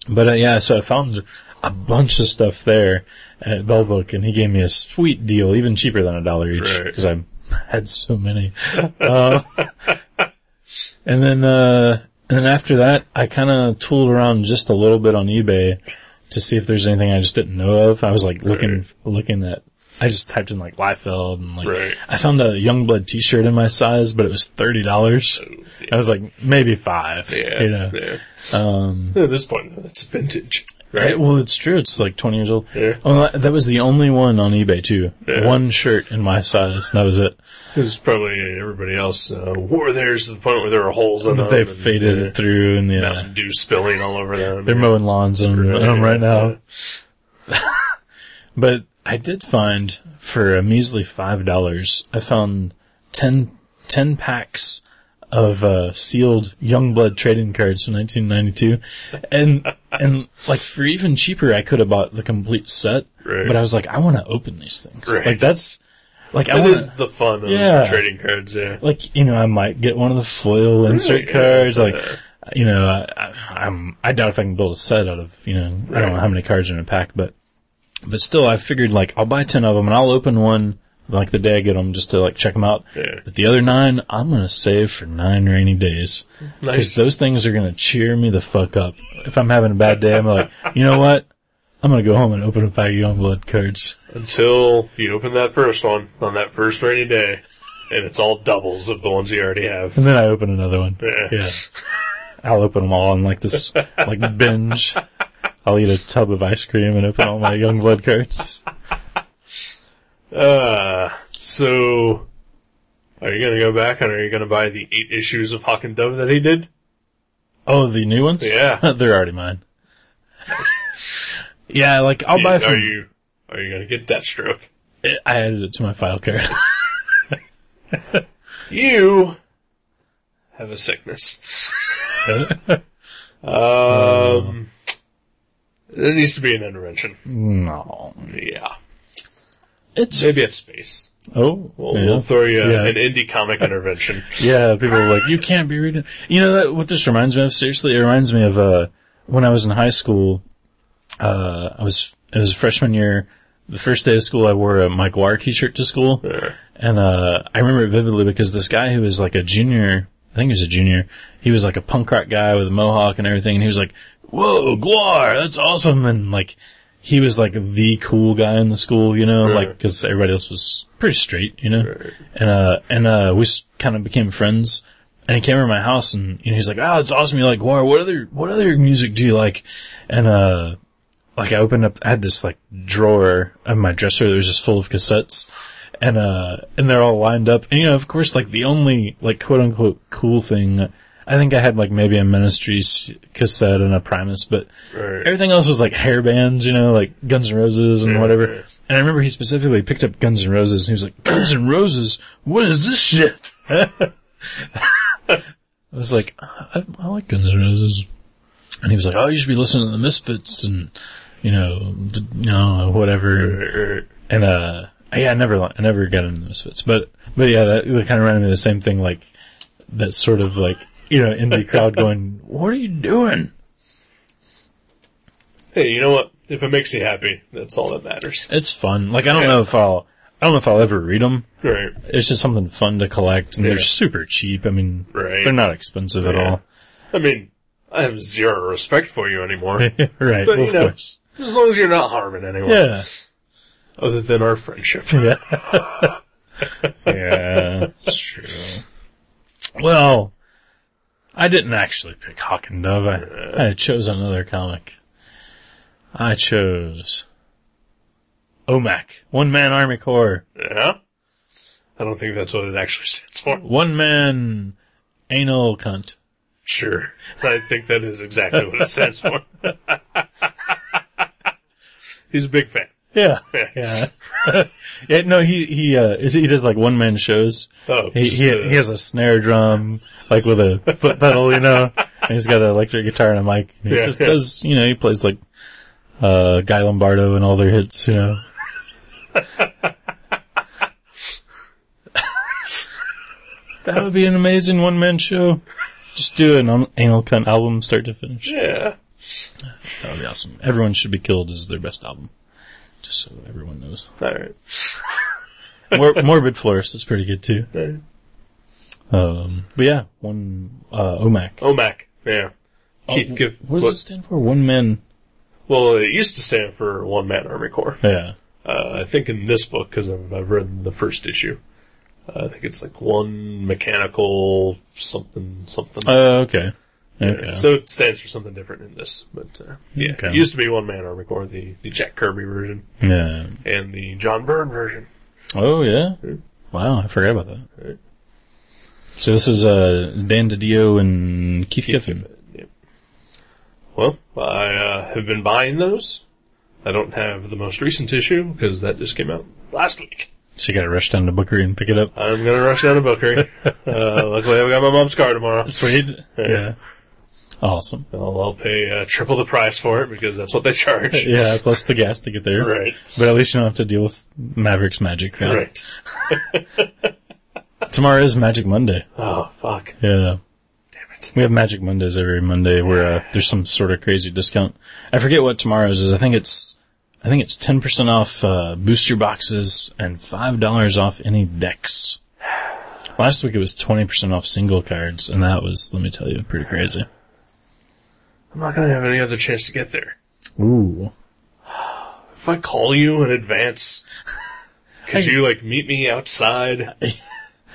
[SPEAKER 2] But uh, yeah, so I found a bunch of stuff there at Bellbook, and he gave me a sweet deal, even cheaper than a dollar each,
[SPEAKER 1] Right.
[SPEAKER 2] because I had so many. <laughs> Uh, and then, uh, and then after that, I kind of tooled around just a little bit on eBay to see if there's anything I just didn't know of. I was like looking,
[SPEAKER 1] Right.
[SPEAKER 2] looking at, I just typed in like Liefeld and like,
[SPEAKER 1] Right.
[SPEAKER 2] I found a Youngblood t-shirt in my size, but it was $30. I was like, maybe five.
[SPEAKER 1] Oh, Yeah.
[SPEAKER 2] You know?
[SPEAKER 1] yeah. Um, At this point, that's vintage.
[SPEAKER 2] Right,
[SPEAKER 1] Right?
[SPEAKER 2] Well, it's true. It's like 20 years old.
[SPEAKER 1] Yeah.
[SPEAKER 2] Oh, that- that was the only one on eBay too.
[SPEAKER 1] Yeah.
[SPEAKER 2] One shirt in my size. That was it.
[SPEAKER 1] Because probably everybody else uh, wore theirs to the point where there were holes in
[SPEAKER 2] But
[SPEAKER 1] them.
[SPEAKER 2] they
[SPEAKER 1] and,
[SPEAKER 2] faded
[SPEAKER 1] uh,
[SPEAKER 2] it through and yeah.
[SPEAKER 1] Mountain Dew spilling all over them.
[SPEAKER 2] They're mowing lawns on
[SPEAKER 1] Right,
[SPEAKER 2] them right now.
[SPEAKER 1] yeah.
[SPEAKER 2] <laughs> But I did find for a measly five dollars, I found 10, 10 packs of uh, sealed Youngblood trading cards from 1992,
[SPEAKER 1] <laughs>
[SPEAKER 2] and and like for even cheaper, I could have bought the complete set.
[SPEAKER 1] Right.
[SPEAKER 2] But I was like, I want to open these things.
[SPEAKER 1] Right.
[SPEAKER 2] Like that's like I
[SPEAKER 1] That
[SPEAKER 2] wanna,
[SPEAKER 1] is the fun of
[SPEAKER 2] Yeah.
[SPEAKER 1] trading cards, yeah.
[SPEAKER 2] like you know, I might get one of the foil insert
[SPEAKER 1] yeah,
[SPEAKER 2] cards. Like
[SPEAKER 1] yeah.
[SPEAKER 2] you know, I, I, I'm I doubt if I can build a set out of you know I
[SPEAKER 1] Right.
[SPEAKER 2] don't know how many cards are in a pack, but but still, I figured like I'll buy ten of them and I'll open one like the day I get them just to like check them out.
[SPEAKER 1] Yeah.
[SPEAKER 2] But the other nine, I'm gonna save for nine rainy days because
[SPEAKER 1] Nice.
[SPEAKER 2] those things are gonna cheer me the fuck up. If I'm having a bad day, I'm like, you know what? I'm gonna go home and open a pack of Youngblood cards.
[SPEAKER 1] Until you open that first one on that first rainy day, and it's all doubles of the ones you already have.
[SPEAKER 2] And then I open another one.
[SPEAKER 1] Yeah.
[SPEAKER 2] Yeah. I'll open them all in like this, like binge. I'll eat a tub of ice cream and open all my young blood cards.
[SPEAKER 1] Uh, so, are you gonna go back and are you gonna buy the eight issues of Hawk and Dove that he did?
[SPEAKER 2] Oh, the new ones?
[SPEAKER 1] Yeah.
[SPEAKER 2] <laughs> They're already mine. yeah, like I'll buy
[SPEAKER 1] are
[SPEAKER 2] from,
[SPEAKER 1] you, are you gonna get Deathstroke?
[SPEAKER 2] I added it to my file card.
[SPEAKER 1] <laughs> You have a sickness. <laughs> um, there needs to be an intervention.
[SPEAKER 2] no.
[SPEAKER 1] Yeah.
[SPEAKER 2] It's,
[SPEAKER 1] Maybe it's space.
[SPEAKER 2] oh,
[SPEAKER 1] We'll,
[SPEAKER 2] yeah.
[SPEAKER 1] we'll throw you
[SPEAKER 2] Yeah.
[SPEAKER 1] an indie comic intervention.
[SPEAKER 2] Yeah, people are like, you can't be reading. You know that, what this reminds me of? Seriously, it reminds me of uh, when I was in high school. Uh, I was it was freshman year. The first day of school, I wore a Mike Wire T-shirt to school,
[SPEAKER 1] Sure.
[SPEAKER 2] and uh, I remember it vividly because this guy who was like a junior, I think he was a junior, he was like a punk rock guy with a mohawk and everything, and he was like, "Whoa, Guar, that's awesome!" And like, he was like the cool guy in the school, you know,
[SPEAKER 1] Right.
[SPEAKER 2] like because everybody else was pretty straight, you know
[SPEAKER 1] Right.
[SPEAKER 2] and uh and uh we kind of became friends and he came over to my house and you know he's like oh it's awesome you're like wow what other what other music do you like and uh like I opened up I had this like drawer of my dresser that was just full of cassettes and uh and they're all lined up and you know of course like the only like quote unquote cool thing I think I had like maybe a Ministries cassette and a Primus but
[SPEAKER 1] Right.
[SPEAKER 2] everything else was like hair bands, you know, like Guns N' Roses and whatever.
[SPEAKER 1] yeah.
[SPEAKER 2] And I remember he specifically picked up Guns N' Roses and he was like, Guns N' Roses? What is this shit? <laughs> I was like, I, I like Guns N' Roses. And he was like, oh, you should be listening to the Misfits and, you know, d- you know, whatever.
[SPEAKER 1] Right.
[SPEAKER 2] And, uh, yeah, I never, li- I never got into the Misfits, but, but yeah, that, that kind of reminded me of the same thing, like, that sort of like, you know, indie crowd <laughs> going, what are you doing?
[SPEAKER 1] Hey, you know what? If it makes you happy, that's all that matters.
[SPEAKER 2] It's fun. Like I don't know if I'll, I don't know if I'll ever read them.
[SPEAKER 1] Right.
[SPEAKER 2] It's just something fun to collect, and they're
[SPEAKER 1] Yeah.
[SPEAKER 2] super cheap. I mean,
[SPEAKER 1] Right.
[SPEAKER 2] they're not expensive at
[SPEAKER 1] Yeah.
[SPEAKER 2] all.
[SPEAKER 1] I mean, I have zero respect for you anymore. as
[SPEAKER 2] <laughs>
[SPEAKER 1] But,
[SPEAKER 2] right. well,
[SPEAKER 1] you
[SPEAKER 2] of
[SPEAKER 1] know.
[SPEAKER 2] course.
[SPEAKER 1] long as you're not harming anyone.
[SPEAKER 2] Yeah.
[SPEAKER 1] Other than our friendship.
[SPEAKER 2] <laughs> Yeah. it's true. Well, I didn't actually pick Hawk and Dove. I, I chose another comic. I chose OMAC, One Man Army Corps,
[SPEAKER 1] Yeah? I don't think that's what it actually stands for.
[SPEAKER 2] One Man Anal Cunt.
[SPEAKER 1] Sure. I think that is exactly what it stands for. <laughs> He's a big fan. <laughs>
[SPEAKER 2] Yeah. Yeah. yeah. No, he he uh, is- he does like one man shows.
[SPEAKER 1] Oh,
[SPEAKER 2] He
[SPEAKER 1] just,
[SPEAKER 2] he,
[SPEAKER 1] uh,
[SPEAKER 2] he has a snare drum like with a foot pedal, you know, and he's got an electric guitar and a mic. He
[SPEAKER 1] Yeah,
[SPEAKER 2] just
[SPEAKER 1] yeah.
[SPEAKER 2] does, you know, he plays like uh Guy Lombardo and all their hits,
[SPEAKER 1] <laughs>
[SPEAKER 2] you know. that would be an amazing one man show. Just do an um, anal cunt album start to finish.
[SPEAKER 1] Yeah.
[SPEAKER 2] That would be awesome. Everyone should be killed is their best album. Just so everyone knows.
[SPEAKER 1] Alright.
[SPEAKER 2] Mor- Morbid Florist is pretty good too.
[SPEAKER 1] Alright.
[SPEAKER 2] Um, but yeah, one uh, OMAC.
[SPEAKER 1] OMAC. Yeah. Keith,
[SPEAKER 2] Oh,
[SPEAKER 1] Oh, give.
[SPEAKER 2] what does it stand for? One man,
[SPEAKER 1] Well, it used to stand for One Man Army Corps.
[SPEAKER 2] Yeah.
[SPEAKER 1] Uh, I think in this book, because I've, I've read the first issue, uh, I think it's like one mechanical something something.
[SPEAKER 2] Uh, okay. Okay.
[SPEAKER 1] So it stands for something different in this, but uh, yeah,
[SPEAKER 2] Okay.
[SPEAKER 1] it used to be One Man Army Corps, the the Jack Kirby version
[SPEAKER 2] yeah.
[SPEAKER 1] and the John Byrne version.
[SPEAKER 2] Oh yeah. Wow, I forgot about that. So this is uh, Dan DiDio and Keith Giffen.
[SPEAKER 1] Yep. Well, I uh, have been buying those. I don't have the most recent issue because that just came out last week.
[SPEAKER 2] So you got to rush down to Bookery and pick it up.
[SPEAKER 1] I'm gonna rush down to
[SPEAKER 2] <laughs>
[SPEAKER 1] Bookery. uh, luckily, I've got my mom's car tomorrow.
[SPEAKER 2] Sweet. Yeah. Awesome.
[SPEAKER 1] I'll, I'll pay uh, triple the price for it because that's what they charge.
[SPEAKER 2] <laughs> Yeah, plus the gas to get there.
[SPEAKER 1] Right.
[SPEAKER 2] But at least you don't have to deal with Maverick's magic. right?
[SPEAKER 1] Right.
[SPEAKER 2] Tomorrow is Magic Monday.
[SPEAKER 1] Oh fuck.
[SPEAKER 2] Yeah.
[SPEAKER 1] Damn it.
[SPEAKER 2] We have Magic Mondays every Monday where uh, there's some sort of crazy discount. I forget what tomorrow's is. I think it's, I think it's 10% off, uh, booster boxes and $5 off any decks. Last week it was 20% off single cards and that was, let me tell you, pretty crazy.
[SPEAKER 1] I'm not gonna have any other chance to get there.
[SPEAKER 2] Ooh.
[SPEAKER 1] If I call you in <laughs> advance, could
[SPEAKER 2] I-
[SPEAKER 1] you like meet me <laughs> outside?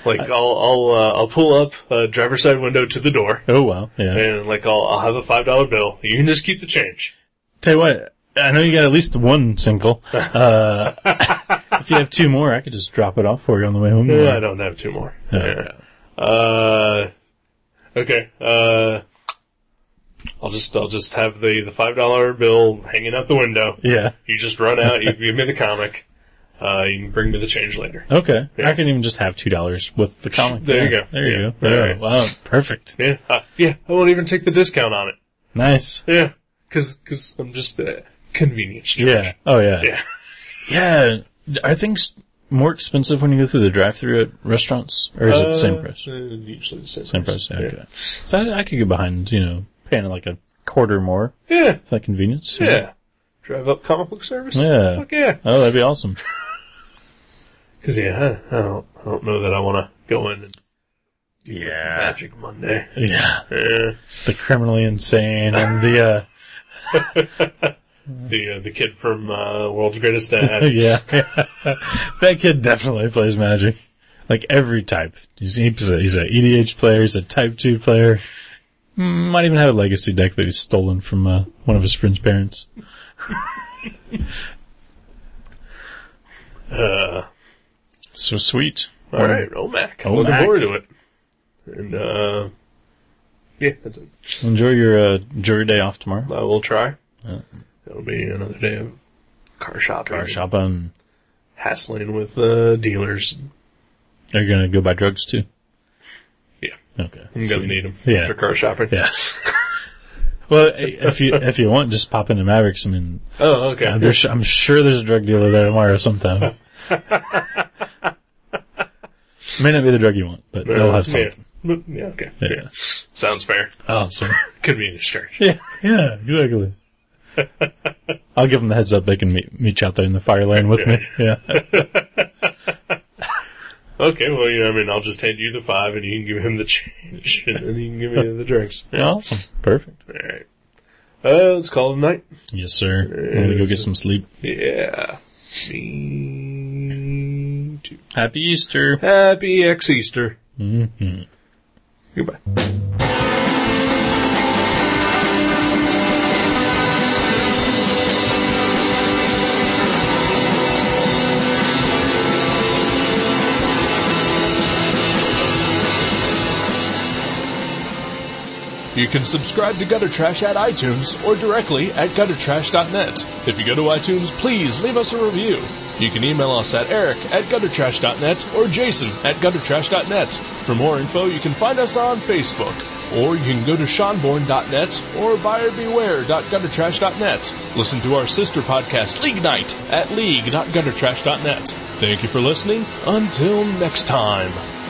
[SPEAKER 1] Like I'll I'll uh, I'll pull up uh, driver's side window to the door,
[SPEAKER 2] Oh wow. Yeah.
[SPEAKER 1] and like I'll I'll have a five dollar bill. You can just keep the change.
[SPEAKER 2] Tell you what, I know you got at least one single. Uh, <laughs> if you have two more, I could just drop it off for you on the way home.
[SPEAKER 1] Yeah, I don't have two more.
[SPEAKER 2] Yeah.
[SPEAKER 1] Uh, okay. Uh, I'll just I'll just have the the five dollar bill hanging out the window.
[SPEAKER 2] Yeah.
[SPEAKER 1] You just run out. You give me the comic. Uh, you can bring me the change later.
[SPEAKER 2] Okay.
[SPEAKER 1] Yeah.
[SPEAKER 2] I can even just have two dollars with the comic.
[SPEAKER 1] There you
[SPEAKER 2] Yeah.
[SPEAKER 1] go.
[SPEAKER 2] There you
[SPEAKER 1] Yeah.
[SPEAKER 2] go. Yeah.
[SPEAKER 1] Alright.
[SPEAKER 2] Wow. Perfect.
[SPEAKER 1] Yeah, uh, yeah. I won't even take the discount on it.
[SPEAKER 2] Nice.
[SPEAKER 1] Yeah, because cause I'm just a convenience charge.
[SPEAKER 2] Yeah. Oh yeah.
[SPEAKER 1] Yeah.
[SPEAKER 2] Yeah. Are things more expensive when you go through the drive-through at restaurants, or is it the same
[SPEAKER 1] Uh,
[SPEAKER 2] price?
[SPEAKER 1] uh, usually the same,
[SPEAKER 2] Same price. Yeah, Okay. So I, I could get behind, you know, paying like a quarter more
[SPEAKER 1] Yeah.
[SPEAKER 2] for that convenience.
[SPEAKER 1] yeah, Drive up comic book service.
[SPEAKER 2] Yeah.
[SPEAKER 1] Fuck yeah.
[SPEAKER 2] Oh, that'd be awesome.
[SPEAKER 1] Because yeah, I, I don't I don't know that I want to go in and do like
[SPEAKER 2] Yeah.
[SPEAKER 1] Magic Monday.
[SPEAKER 2] Yeah.
[SPEAKER 1] Yeah.
[SPEAKER 2] the criminally insane and the uh
[SPEAKER 1] The uh, the kid from uh, World's Greatest Dad.
[SPEAKER 2] <laughs> yeah, that kid definitely plays magic like every type he's, he's a he's a edh player he's a type 2 player Mm, might even have a legacy deck that he's stolen from uh, one of his friend's parents
[SPEAKER 1] uh,
[SPEAKER 2] so sweet
[SPEAKER 1] all right, Omac. I'm Looking
[SPEAKER 2] Omac.
[SPEAKER 1] forward to it. And uh, yeah, that's it.
[SPEAKER 2] enjoy your uh, jury day off tomorrow
[SPEAKER 1] I will try. It'll be another day of car shopping,
[SPEAKER 2] or shop on
[SPEAKER 1] hassling with uh, dealers.
[SPEAKER 2] are you gonna go buy drugs too
[SPEAKER 1] Yeah,
[SPEAKER 2] okay
[SPEAKER 1] I'm gonna need them
[SPEAKER 2] Yeah.
[SPEAKER 1] after car shopping.
[SPEAKER 2] yeah <laughs> well if you if you want just pop into mavericks i mean
[SPEAKER 1] Oh, okay.
[SPEAKER 2] Uh, there's, I'm sure there's a drug dealer there tomorrow
[SPEAKER 1] <laughs>
[SPEAKER 2] sometime. May not be the drug you want, but
[SPEAKER 1] Uh,
[SPEAKER 2] they'll have
[SPEAKER 1] yeah.
[SPEAKER 2] something.
[SPEAKER 1] Mm, Yeah. Okay.
[SPEAKER 2] Yeah.
[SPEAKER 1] Yeah. Sounds fair. <laughs>
[SPEAKER 2] Awesome.
[SPEAKER 1] Convenience charge.
[SPEAKER 2] yeah, yeah, exactly. I'll give them the heads up. They can meet, meet you out there in the fire lane with me. Yeah.
[SPEAKER 1] Okay. Well, you know, I mean, I'll just hand you the five, and you can give him the change, <laughs> and then you can give me the drinks.
[SPEAKER 2] <laughs> Yeah, awesome. Perfect.
[SPEAKER 1] All right. Uh, let's call it a night.
[SPEAKER 2] Yes, sir. I'm gonna go get some sleep.
[SPEAKER 1] Yeah. Me too.
[SPEAKER 2] Happy Easter.
[SPEAKER 1] Happy ex Easter. Mm-hmm. Goodbye. You can subscribe to Gutter Trash at iTunes or directly at guttertrash.net. If you go to iTunes, please leave us a review. You can email us at eric at guttertrash.net or jason at guttertrash.net. For more info, you can find us on Facebook. Or you can go to seanborn.net or buyerbeware.guttertrash.net. Listen to our sister podcast, League Night, at league.guttertrash.net. Thank you for listening. Until next time.